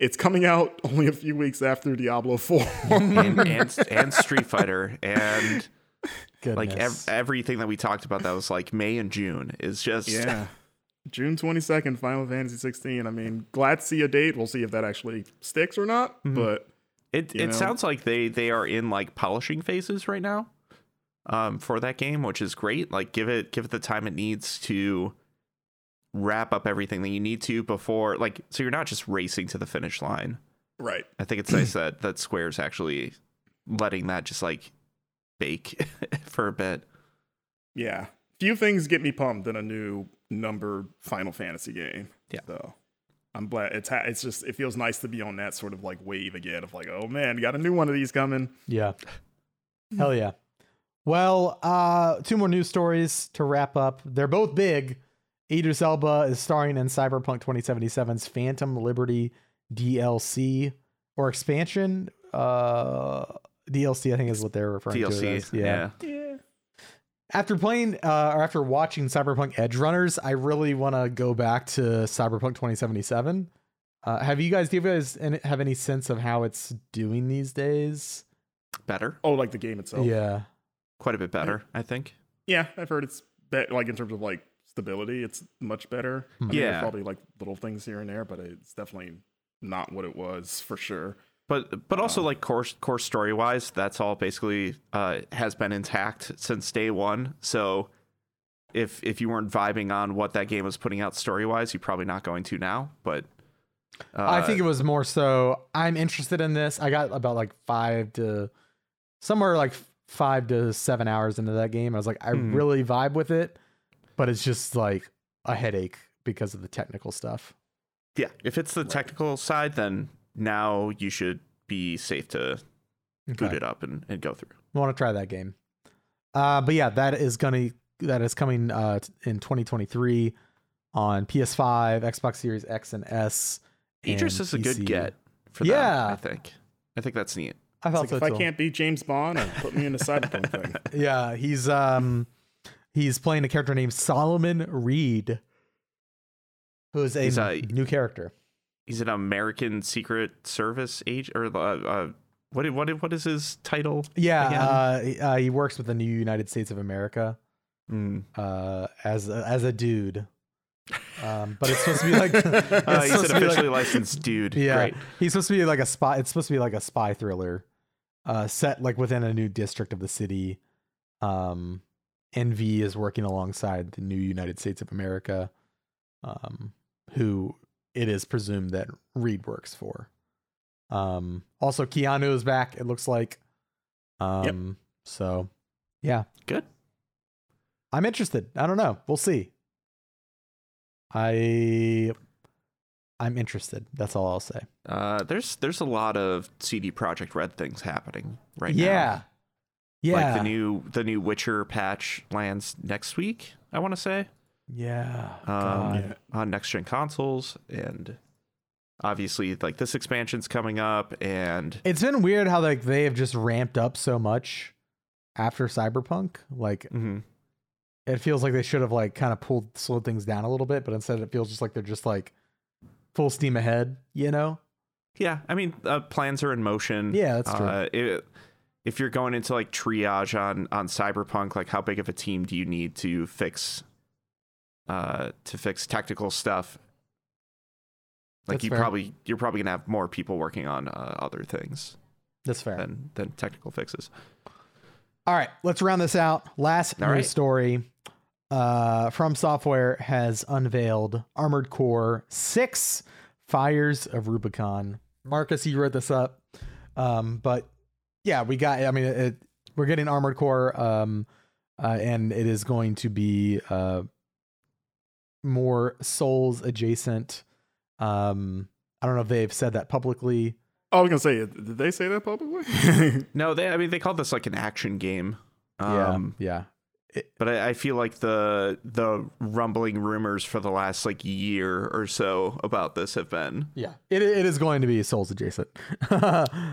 Speaker 2: it's coming out only a few weeks after Diablo Four.
Speaker 3: and, and and Street Fighter and like
Speaker 1: goodness.
Speaker 3: ev- everything that we talked about that was like May and June is just
Speaker 2: yeah. June 22nd, Final Fantasy 16. I mean, glad to see a date. We'll see if that actually sticks or not. But
Speaker 3: It
Speaker 2: you
Speaker 3: it
Speaker 2: know?
Speaker 3: sounds like they they are in like polishing phases right now, um, for that game, which is great. Like give it give it the time it needs to wrap up everything that you need to before like so you're not just racing to the finish line.
Speaker 2: right.
Speaker 3: I think it's nice that that Square's actually letting that just like bake for a bit.
Speaker 2: Yeah. Few things get me pumped than a new numbered Final Fantasy game.
Speaker 3: Yeah.
Speaker 2: So I'm glad it's ha- it's just it feels nice to be on that sort of like wave again of like, oh man, got a new one of these coming.
Speaker 1: Yeah. Hell yeah. Well, uh, two more news stories to wrap up. They're both big. Idris Elba is starring in Cyberpunk 2077's Phantom Liberty DLC or expansion. Uh, DLC, I think, is what they're referring to. it as.
Speaker 3: DLC. Yeah.
Speaker 2: Yeah.
Speaker 1: After playing uh, or after watching Cyberpunk Edge Runners, I really want to go back to Cyberpunk 2077. Uh, have you guys? Do you guys an- have any sense of how it's doing these days?
Speaker 3: Better.
Speaker 2: Oh, like the game itself.
Speaker 1: Yeah.
Speaker 3: Quite a bit better, I think.
Speaker 2: Yeah, I've heard it's bet like in terms of like stability, it's much better. I mean, there's
Speaker 3: Yeah.
Speaker 2: probably like little things here and there, but it's definitely not what it was for sure.
Speaker 3: But but also
Speaker 2: Uh,
Speaker 3: like course course story wise, that's all basically uh, has been intact since day one. So if if you weren't vibing on what that game was putting out story wise, you're probably not going to now. But uh,
Speaker 1: I think it was more so I'm interested in this. I got about like five to somewhere like five to seven hours into that game. I was like, I
Speaker 3: Mhm.
Speaker 1: really vibe with it, but it's just like a headache because of the technical stuff.
Speaker 3: yeah, if it's the technical side, then now you should be safe to boot
Speaker 1: Okay.
Speaker 3: it up and, and go through.
Speaker 1: want to try that game. Uh, but yeah, that is gonna that is coming uh, t- in 2023 on PS5, Xbox Series X and S. and
Speaker 3: Idris is a good
Speaker 1: PC.
Speaker 3: get for
Speaker 1: Yeah.
Speaker 3: them, I think. I think that's neat.
Speaker 1: I
Speaker 2: It's
Speaker 1: thought
Speaker 2: like,
Speaker 1: so
Speaker 2: if I
Speaker 1: too.
Speaker 2: can't beat James Bond, then put me in the cyberpunk thing.
Speaker 1: Yeah, he's um he's playing a character named Solomon Reed, who is a,
Speaker 3: He's a-
Speaker 1: new character.
Speaker 3: He's an American Secret Service agent, or uh, uh, what? i- What? i- What is his title?
Speaker 1: Yeah, uh, he- uh, he works with the new United States of America
Speaker 3: Mm.
Speaker 1: uh, as a, as a dude. Um, but it's supposed to be like
Speaker 3: Uh,
Speaker 1: it's
Speaker 3: he's
Speaker 1: supposed
Speaker 3: an
Speaker 1: to be like-
Speaker 3: officially licensed dude.
Speaker 1: yeah,
Speaker 3: Great.
Speaker 1: he's supposed to be like a spy. It's supposed to be like a spy thriller, uh, set like within a new district of the city. Um, NV is working alongside the new United States of America, um, who it is presumed that Reed works for. Um, also Keanu is back. It looks like. Um, so yeah,
Speaker 3: Good.
Speaker 1: I'm interested. I don't know. We'll see. I I'm interested. That's all I'll say.
Speaker 3: Uh, there's there's a lot of CD Project Red things happening right
Speaker 1: yeah.
Speaker 3: now.
Speaker 1: Yeah.
Speaker 3: Like the new the new Witcher patch lands next week. I want to say
Speaker 1: yeah.
Speaker 3: um,
Speaker 1: God.
Speaker 2: yeah.
Speaker 3: on next gen consoles, and obviously like this expansion's coming up, and
Speaker 1: It's been weird how like they have just ramped up so much after Cyberpunk. Like
Speaker 3: Mhm.
Speaker 1: it feels like they should have like kind of pulled slowed things down a little bit, but instead it feels just like they're just like full steam ahead, you know?
Speaker 3: Yeah, I mean, uh, plans are in motion.
Speaker 1: Yeah, that's true.
Speaker 3: Uh, it, if you're going into like triage on on cyberpunk, like how big of a team do you need to fix uh to fix technical stuff? Like
Speaker 1: That's
Speaker 3: you
Speaker 1: fair.
Speaker 3: probably you're probably gonna have more people working on uh, other things
Speaker 1: That's fair.
Speaker 3: than than technical fixes.
Speaker 1: All right, let's round this out. Last
Speaker 3: All
Speaker 1: news
Speaker 3: right.
Speaker 1: story uh, from Software has unveiled Armored Core 6 Fires of Rubicon. Marcus, you wrote this up. Um, but yeah, we got, I mean, it, it- we're getting Armored Core, um, uh, and it is going to be uh, more Souls adjacent. Um, I don't know if they've said that publicly.
Speaker 2: Oh, I was gonna say, did they say that publicly? yeah,
Speaker 3: No, they I mean they call this like an action game. Um,
Speaker 1: yeah, yeah.
Speaker 3: but I, I feel like the the rumbling rumors for the last like year or so about this have been
Speaker 1: Yeah, it it is going to be Souls adjacent. Um,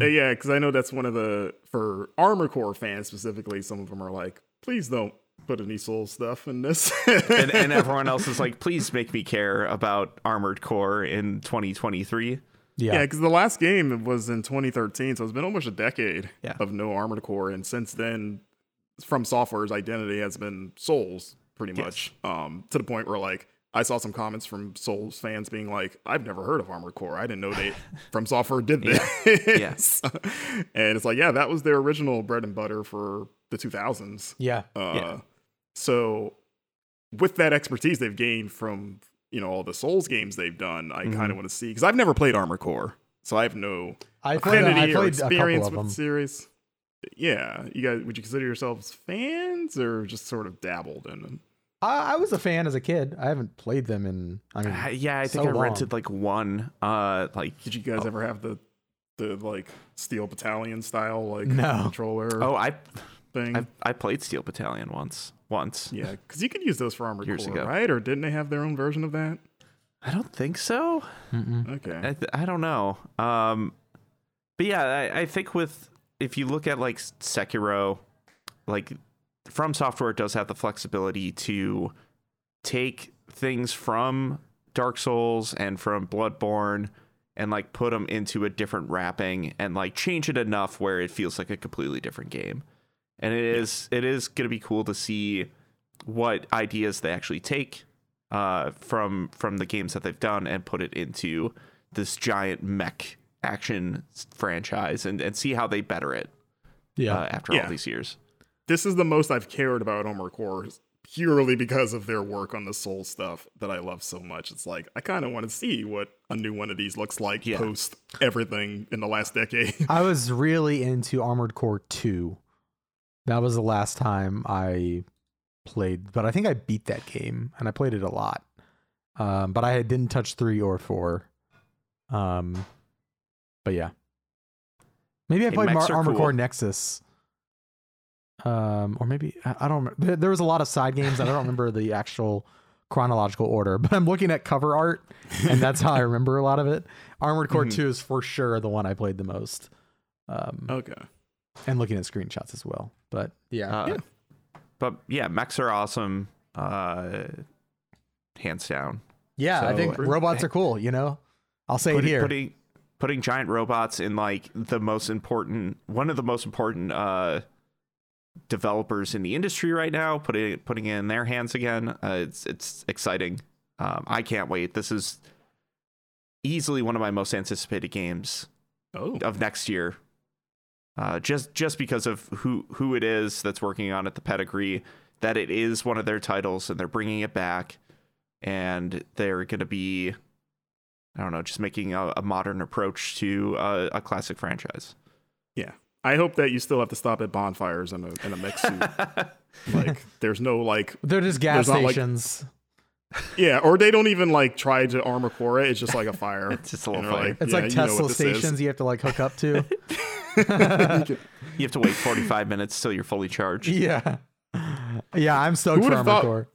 Speaker 2: Uh, yeah, because I know that's one of the for Armor Core fans specifically. Some of them are like, please don't put any soul stuff in this.
Speaker 3: and, and everyone else is like, please make me care about Armored Core in 2023.
Speaker 1: yeah,
Speaker 2: yeah, because the last game was in 2013, so it's been almost a decade
Speaker 3: Yeah.
Speaker 2: of no Armored Core, and since then, From Software's identity has been Souls pretty
Speaker 3: Yes.
Speaker 2: much. Um, to the point where like I saw some comments from Souls fans being like, "I've never heard of Armored Core. I didn't know they From Software did this."
Speaker 3: Yes.
Speaker 2: and it's like, yeah, that was their original bread and butter for the 2000s.
Speaker 1: yeah,
Speaker 2: Uh,
Speaker 3: Yeah.
Speaker 2: So, with that expertise they've gained from you know all the Souls games they've done, I
Speaker 1: Mm-hmm.
Speaker 2: kind of want to see because I've never played Armor Core, so I have no
Speaker 1: I played, I
Speaker 2: affinity or
Speaker 1: played a couple
Speaker 2: experience
Speaker 1: of
Speaker 2: with the
Speaker 1: them.
Speaker 2: series. yeah, you guys, would you consider yourselves fans or just sort of dabbled in them?
Speaker 1: I, I was a fan as a kid. I haven't played them in. I mean,
Speaker 3: Uh, yeah, I think
Speaker 1: Mm. So
Speaker 3: I
Speaker 1: long.
Speaker 3: rented like one. Uh, like
Speaker 2: Did you guys
Speaker 1: Oh.
Speaker 2: ever have the the like Steel Battalion style like
Speaker 1: No.
Speaker 2: controller
Speaker 3: oh, I
Speaker 2: thing?
Speaker 3: I, I played Steel Battalion once. Once.
Speaker 2: yeah, because you could use those for Armored
Speaker 3: Years
Speaker 2: Core,
Speaker 3: ago.
Speaker 2: right? Or didn't they have their own version of that?
Speaker 3: I don't think so.
Speaker 1: Mm-hmm.
Speaker 2: Okay,
Speaker 3: I, th- I don't know. Um, but yeah, I, I think with if you look at like Sekiro, like From Software does have the flexibility to take things from Dark Souls and from Bloodborne and like put them into a different wrapping and like change it enough where it feels like a completely different game. And it is it is going to be cool to see what ideas they actually take uh, from from the games that they've done and put it into this giant mech action s- franchise and, and see how they better it
Speaker 1: yeah.
Speaker 3: uh, after
Speaker 2: Yeah.
Speaker 3: all these years.
Speaker 2: this is the most I've cared about Armored Core purely because of their work on the Soul stuff that I love so much. It's like I kind of want to see what a new one of these looks like
Speaker 3: Yeah.
Speaker 2: post everything in the last decade.
Speaker 1: I was really into Armored Core 2. That was the last time I played, but I think I beat that game and I played it a lot. Um, but I didn't touch 3 or 4. Um, but yeah. Maybe I
Speaker 3: Hey,
Speaker 1: played Mar-
Speaker 3: mechs are
Speaker 1: Armored
Speaker 3: cool.
Speaker 1: Core Nexus. Um, or maybe I, I don't remember. There, there was a lot of side games. and I don't remember the actual chronological order, but I'm looking at cover art and that's how I remember a lot of it. Armored Core
Speaker 2: Mhm.
Speaker 1: 2 is for sure the one I played the most. Um,
Speaker 2: okay,
Speaker 1: and looking at screenshots as well. But yeah,
Speaker 3: Uh, But yeah, mechs are awesome. Uh, hands down.
Speaker 1: yeah, I
Speaker 3: so-
Speaker 1: think robots are cool. You know, I'll say it
Speaker 3: Putting-
Speaker 1: here.
Speaker 3: Putting, putting giant robots in like the most important, one of the most important uh, developers in the industry right now, putting putting it in their hands again. Uh, it's it's exciting. Um, I can't wait. This is easily one of my most anticipated games
Speaker 2: oh,
Speaker 3: of next year. Uh, just just because of who who it is that's working on it, the pedigree that it is one of their titles, and they're bringing it back, and they're going to be, I don't know, just making a, a modern approach to uh, a classic franchise.
Speaker 2: yeah. I hope that you still have to stop at bonfires in a in a mech suit. like there's no like
Speaker 1: They're just gas
Speaker 2: There's not, like-
Speaker 1: stations.
Speaker 2: yeah, or they don't even like try to Armored Core. it. It's just like a fire.
Speaker 3: It's just a little
Speaker 2: And they're
Speaker 3: fire.
Speaker 2: like,
Speaker 1: it's
Speaker 2: yeah,
Speaker 1: like
Speaker 2: you know
Speaker 1: Tesla
Speaker 2: what this is.
Speaker 1: stations you have to like hook up to.
Speaker 3: You have to wait forty five minutes till you're fully charged.
Speaker 1: yeah, yeah, I'm stoked
Speaker 2: Who
Speaker 1: for
Speaker 2: would've
Speaker 1: Armored
Speaker 2: thought-
Speaker 1: Core.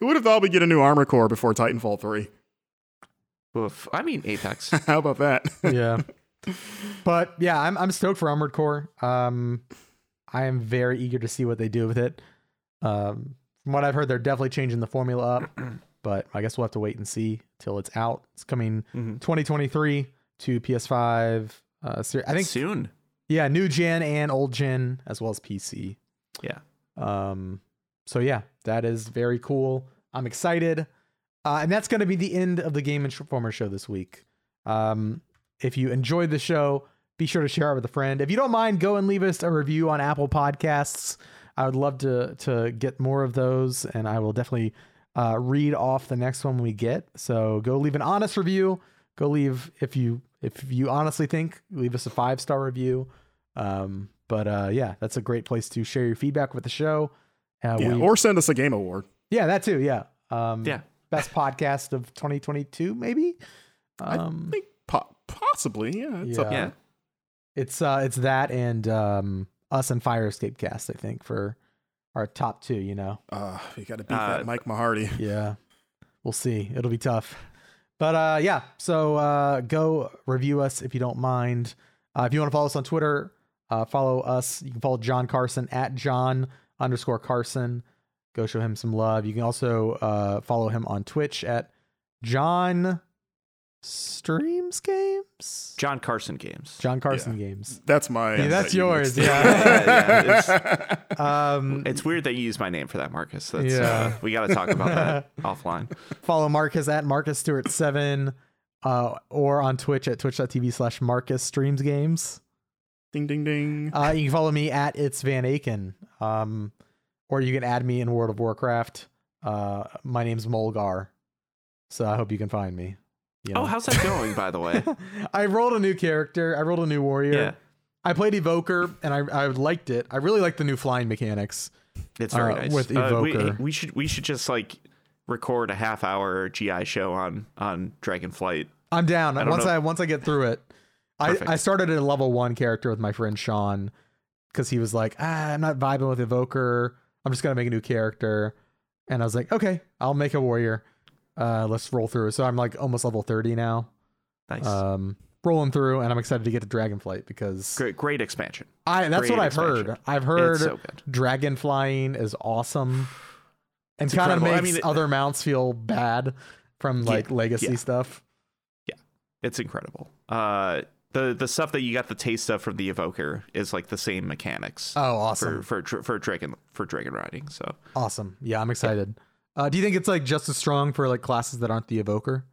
Speaker 2: Who would have thought we'd get a new Armored Core before Titanfall three?
Speaker 3: Oof. I mean, Apex.
Speaker 2: How about that?
Speaker 1: yeah. But yeah, I'm I'm stoked for Armored Core. Um I am very eager to see what they do with it. Um from what I've heard they're definitely changing the formula up, but I guess we'll have to wait and see till it's out. It's coming
Speaker 3: Mhm.
Speaker 1: 2023 to PS5 uh ser- I think
Speaker 3: soon.
Speaker 1: yeah, new gen and old gen as well as PC.
Speaker 3: Yeah.
Speaker 1: Um so yeah, that is very cool. I'm excited. Uh, and that's going to be the end of the Game Informer show this week. Um, if you enjoyed the show, be sure to share it with a friend. If you don't mind, go and leave us a review on Apple Podcasts. I would love to to get more of those, and I will definitely uh, read off the next one we get. So go leave an honest review. Go leave if you if you honestly think leave us a five star review. Um, but uh, yeah, that's a great place to share your feedback with the show. Uh,
Speaker 2: Yeah,
Speaker 1: we-
Speaker 2: or send us a game award.
Speaker 1: yeah, that too. Yeah. Um,
Speaker 3: Yeah.
Speaker 1: Best podcast of 2022, maybe. Um,
Speaker 2: I think po- possibly, yeah. It's up-
Speaker 1: Yeah.
Speaker 3: Yeah.
Speaker 1: it's uh, it's that and um, us and Fire Escape Cast. I think for our top two. You know.
Speaker 2: uh, you got to beat
Speaker 3: Uh,
Speaker 2: that Mike Mahardy.
Speaker 1: Yeah. We'll see. It'll be tough. But uh, yeah, so uh, go review us if you don't mind. Uh, if you want to follow us on Twitter, uh, follow us. You can follow John Carson at John underscore Carson. Go show him some love. You can also uh, follow him on Twitch at John Streams Games.
Speaker 3: John Carson games.
Speaker 1: John Carson Games.
Speaker 2: That's my.
Speaker 1: Yeah, that's
Speaker 2: you
Speaker 1: yours.
Speaker 2: mixed
Speaker 1: Yeah.
Speaker 3: Yeah, yeah, it's-
Speaker 1: Um,
Speaker 3: It's weird that you use my name for that, Marcus. That's,
Speaker 1: Yeah.
Speaker 3: uh, we got to talk about that offline.
Speaker 1: follow Marcus at Marcus Stewart seven, uh, or on Twitch at twitch.tv slash Marcus Streams Games.
Speaker 2: Ding ding ding.
Speaker 1: Uh, you can follow me at it's Van Aken, um, or you can add me in World of Warcraft. Uh, my name's Molgar, so I hope you can find me. You
Speaker 3: Oh,
Speaker 1: know.
Speaker 3: how's that going, by the way?
Speaker 1: I rolled a new character. I rolled a new warrior.
Speaker 3: Yeah.
Speaker 1: I played Evoker and I I liked it. I really liked the new flying mechanics.
Speaker 3: It's very
Speaker 1: Uh,
Speaker 3: nice.
Speaker 1: with
Speaker 3: Uh, we-
Speaker 1: Evoker.
Speaker 3: we, should we should just like record a half hour GI show on on Dragonflight.
Speaker 1: I'm down.
Speaker 3: don't
Speaker 1: once
Speaker 3: know.
Speaker 1: I once I get through it, I,
Speaker 3: Perfect.
Speaker 1: I started at a level one character with my friend Sean because he was like, ah, I'm not vibing with Evoker. I'm just gonna make a new character, and I was like, okay, I'll make a warrior. Uh, let's roll through. So I'm like almost level 30 now.
Speaker 3: Nice,
Speaker 1: Um, rolling through, and I'm excited to get to Dragonflight because
Speaker 3: great, great expansion.
Speaker 1: I that's what
Speaker 3: great
Speaker 1: I've heard.
Speaker 3: expansion.
Speaker 1: I've heard
Speaker 3: It's so good.
Speaker 1: dragon flying is awesome, and kind of
Speaker 3: incredible. I
Speaker 1: makes
Speaker 3: mean, it-
Speaker 1: other mounts feel bad from like legacy
Speaker 3: yeah.
Speaker 1: stuff.
Speaker 3: It's incredible. Uh, the the stuff that you got the taste of from the Evoker is like the same mechanics
Speaker 1: Oh,
Speaker 3: for
Speaker 1: awesome,
Speaker 3: for dra- for dragon for dragon riding. So
Speaker 1: awesome. Yeah, I'm excited. Uh, do you think it's like just as strong for like classes that aren't the evoker?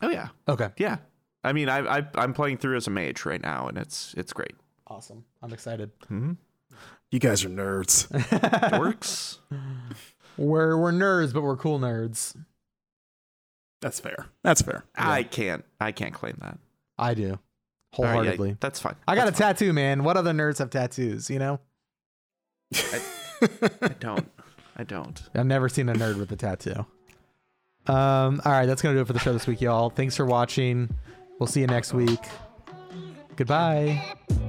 Speaker 3: oh yeah,
Speaker 1: Okay,
Speaker 3: yeah. I mean, I, I I'm playing through as a mage right now, and it's it's great.
Speaker 1: awesome. I'm excited.
Speaker 3: hmm
Speaker 2: You guys are nerds.
Speaker 3: It works.
Speaker 1: we're we're nerds, but we're cool nerds.
Speaker 2: That's fair. That's fair.
Speaker 3: I can't I can't claim that
Speaker 1: I do
Speaker 3: All right, yeah,
Speaker 1: wholeheartedly.
Speaker 3: that's fine.
Speaker 1: I got a
Speaker 3: That's
Speaker 1: tattoo, man. What other nerds have tattoos? You know,
Speaker 3: fine. I don't. I don't.
Speaker 1: I've never seen a nerd with a tattoo. Um, all right, that's gonna do it for the show this week, y'all. Thanks for watching. We'll see you next week. Goodbye.
Speaker 4: Thank